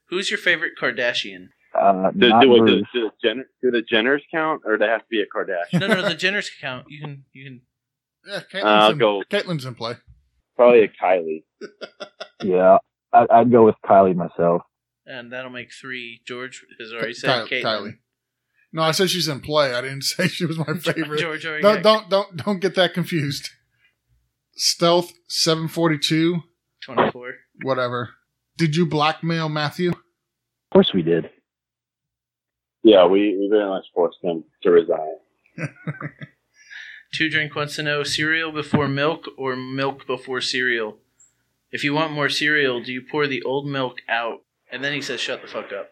[SPEAKER 1] Who's your favorite Kardashian?
[SPEAKER 4] Uh,
[SPEAKER 3] Do,
[SPEAKER 4] not
[SPEAKER 3] do, wait, do,
[SPEAKER 4] Bruce.
[SPEAKER 3] do, the Jenner, do the Jenners count, or they have to be a Kardashian?
[SPEAKER 1] No, no, the Jenner's account. You can, you can.
[SPEAKER 2] Yeah, Caitlin's,
[SPEAKER 3] I'll
[SPEAKER 2] in,
[SPEAKER 3] go
[SPEAKER 2] Caitlin's in play.
[SPEAKER 3] probably a Kylie.
[SPEAKER 4] yeah, I, I'd go with Kylie myself.
[SPEAKER 1] And that'll make three. George has already
[SPEAKER 2] Ky-
[SPEAKER 1] said
[SPEAKER 2] Kylie-
[SPEAKER 1] Caitlyn.
[SPEAKER 2] No, I said she's in play. I didn't say she was my favorite.
[SPEAKER 1] George already
[SPEAKER 2] don't,
[SPEAKER 1] got
[SPEAKER 2] don't don't don't get that confused. Stealth seven forty two,
[SPEAKER 1] 24.
[SPEAKER 2] whatever. Did you blackmail Matthew?
[SPEAKER 4] Of course we did.
[SPEAKER 3] Yeah, we, we very much forced him to resign.
[SPEAKER 1] Two Drink wants to know cereal before milk or milk before cereal? If you want more cereal, do you pour the old milk out? And then he says, shut the fuck up.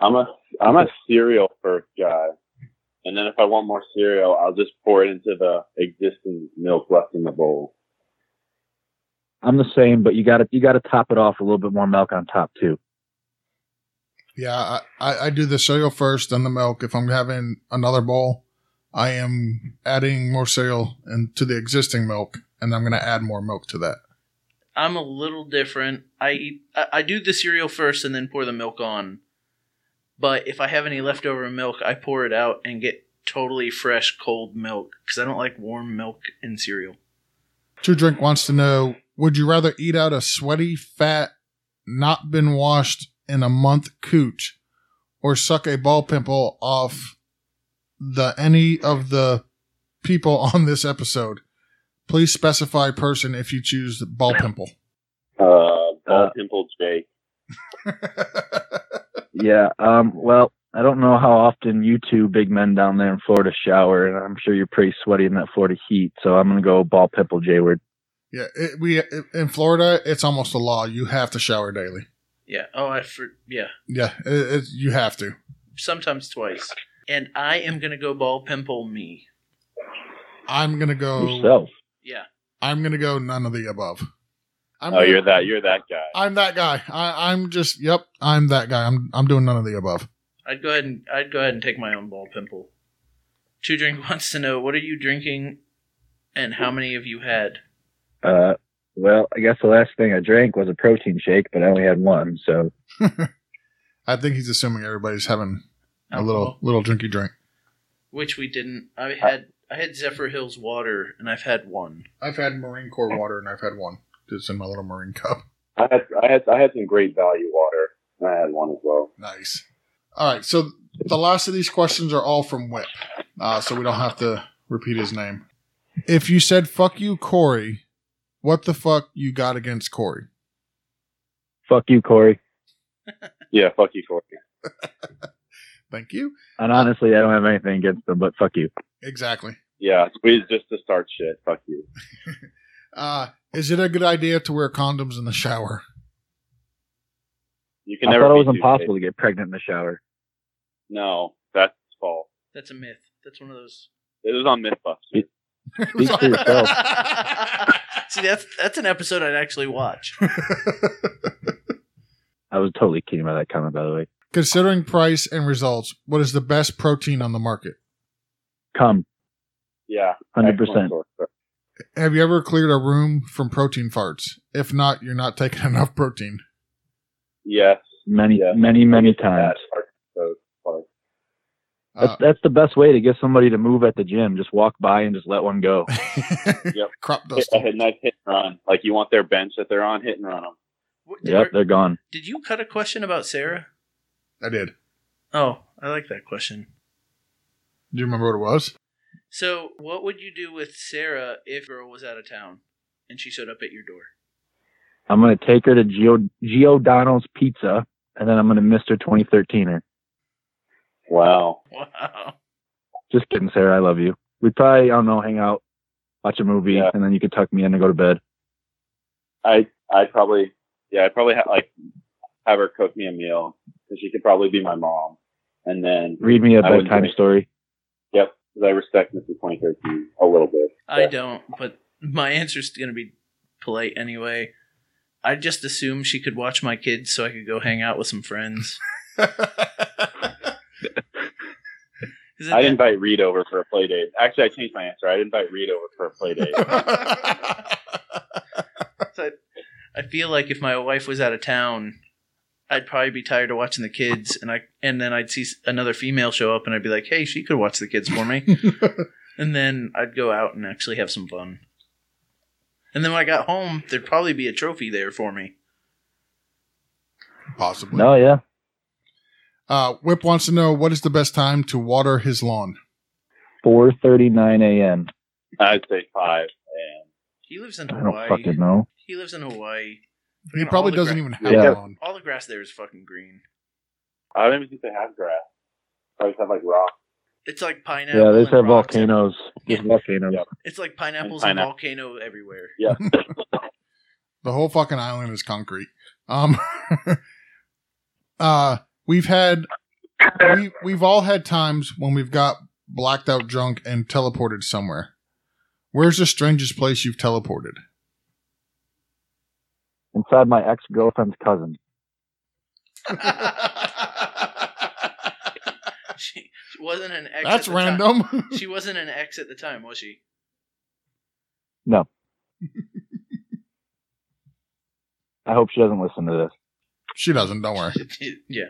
[SPEAKER 3] I'm a I'm a cereal first guy, and then if I want more cereal, I'll just pour it into the existing milk left in the bowl.
[SPEAKER 4] I'm the same, but you got to you got to top it off a little bit more milk on top too.
[SPEAKER 2] Yeah, I, I, I do the cereal first, then the milk. If I'm having another bowl, I am adding more cereal into the existing milk, and I'm going to add more milk to that.
[SPEAKER 1] I'm a little different. I eat. I, I do the cereal first and then pour the milk on. But if I have any leftover milk, I pour it out and get totally fresh cold milk because I don't like warm milk in cereal.
[SPEAKER 2] True Drink wants to know Would you rather eat out a sweaty, fat, not been washed in a month coot or suck a ball pimple off the any of the people on this episode? Please specify person if you choose the ball pimple.
[SPEAKER 3] Uh, bald
[SPEAKER 4] Uh.
[SPEAKER 3] pimple Jake.
[SPEAKER 4] Yeah. Um. Well, I don't know how often you two big men down there in Florida shower, and I'm sure you're pretty sweaty in that Florida heat. So I'm gonna go ball pimple Jayward.
[SPEAKER 2] Yeah, it, we it, in Florida, it's almost a law. You have to shower daily.
[SPEAKER 1] Yeah. Oh, I for yeah.
[SPEAKER 2] Yeah, it, it, you have to.
[SPEAKER 1] Sometimes twice. And I am gonna go ball pimple me.
[SPEAKER 2] I'm gonna
[SPEAKER 3] Oh.
[SPEAKER 2] go.
[SPEAKER 4] Yourself.
[SPEAKER 1] Yeah.
[SPEAKER 2] I'm gonna go none of the above. I'm
[SPEAKER 3] Oh,
[SPEAKER 2] gonna-
[SPEAKER 3] you're that you're that guy.
[SPEAKER 2] I'm that guy. I, I'm just. Yep. I'm that guy. I'm. I'm doing none of the above.
[SPEAKER 1] I'd go ahead and I'd go ahead and take my own ball pimple. Two drink wants to know what are you drinking, and how many have you had?
[SPEAKER 4] Uh. Well, I guess the last thing I drank was a protein shake, but I only had one. So
[SPEAKER 2] I think he's assuming everybody's having
[SPEAKER 1] Oh,
[SPEAKER 2] a little little drinky drink.
[SPEAKER 1] Which we didn't. I
[SPEAKER 4] Uh,
[SPEAKER 1] had I had Zephyr Hills water, and I've had one.
[SPEAKER 2] I've had Marine Corps water, and I've had one. It's in my little Marine cup.
[SPEAKER 3] I had I had I had some great value water. and I had one as well.
[SPEAKER 2] Nice. All right. So the last of these questions are all from Whip, uh, so we don't have to repeat his name. If you said "fuck you, Corey," what the fuck you got against Corey?
[SPEAKER 4] fuck you, Corey.
[SPEAKER 3] Yeah, fuck you, Corey.
[SPEAKER 2] Thank you.
[SPEAKER 4] And honestly, I don't have anything against them, but fuck you.
[SPEAKER 2] Exactly.
[SPEAKER 3] Yeah, we just to start shit. Fuck you.
[SPEAKER 2] Uh, is it a good idea to wear condoms in the shower?
[SPEAKER 3] You can
[SPEAKER 4] I
[SPEAKER 3] never.
[SPEAKER 4] thought it
[SPEAKER 3] be
[SPEAKER 4] was
[SPEAKER 3] too
[SPEAKER 4] impossible
[SPEAKER 3] safe.
[SPEAKER 4] to get pregnant in the shower.
[SPEAKER 3] No, that's false.
[SPEAKER 1] That's a myth. That's one of those.
[SPEAKER 3] It was on MythBusters.
[SPEAKER 4] Speak for yourself.
[SPEAKER 1] See, that's that's an episode I'd actually watch.
[SPEAKER 4] I was totally kidding about that comment, by the way.
[SPEAKER 2] Considering price and results, what is the best protein on the market?
[SPEAKER 4] Come,
[SPEAKER 3] Yeah.
[SPEAKER 4] hundred
[SPEAKER 3] excellent
[SPEAKER 4] percent.
[SPEAKER 3] source.
[SPEAKER 2] Have you ever cleared a room from protein farts? If not, you're not taking enough protein.
[SPEAKER 3] Yes.
[SPEAKER 4] Many,
[SPEAKER 3] Yeah.
[SPEAKER 4] many, many
[SPEAKER 3] That
[SPEAKER 4] times.
[SPEAKER 3] part goes far.
[SPEAKER 2] Uh,
[SPEAKER 4] That's, that's the best way to get somebody to move at the gym. Just walk by and just let one go.
[SPEAKER 2] Crop
[SPEAKER 3] Hit,
[SPEAKER 2] dust.
[SPEAKER 3] a hit- nice hit and run. Like you want their bench that they're on, hit and run them.
[SPEAKER 1] What- Did,
[SPEAKER 4] Yep, they're gone.
[SPEAKER 1] did you cut a question about Sarah?
[SPEAKER 2] I did.
[SPEAKER 1] Oh, I like that question.
[SPEAKER 2] Do you remember what it was?
[SPEAKER 1] So, what would you do with Sarah if a girl was out of town and she showed up at your door?
[SPEAKER 4] I'm gonna take her to Gio, Giordano's Pizza, and then I'm gonna Mister 2013 her.
[SPEAKER 3] Wow.
[SPEAKER 1] Wow.
[SPEAKER 4] Just kidding, Sarah. I love you. We'd probably, I don't know, hang out, watch a movie,
[SPEAKER 3] Yeah.
[SPEAKER 4] and then you could tuck me in and go to bed.
[SPEAKER 3] I I probably yeah I probably have like have her cook me a meal because she could probably be my mom, and then
[SPEAKER 4] Read me a
[SPEAKER 3] I wouldn't
[SPEAKER 4] bedtime
[SPEAKER 3] do it.
[SPEAKER 4] story.
[SPEAKER 3] yep, 'cause I respect Mrs. Pointer a little bit.
[SPEAKER 1] I don't, but my answer's going to be polite anyway. I just assume she could watch my kids so I could go hang out with some friends. Isn't
[SPEAKER 3] I'd
[SPEAKER 1] that-
[SPEAKER 3] invite Reed over for a play date. Actually, I changed my answer. I'd invite Reed over for a play date.
[SPEAKER 1] I feel like if my wife was out of town, I'd probably be tired of watching the kids, and I and then I'd see s- another female show up, and I'd be like, "Hey, she could watch the kids for me," and then I'd go out and actually have some fun. And then when I got home, there'd probably be a trophy there for me.
[SPEAKER 2] Possibly.
[SPEAKER 4] No, yeah.
[SPEAKER 2] Uh, Whip wants to know what is the best time to water his lawn?
[SPEAKER 4] 4:39 a.m.
[SPEAKER 3] I'd say five. And
[SPEAKER 1] He lives in
[SPEAKER 4] I don't
[SPEAKER 1] Hawaii.
[SPEAKER 4] fucking know.
[SPEAKER 1] He lives in Hawaii.
[SPEAKER 2] He
[SPEAKER 1] Fucking
[SPEAKER 2] probably
[SPEAKER 1] all the
[SPEAKER 2] doesn't
[SPEAKER 1] gra-
[SPEAKER 2] even have
[SPEAKER 4] Yeah.
[SPEAKER 2] a lawn.
[SPEAKER 1] All the grass there is fucking green.
[SPEAKER 3] I don't even think they have grass. Probably just have like rock.
[SPEAKER 1] It's like pineapple.
[SPEAKER 4] Yeah, they
[SPEAKER 1] and
[SPEAKER 4] said
[SPEAKER 1] rocks ev-
[SPEAKER 4] volcanoes.
[SPEAKER 1] Yeah.
[SPEAKER 4] There's volcanoes.
[SPEAKER 3] Yeah.
[SPEAKER 1] It's like pineapples
[SPEAKER 3] And
[SPEAKER 1] and,
[SPEAKER 3] pineapple.
[SPEAKER 1] volcano everywhere.
[SPEAKER 2] The whole fucking island is concrete. Um, uh, we've had, we, we've all had times when we've got blacked out drunk and teleported somewhere. Where's the strangest place you've teleported?
[SPEAKER 4] Inside my ex girlfriend's cousin.
[SPEAKER 1] she, she wasn't an ex.
[SPEAKER 2] That's
[SPEAKER 1] at the time.
[SPEAKER 2] random.
[SPEAKER 1] She wasn't an ex at the time, was she?
[SPEAKER 4] No. I hope she doesn't listen to this.
[SPEAKER 2] she doesn't. Don't worry.
[SPEAKER 1] yeah,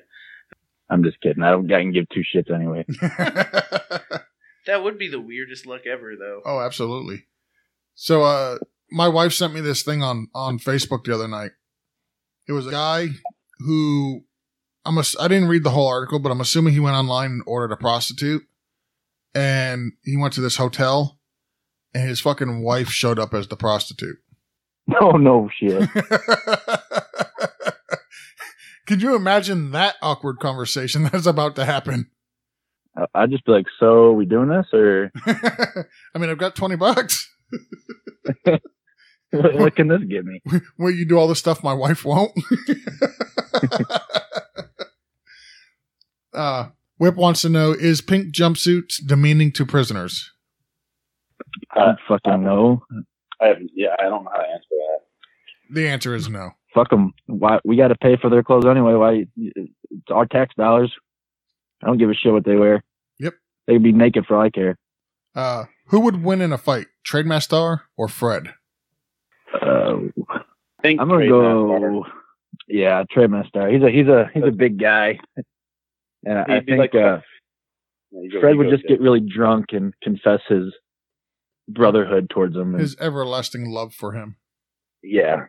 [SPEAKER 4] I'm just kidding. I don't. I can give two shits anyway.
[SPEAKER 1] that would be the weirdest luck ever, though.
[SPEAKER 2] Oh, absolutely. So, uh, my wife sent me this thing on on Facebook the other night. It was a guy who I'm ass- I didn't read the whole article, but I'm assuming he went online and ordered a prostitute, and he went to this hotel, and his fucking wife showed up as the prostitute.
[SPEAKER 4] No, no shit.
[SPEAKER 2] Could you imagine that awkward conversation that's about to happen?
[SPEAKER 4] I- I'd just be like, so we doing this or
[SPEAKER 2] I mean, I've got twenty bucks.
[SPEAKER 4] what what can this give me?
[SPEAKER 2] Where you do all the stuff my wife won't. uh, Whip wants to know Is pink jumpsuits demeaning to prisoners?
[SPEAKER 4] I
[SPEAKER 2] uh,
[SPEAKER 4] don't fucking know.
[SPEAKER 3] I haven't. Yeah, I don't know how to answer that.
[SPEAKER 2] The answer is no.
[SPEAKER 4] Fuck them. Why we got to pay for their clothes anyway? Why it's our tax dollars? I don't give a shit what they wear.
[SPEAKER 2] Yep.
[SPEAKER 4] They could be naked for all I care.
[SPEAKER 2] Uh, who would win in a fight, Trademaster Star or Fred?
[SPEAKER 4] Uh,
[SPEAKER 3] I think
[SPEAKER 4] I'm gonna
[SPEAKER 3] trade that part.
[SPEAKER 4] go. Yeah, Trey Manstar. He's a he's a he's a big guy, and I
[SPEAKER 3] He'd be like
[SPEAKER 4] think
[SPEAKER 3] Yeah,
[SPEAKER 4] uh,
[SPEAKER 3] you go-
[SPEAKER 4] Fred
[SPEAKER 3] you
[SPEAKER 4] would
[SPEAKER 3] go
[SPEAKER 4] just
[SPEAKER 3] Jim.
[SPEAKER 4] get really drunk and confess his brotherhood towards him. and-
[SPEAKER 2] His everlasting love for him.
[SPEAKER 4] yeah,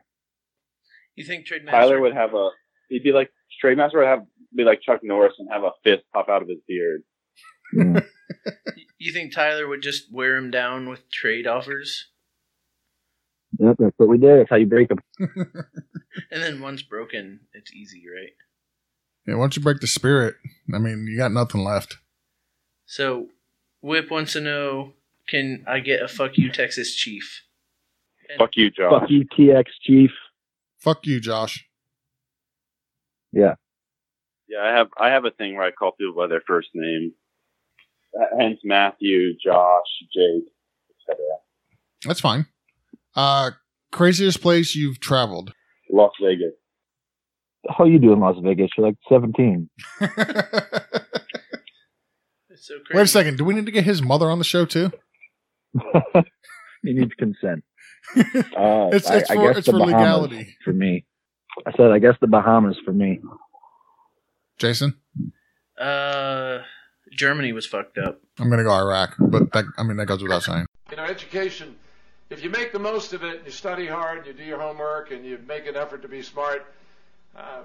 [SPEAKER 1] You think Trade
[SPEAKER 3] Tyler
[SPEAKER 1] Master?
[SPEAKER 3] would have a. He'd be like straight master would have be like Chuck Norris and have a fist pop out of his beard.
[SPEAKER 4] Mm.
[SPEAKER 1] You think Tyler would just wear him down with trade offers,
[SPEAKER 4] Yep, that's what we did. That's how you break them.
[SPEAKER 1] and then once broken, it's easy, right?
[SPEAKER 2] Yeah, once you break the spirit, I mean, you got nothing left.
[SPEAKER 1] So, Whip wants to know: Can I get a fuck you, Texas Chief? And-
[SPEAKER 3] Fuck you, John.
[SPEAKER 4] Fuck you, TX Chief.
[SPEAKER 2] Fuck you, Josh.
[SPEAKER 3] Yeah, I have I have a thing where I call people by their first name. Uh, Hence Matthew, Josh, Jake, etc.
[SPEAKER 2] That's fine. Uh, craziest place you've traveled?
[SPEAKER 3] Las Vegas.
[SPEAKER 4] How you do in Las Vegas? You're like 17.
[SPEAKER 1] It's So
[SPEAKER 2] Wait a
[SPEAKER 1] crazy.
[SPEAKER 2] second. Do we need to get his mother on the show too?
[SPEAKER 4] he needs consent. Uh,
[SPEAKER 2] It's- it's
[SPEAKER 4] I,
[SPEAKER 2] for-
[SPEAKER 4] I guess
[SPEAKER 2] it's
[SPEAKER 4] the
[SPEAKER 2] for
[SPEAKER 4] Bahamas
[SPEAKER 2] legality.
[SPEAKER 4] for me. I said, I guess the Bahamas for me.
[SPEAKER 2] Jason,
[SPEAKER 1] Uh, Germany was fucked up.
[SPEAKER 2] I'm gonna go Iraq, but that I mean that goes without saying.
[SPEAKER 5] You know, education, if you make the most of it, you study hard, you do your homework, and you make an effort to be smart, uh,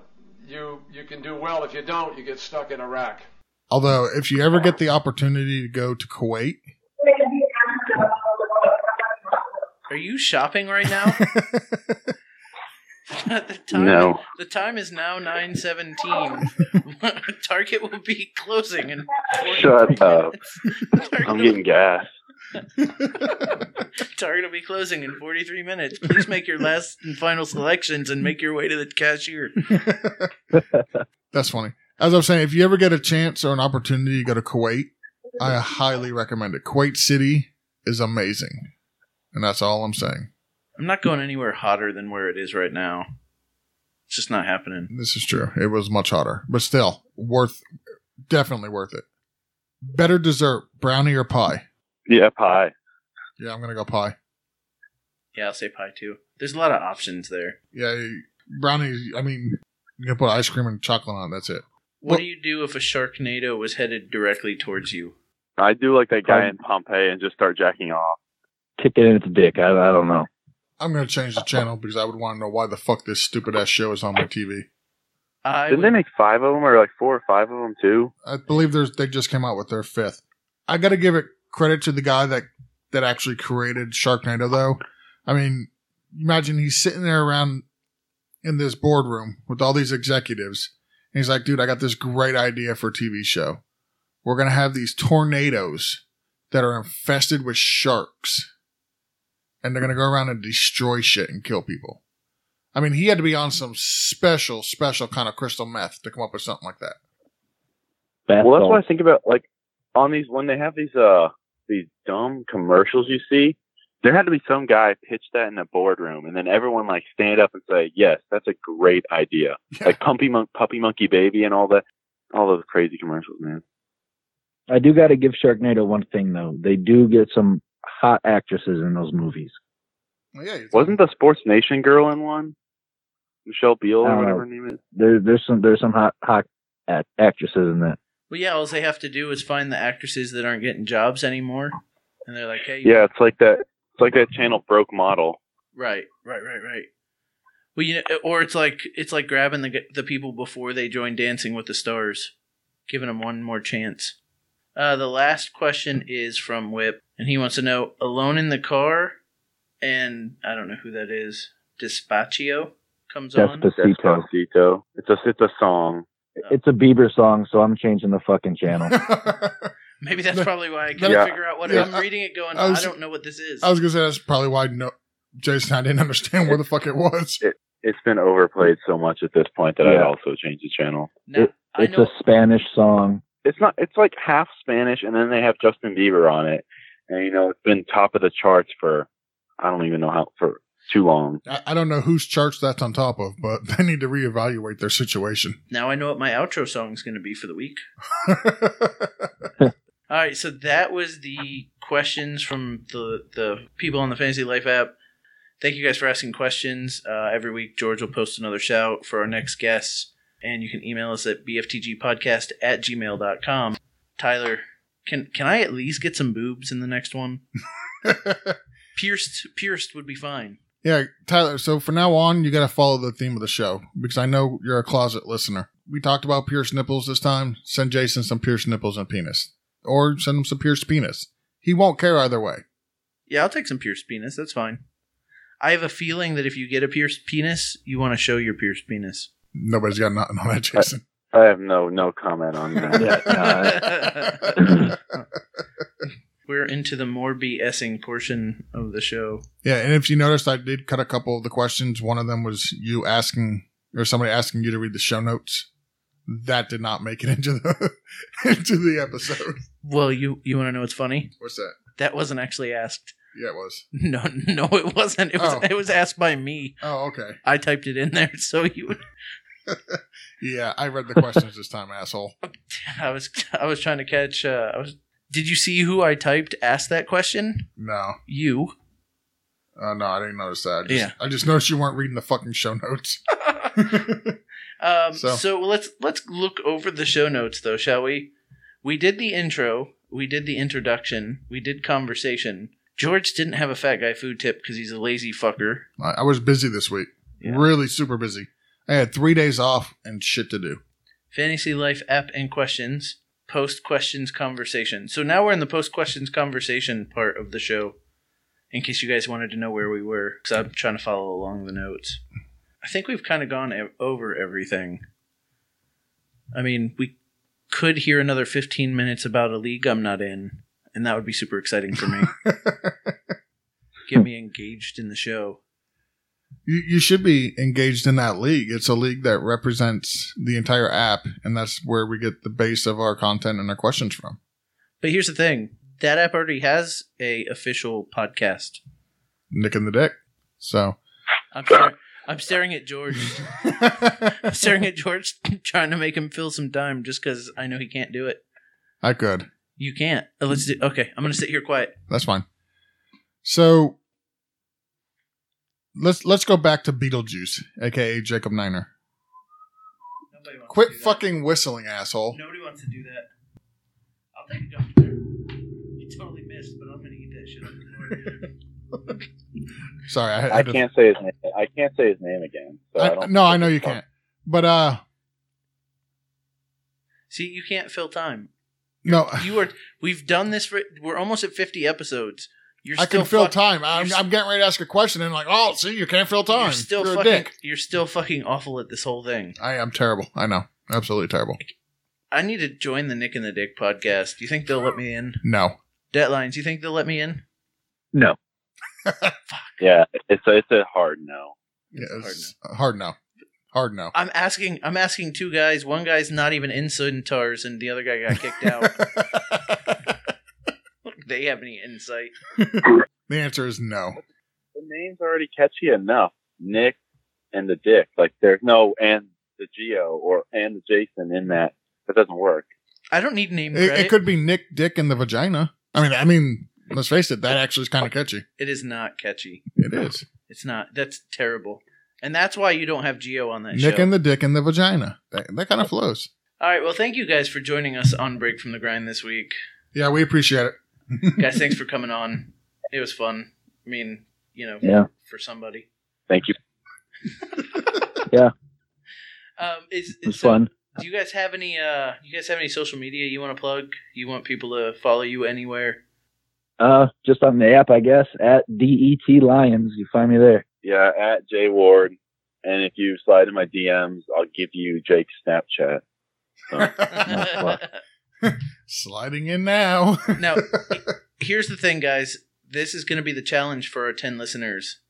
[SPEAKER 5] you, you can do well. If you don't, you get stuck in Iraq.
[SPEAKER 2] Although, if you ever get the opportunity to go to Kuwait,
[SPEAKER 1] Are you shopping right now? the time,
[SPEAKER 3] No.
[SPEAKER 1] The time is now nine seventeen. Target will be closing in. 43
[SPEAKER 3] Shut up.
[SPEAKER 1] minutes. Target,
[SPEAKER 3] I'm getting gas.
[SPEAKER 1] Target will be closing in forty three minutes. Please make your last and final selections and make your way to the cashier.
[SPEAKER 2] that's funny. As I'm saying, if you ever get a chance or an opportunity to go to Kuwait, I highly recommend it. Kuwait City is amazing, and that's all I'm saying.
[SPEAKER 1] I'm not going anywhere hotter than where it is right now. It's just not happening.
[SPEAKER 2] This is true. It was much hotter, but still worth, definitely worth it. Better dessert, brownie or pie?
[SPEAKER 3] Yeah, pie.
[SPEAKER 2] Yeah, I'm gonna go pie.
[SPEAKER 1] Yeah, I'll say pie too. There's a lot of options there.
[SPEAKER 2] Yeah, brownies. I mean, you can put ice cream and chocolate on. it, That's it.
[SPEAKER 1] What
[SPEAKER 2] Well-
[SPEAKER 1] do you do if a sharknado was headed directly towards you?
[SPEAKER 3] I do like that guy
[SPEAKER 4] Pardon?
[SPEAKER 3] in Pompeii and just start jacking off.
[SPEAKER 4] Kick it in its dick. I, I don't know.
[SPEAKER 2] I'm gonna change the channel because I would want to know why the fuck this stupid ass show is on my TV.
[SPEAKER 1] I
[SPEAKER 3] Didn't
[SPEAKER 1] would-
[SPEAKER 3] they make five of them or like four or five of them too?
[SPEAKER 2] I believe there's they just came out with their fifth. I got to give it credit to the guy that that actually created Sharknado though. I mean, imagine he's sitting there around in this boardroom with all these executives and he's like, "Dude, I got this great idea for a TV show. We're going to have these tornadoes that are infested with sharks and they're going to go around and destroy shit and kill people." I mean, he had to be on some special, special kind of crystal meth to come up with something like that.
[SPEAKER 4] Bath
[SPEAKER 3] well, that's what I
[SPEAKER 4] salts.
[SPEAKER 3] think about. Like on these, when they have these uh these dumb commercials, you see, there had to be some guy pitch that in a boardroom, and then everyone like stand up and say, "Yes, that's a great idea."
[SPEAKER 2] Yeah.
[SPEAKER 3] Like Pumpy Mon- Puppy Monkey Baby and all that, all those crazy commercials, man.
[SPEAKER 4] I do got to give Sharknado one thing though. They do get some hot actresses in those movies.
[SPEAKER 2] Well, yeah, you think-
[SPEAKER 3] Wasn't the Sports Nation girl in one? Michelle Beal
[SPEAKER 4] I
[SPEAKER 3] or
[SPEAKER 4] don't
[SPEAKER 3] whatever
[SPEAKER 4] know.
[SPEAKER 3] her name is.
[SPEAKER 4] There, there's some there's some hot hot act- actresses in that.
[SPEAKER 1] Well, yeah, all they have to do is find the actresses that aren't getting jobs anymore, and they're like, "Hey,
[SPEAKER 3] Yeah, it's like that. It's like that channel broke model.
[SPEAKER 1] right, right, right, right." Well, you know, eh, or it's like it's like grabbing the g- the people before they join Dancing with the Stars, giving them one more chance. Uh, the last question is from Whip, and he wants to know: Alone in the car, and I don't know who that is. Dispaccio comes on.
[SPEAKER 4] Despacito.
[SPEAKER 3] Despacito. It's a it's a song.
[SPEAKER 4] It's a Bieber song, so I'm changing the fucking channel.
[SPEAKER 2] I
[SPEAKER 1] Maybe that's
[SPEAKER 2] No.
[SPEAKER 1] probably why I can't
[SPEAKER 3] Yeah.
[SPEAKER 1] figure out what
[SPEAKER 2] Yeah,
[SPEAKER 1] I'm
[SPEAKER 2] I-
[SPEAKER 1] reading it going.
[SPEAKER 2] I
[SPEAKER 1] I,
[SPEAKER 2] was-
[SPEAKER 1] don't know what this is.
[SPEAKER 2] was gonna say that's probably why no Jason I didn't understand where the fuck it was.
[SPEAKER 3] It's been overplayed so much at this point that I'd
[SPEAKER 4] Yeah.
[SPEAKER 3] also change the channel.
[SPEAKER 1] now, I
[SPEAKER 4] It's
[SPEAKER 1] know
[SPEAKER 4] a Spanish song.
[SPEAKER 3] It's not. It's like half Spanish, and then they have Justin Bieber on it, and you know it's been top of the charts for I don't even know how for too long.
[SPEAKER 2] I, I don't know whose church that's on top of, but they need to reevaluate their situation.
[SPEAKER 1] Now I know what my outro song is going to be for the week. All right, so that was the questions from the the people on the Fantasy Life app. Thank you guys for asking questions. Uh, every week, George will post another shout for our next guests, and you can email us at bftgpodcast at gmail.com. Tyler, can can I at least get some boobs in the next one? Pierced, pierced would be fine.
[SPEAKER 2] yeah, Tyler. So from now on, you got to follow the theme of the show because I know you're a closet listener. We talked about pierced nipples this time. Send Jason some pierced nipples and penis, or send him some pierced penis. He won't care either way.
[SPEAKER 1] Yeah, I'll take some pierced penis. That's fine. I have a feeling that if you get a pierced penis, you want to show your pierced penis.
[SPEAKER 2] Nobody's got nothing on that, Jason.
[SPEAKER 3] I have no no comment on that.
[SPEAKER 4] Yeah, no,
[SPEAKER 1] We're into the more BSing portion of the show.
[SPEAKER 2] Yeah, and if you noticed, I did cut a couple of the questions. One of them was you asking or somebody asking you to read the show notes. That did not make it into the into the episode.
[SPEAKER 1] Well, you you want to know what's funny?
[SPEAKER 2] What's that?
[SPEAKER 1] That wasn't actually asked.
[SPEAKER 2] Yeah, it was.
[SPEAKER 1] No, no, it wasn't. It was
[SPEAKER 2] Oh.
[SPEAKER 1] it was asked by me.
[SPEAKER 2] Oh, okay.
[SPEAKER 1] I typed it in there so you
[SPEAKER 2] Yeah, I read the questions this time, asshole.
[SPEAKER 1] I was I was trying to catch. Uh, I was. Did you see who I typed asked that question?
[SPEAKER 2] No,
[SPEAKER 1] You.
[SPEAKER 2] uh, no, I didn't notice that. I just,
[SPEAKER 1] Yeah.
[SPEAKER 2] I just noticed you weren't reading the fucking show notes.
[SPEAKER 1] Um,
[SPEAKER 2] So-
[SPEAKER 1] so. let's let's look over the show notes though, shall we? We did the intro, we did the introduction, we did conversation. George didn't have a fat guy food tip because he's a lazy fucker.
[SPEAKER 2] I, I was busy this week,
[SPEAKER 1] Yeah.
[SPEAKER 2] really super busy. I had three days off and shit to do.
[SPEAKER 1] Fantasy life app and questions. Post questions conversation. So now we're in the post questions conversation part of the show. In case you guys wanted to know where we were, because I'm trying to follow along the notes. I think we've kind of gone ev- over everything. I mean, we could hear another 15 minutes about a league I'm not in, and that would be super exciting for me. Get me engaged in the show.
[SPEAKER 2] You, you should be engaged in that league. It's a league that represents the entire app, and that's where we get the base of our content and our questions from.
[SPEAKER 1] But here's the thing that app already has a official podcast.
[SPEAKER 2] Nick and the Dick. So,
[SPEAKER 1] I'm star- I'm staring at George. I'm staring at George, trying to make him fill some time, just because I know he can't do it.
[SPEAKER 2] I could.
[SPEAKER 1] You can't. Oh, let's do. Okay, I'm gonna sit here quiet.
[SPEAKER 2] That's fine. So, let's let's go back to Beetlejuice, aka Jacob Niner.
[SPEAKER 1] Nobody wants
[SPEAKER 2] Quit fucking whistling, asshole.
[SPEAKER 1] Nobody wants to do that. I'll take a jump there. You totally missed, but I'm gonna eat that shit.
[SPEAKER 2] Sorry, I, had
[SPEAKER 3] I
[SPEAKER 2] to-
[SPEAKER 3] can't say his name. I can't say his name again. So I,
[SPEAKER 2] I,
[SPEAKER 3] don't
[SPEAKER 2] no, I know you can't. But uh,
[SPEAKER 1] See, you can't fill time.
[SPEAKER 2] no,
[SPEAKER 1] You are. We've done this for. We're almost at 50 episodes. You're
[SPEAKER 2] I
[SPEAKER 1] still
[SPEAKER 2] can fill
[SPEAKER 1] fuck-
[SPEAKER 2] time. I'm,
[SPEAKER 1] you're s-
[SPEAKER 2] I'm getting ready to ask a question, and like, oh, see, you can't fill time.
[SPEAKER 1] You're still
[SPEAKER 2] You're a
[SPEAKER 1] fucking.
[SPEAKER 2] dick.
[SPEAKER 1] You're still fucking awful at this whole thing.
[SPEAKER 2] I am terrible. I know, absolutely terrible.
[SPEAKER 1] I need to join the Nick and the Dick podcast. Do you think they'll let me in?
[SPEAKER 2] No,
[SPEAKER 1] Deadlines. You think they'll let me in?
[SPEAKER 4] No.
[SPEAKER 3] Yeah, it's a, it's a hard no.
[SPEAKER 2] Yes. hard no, hard no.
[SPEAKER 1] I'm asking. I'm asking two guys. One guy's not even in Centaurs, and the other guy got kicked out. they have any insight?
[SPEAKER 2] The answer is no.
[SPEAKER 3] The name's already catchy enough. Nick and the Dick. Like there's no and the Geo or and the Jason in that. That doesn't work.
[SPEAKER 1] I don't need name
[SPEAKER 2] It,
[SPEAKER 1] credit.
[SPEAKER 2] it could be Nick, Dick, and the vagina. I mean, I mean, let's face it, that actually is kind of catchy.
[SPEAKER 1] It is not catchy.
[SPEAKER 2] It is
[SPEAKER 1] It's not. That's terrible. And that's why you don't have Geo on that
[SPEAKER 2] Nick
[SPEAKER 1] show.
[SPEAKER 2] and the Dick and the vagina. That, that kind of flows.
[SPEAKER 1] All right. Well, thank you guys for joining us on Break from the Grind this week,
[SPEAKER 2] Yeah, we appreciate it.
[SPEAKER 1] guys. thanks for coming on. It was fun. I mean, you know,
[SPEAKER 4] Yeah.
[SPEAKER 1] for somebody.
[SPEAKER 3] Thank you.
[SPEAKER 1] Um, is,
[SPEAKER 4] It was
[SPEAKER 1] so
[SPEAKER 4] fun.
[SPEAKER 1] Do you guys have any? Uh, you guys have any social media you want to plug? You want people to follow you anywhere?
[SPEAKER 4] Uh, just on the app, I guess, at DET Lions. You find me there.
[SPEAKER 3] Yeah, at J Ward. And if you slide in my DMs, I'll give you Jake's Snapchat.
[SPEAKER 2] Sliding in now.
[SPEAKER 1] now, here's the thing, guys. This is going to be the challenge for our 10 listeners.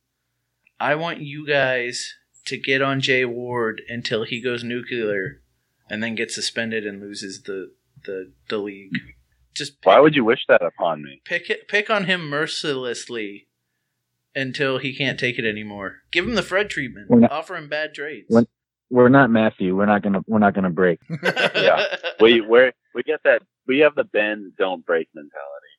[SPEAKER 1] I want you guys to get on Jay Ward until he goes nuclear and then gets suspended and loses the, the, the league. Just pick,
[SPEAKER 3] Why would you wish that upon me?
[SPEAKER 1] pick, it- pick on him mercilessly until he can't take it anymore. Give him the Fred treatment.
[SPEAKER 4] We're not-
[SPEAKER 1] Offer him bad trades.
[SPEAKER 4] We're- We're not Matthew. We're not gonna. We're not gonna break.
[SPEAKER 3] Yeah. We we're, we get that we have the bend don't break mentality.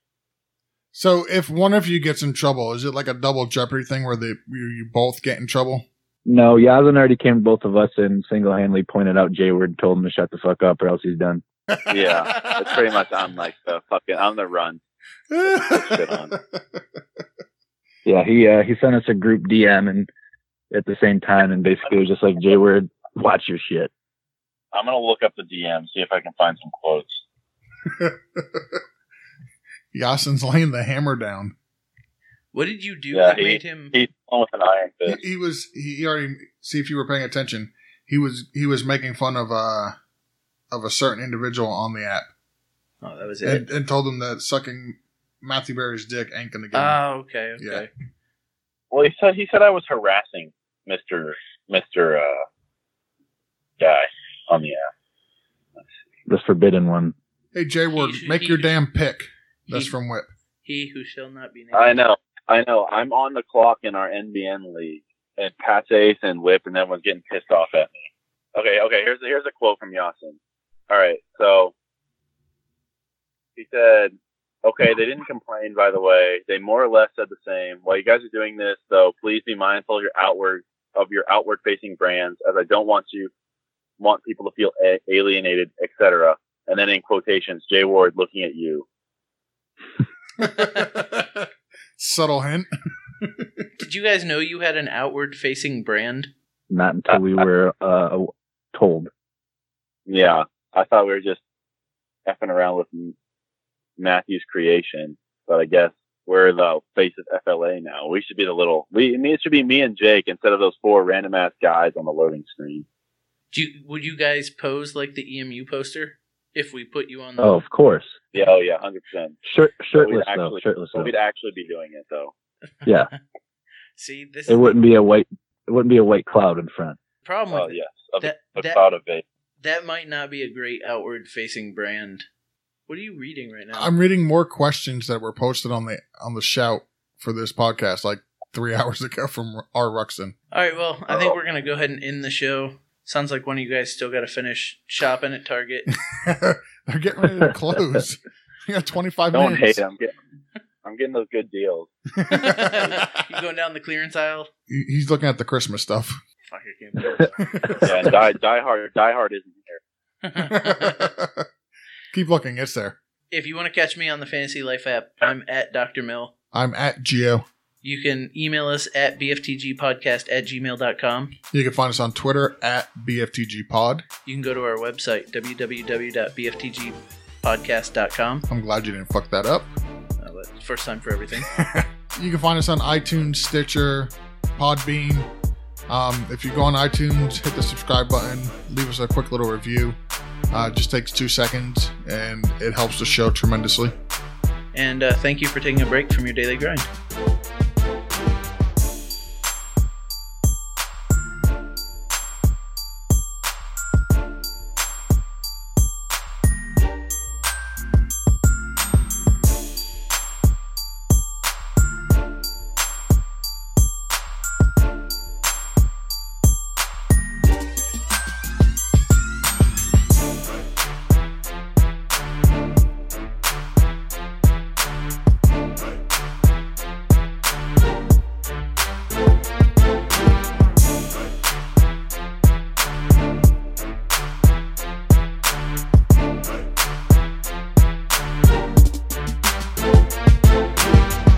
[SPEAKER 2] so, if one of you gets in trouble, is it like a double jeopardy thing where the you, you both get in trouble?
[SPEAKER 4] No, Yazan already came to both of us and single-handedly pointed out Jayward and told him to shut the fuck up or else he's done.
[SPEAKER 3] Yeah. That's pretty much I'm like the fucking on the run. shit on.
[SPEAKER 4] Yeah, he uh, he sent us a group DM and at the same time and basically was just like Jayward, watch your shit.
[SPEAKER 3] I'm gonna look up the DM, see if I can find some quotes.
[SPEAKER 2] Yasin's laying the hammer down.
[SPEAKER 1] What did you do
[SPEAKER 3] Yeah,
[SPEAKER 1] that
[SPEAKER 3] he-
[SPEAKER 1] made him?
[SPEAKER 3] He's on with an iron
[SPEAKER 2] He,
[SPEAKER 3] fist.
[SPEAKER 2] he was he he already see if you were paying attention. He was he was making fun of uh of a certain individual on the app
[SPEAKER 1] oh, that was it.
[SPEAKER 2] and, and told him that sucking Matthew Berry's dick ain't gonna get him.
[SPEAKER 1] Oh, okay,
[SPEAKER 2] Yeah.
[SPEAKER 1] okay.
[SPEAKER 3] Well, he said he said I was harassing Mister Mister uh, guy on the app.
[SPEAKER 4] The forbidden one.
[SPEAKER 2] Hey J Ward,
[SPEAKER 1] he should-
[SPEAKER 2] make
[SPEAKER 1] he
[SPEAKER 2] your
[SPEAKER 1] should-
[SPEAKER 2] damn pick. That's
[SPEAKER 1] He-
[SPEAKER 2] from Whip.
[SPEAKER 1] He who shall not be named.
[SPEAKER 3] I know, I know. I'm on the clock in our NBN league, and Pat's Ace and Whip, and everyone's getting pissed off at me. Okay, okay. Here's here's a quote from Yasin. All right, so he said, "Okay, they didn't complain. By the way, they more or less said the same. While you guys are doing this, though, please be mindful of your outward of your outward facing brands, as I don't want you want people to feel a- alienated, etc." And then in quotations, Jay Ward looking at you.
[SPEAKER 2] Subtle hint.
[SPEAKER 1] Did you guys know you had an outward facing brand?
[SPEAKER 4] Not until we were uh, told.
[SPEAKER 3] Yeah, I thought we were just effing around with M- Matthew's creation, but I guess we're the face of FLA now. We should be the little. We I mean, it should be me and Jake instead of those four random ass guys on the loading screen.
[SPEAKER 1] Do you, would you guys pose like the EMU poster if we put you on the
[SPEAKER 4] Oh, of course.
[SPEAKER 3] Yeah, oh yeah, hundred percent.
[SPEAKER 4] Shirt, shirtless
[SPEAKER 3] we'd
[SPEAKER 4] though.
[SPEAKER 3] actually-
[SPEAKER 4] Shirtless though.
[SPEAKER 3] We'd actually be doing it though.
[SPEAKER 4] Yeah,
[SPEAKER 1] See, this
[SPEAKER 4] it
[SPEAKER 1] is
[SPEAKER 4] wouldn't be a white. It wouldn't be a white cloud in front.
[SPEAKER 1] the problem
[SPEAKER 3] Oh
[SPEAKER 1] with it.
[SPEAKER 3] yes, of
[SPEAKER 1] That-
[SPEAKER 3] a
[SPEAKER 1] that-
[SPEAKER 3] cloud of vape.
[SPEAKER 1] That might not be a great outward facing brand. What are you reading right now?
[SPEAKER 2] I'm reading more questions that were posted on the on the shout for this podcast like three hours ago from R. Ruxin.
[SPEAKER 1] All right, well, I think
[SPEAKER 3] Oh.
[SPEAKER 1] we're gonna go ahead and end the show. Sounds like one of you guys still got to finish shopping at Target.
[SPEAKER 2] They're getting ready to close. We got 25
[SPEAKER 3] Don't
[SPEAKER 2] minutes.
[SPEAKER 3] hate him. I'm getting, I'm getting those good deals.
[SPEAKER 1] you going down the clearance aisle?
[SPEAKER 2] He- He's looking at the Christmas stuff.
[SPEAKER 1] Fuck, I can't believe it.
[SPEAKER 3] Yeah, and die, die hard. Die hard isn't here.
[SPEAKER 2] Keep looking. It's there.
[SPEAKER 1] If you want to catch me on the Fantasy Life app, I'm at Dr. Mill.
[SPEAKER 2] I'm at Geo.
[SPEAKER 1] You can email us at bftgpodcast at gmail.com.
[SPEAKER 2] You can find us on Twitter at BFTG Pod.
[SPEAKER 1] You can go to our website, www.bftgpodcast.com.
[SPEAKER 2] I'm glad you didn't fuck that up.
[SPEAKER 1] Uh, but first time for everything.
[SPEAKER 2] You can find us on iTunes, Stitcher, Podbean. Um, if you go on iTunes, hit the subscribe button, leave us a quick little review. Uh, it just takes two seconds and it helps the show tremendously.
[SPEAKER 1] And uh, thank you for taking a break from your daily grind.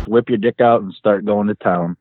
[SPEAKER 4] Whip your dick out and start going to town.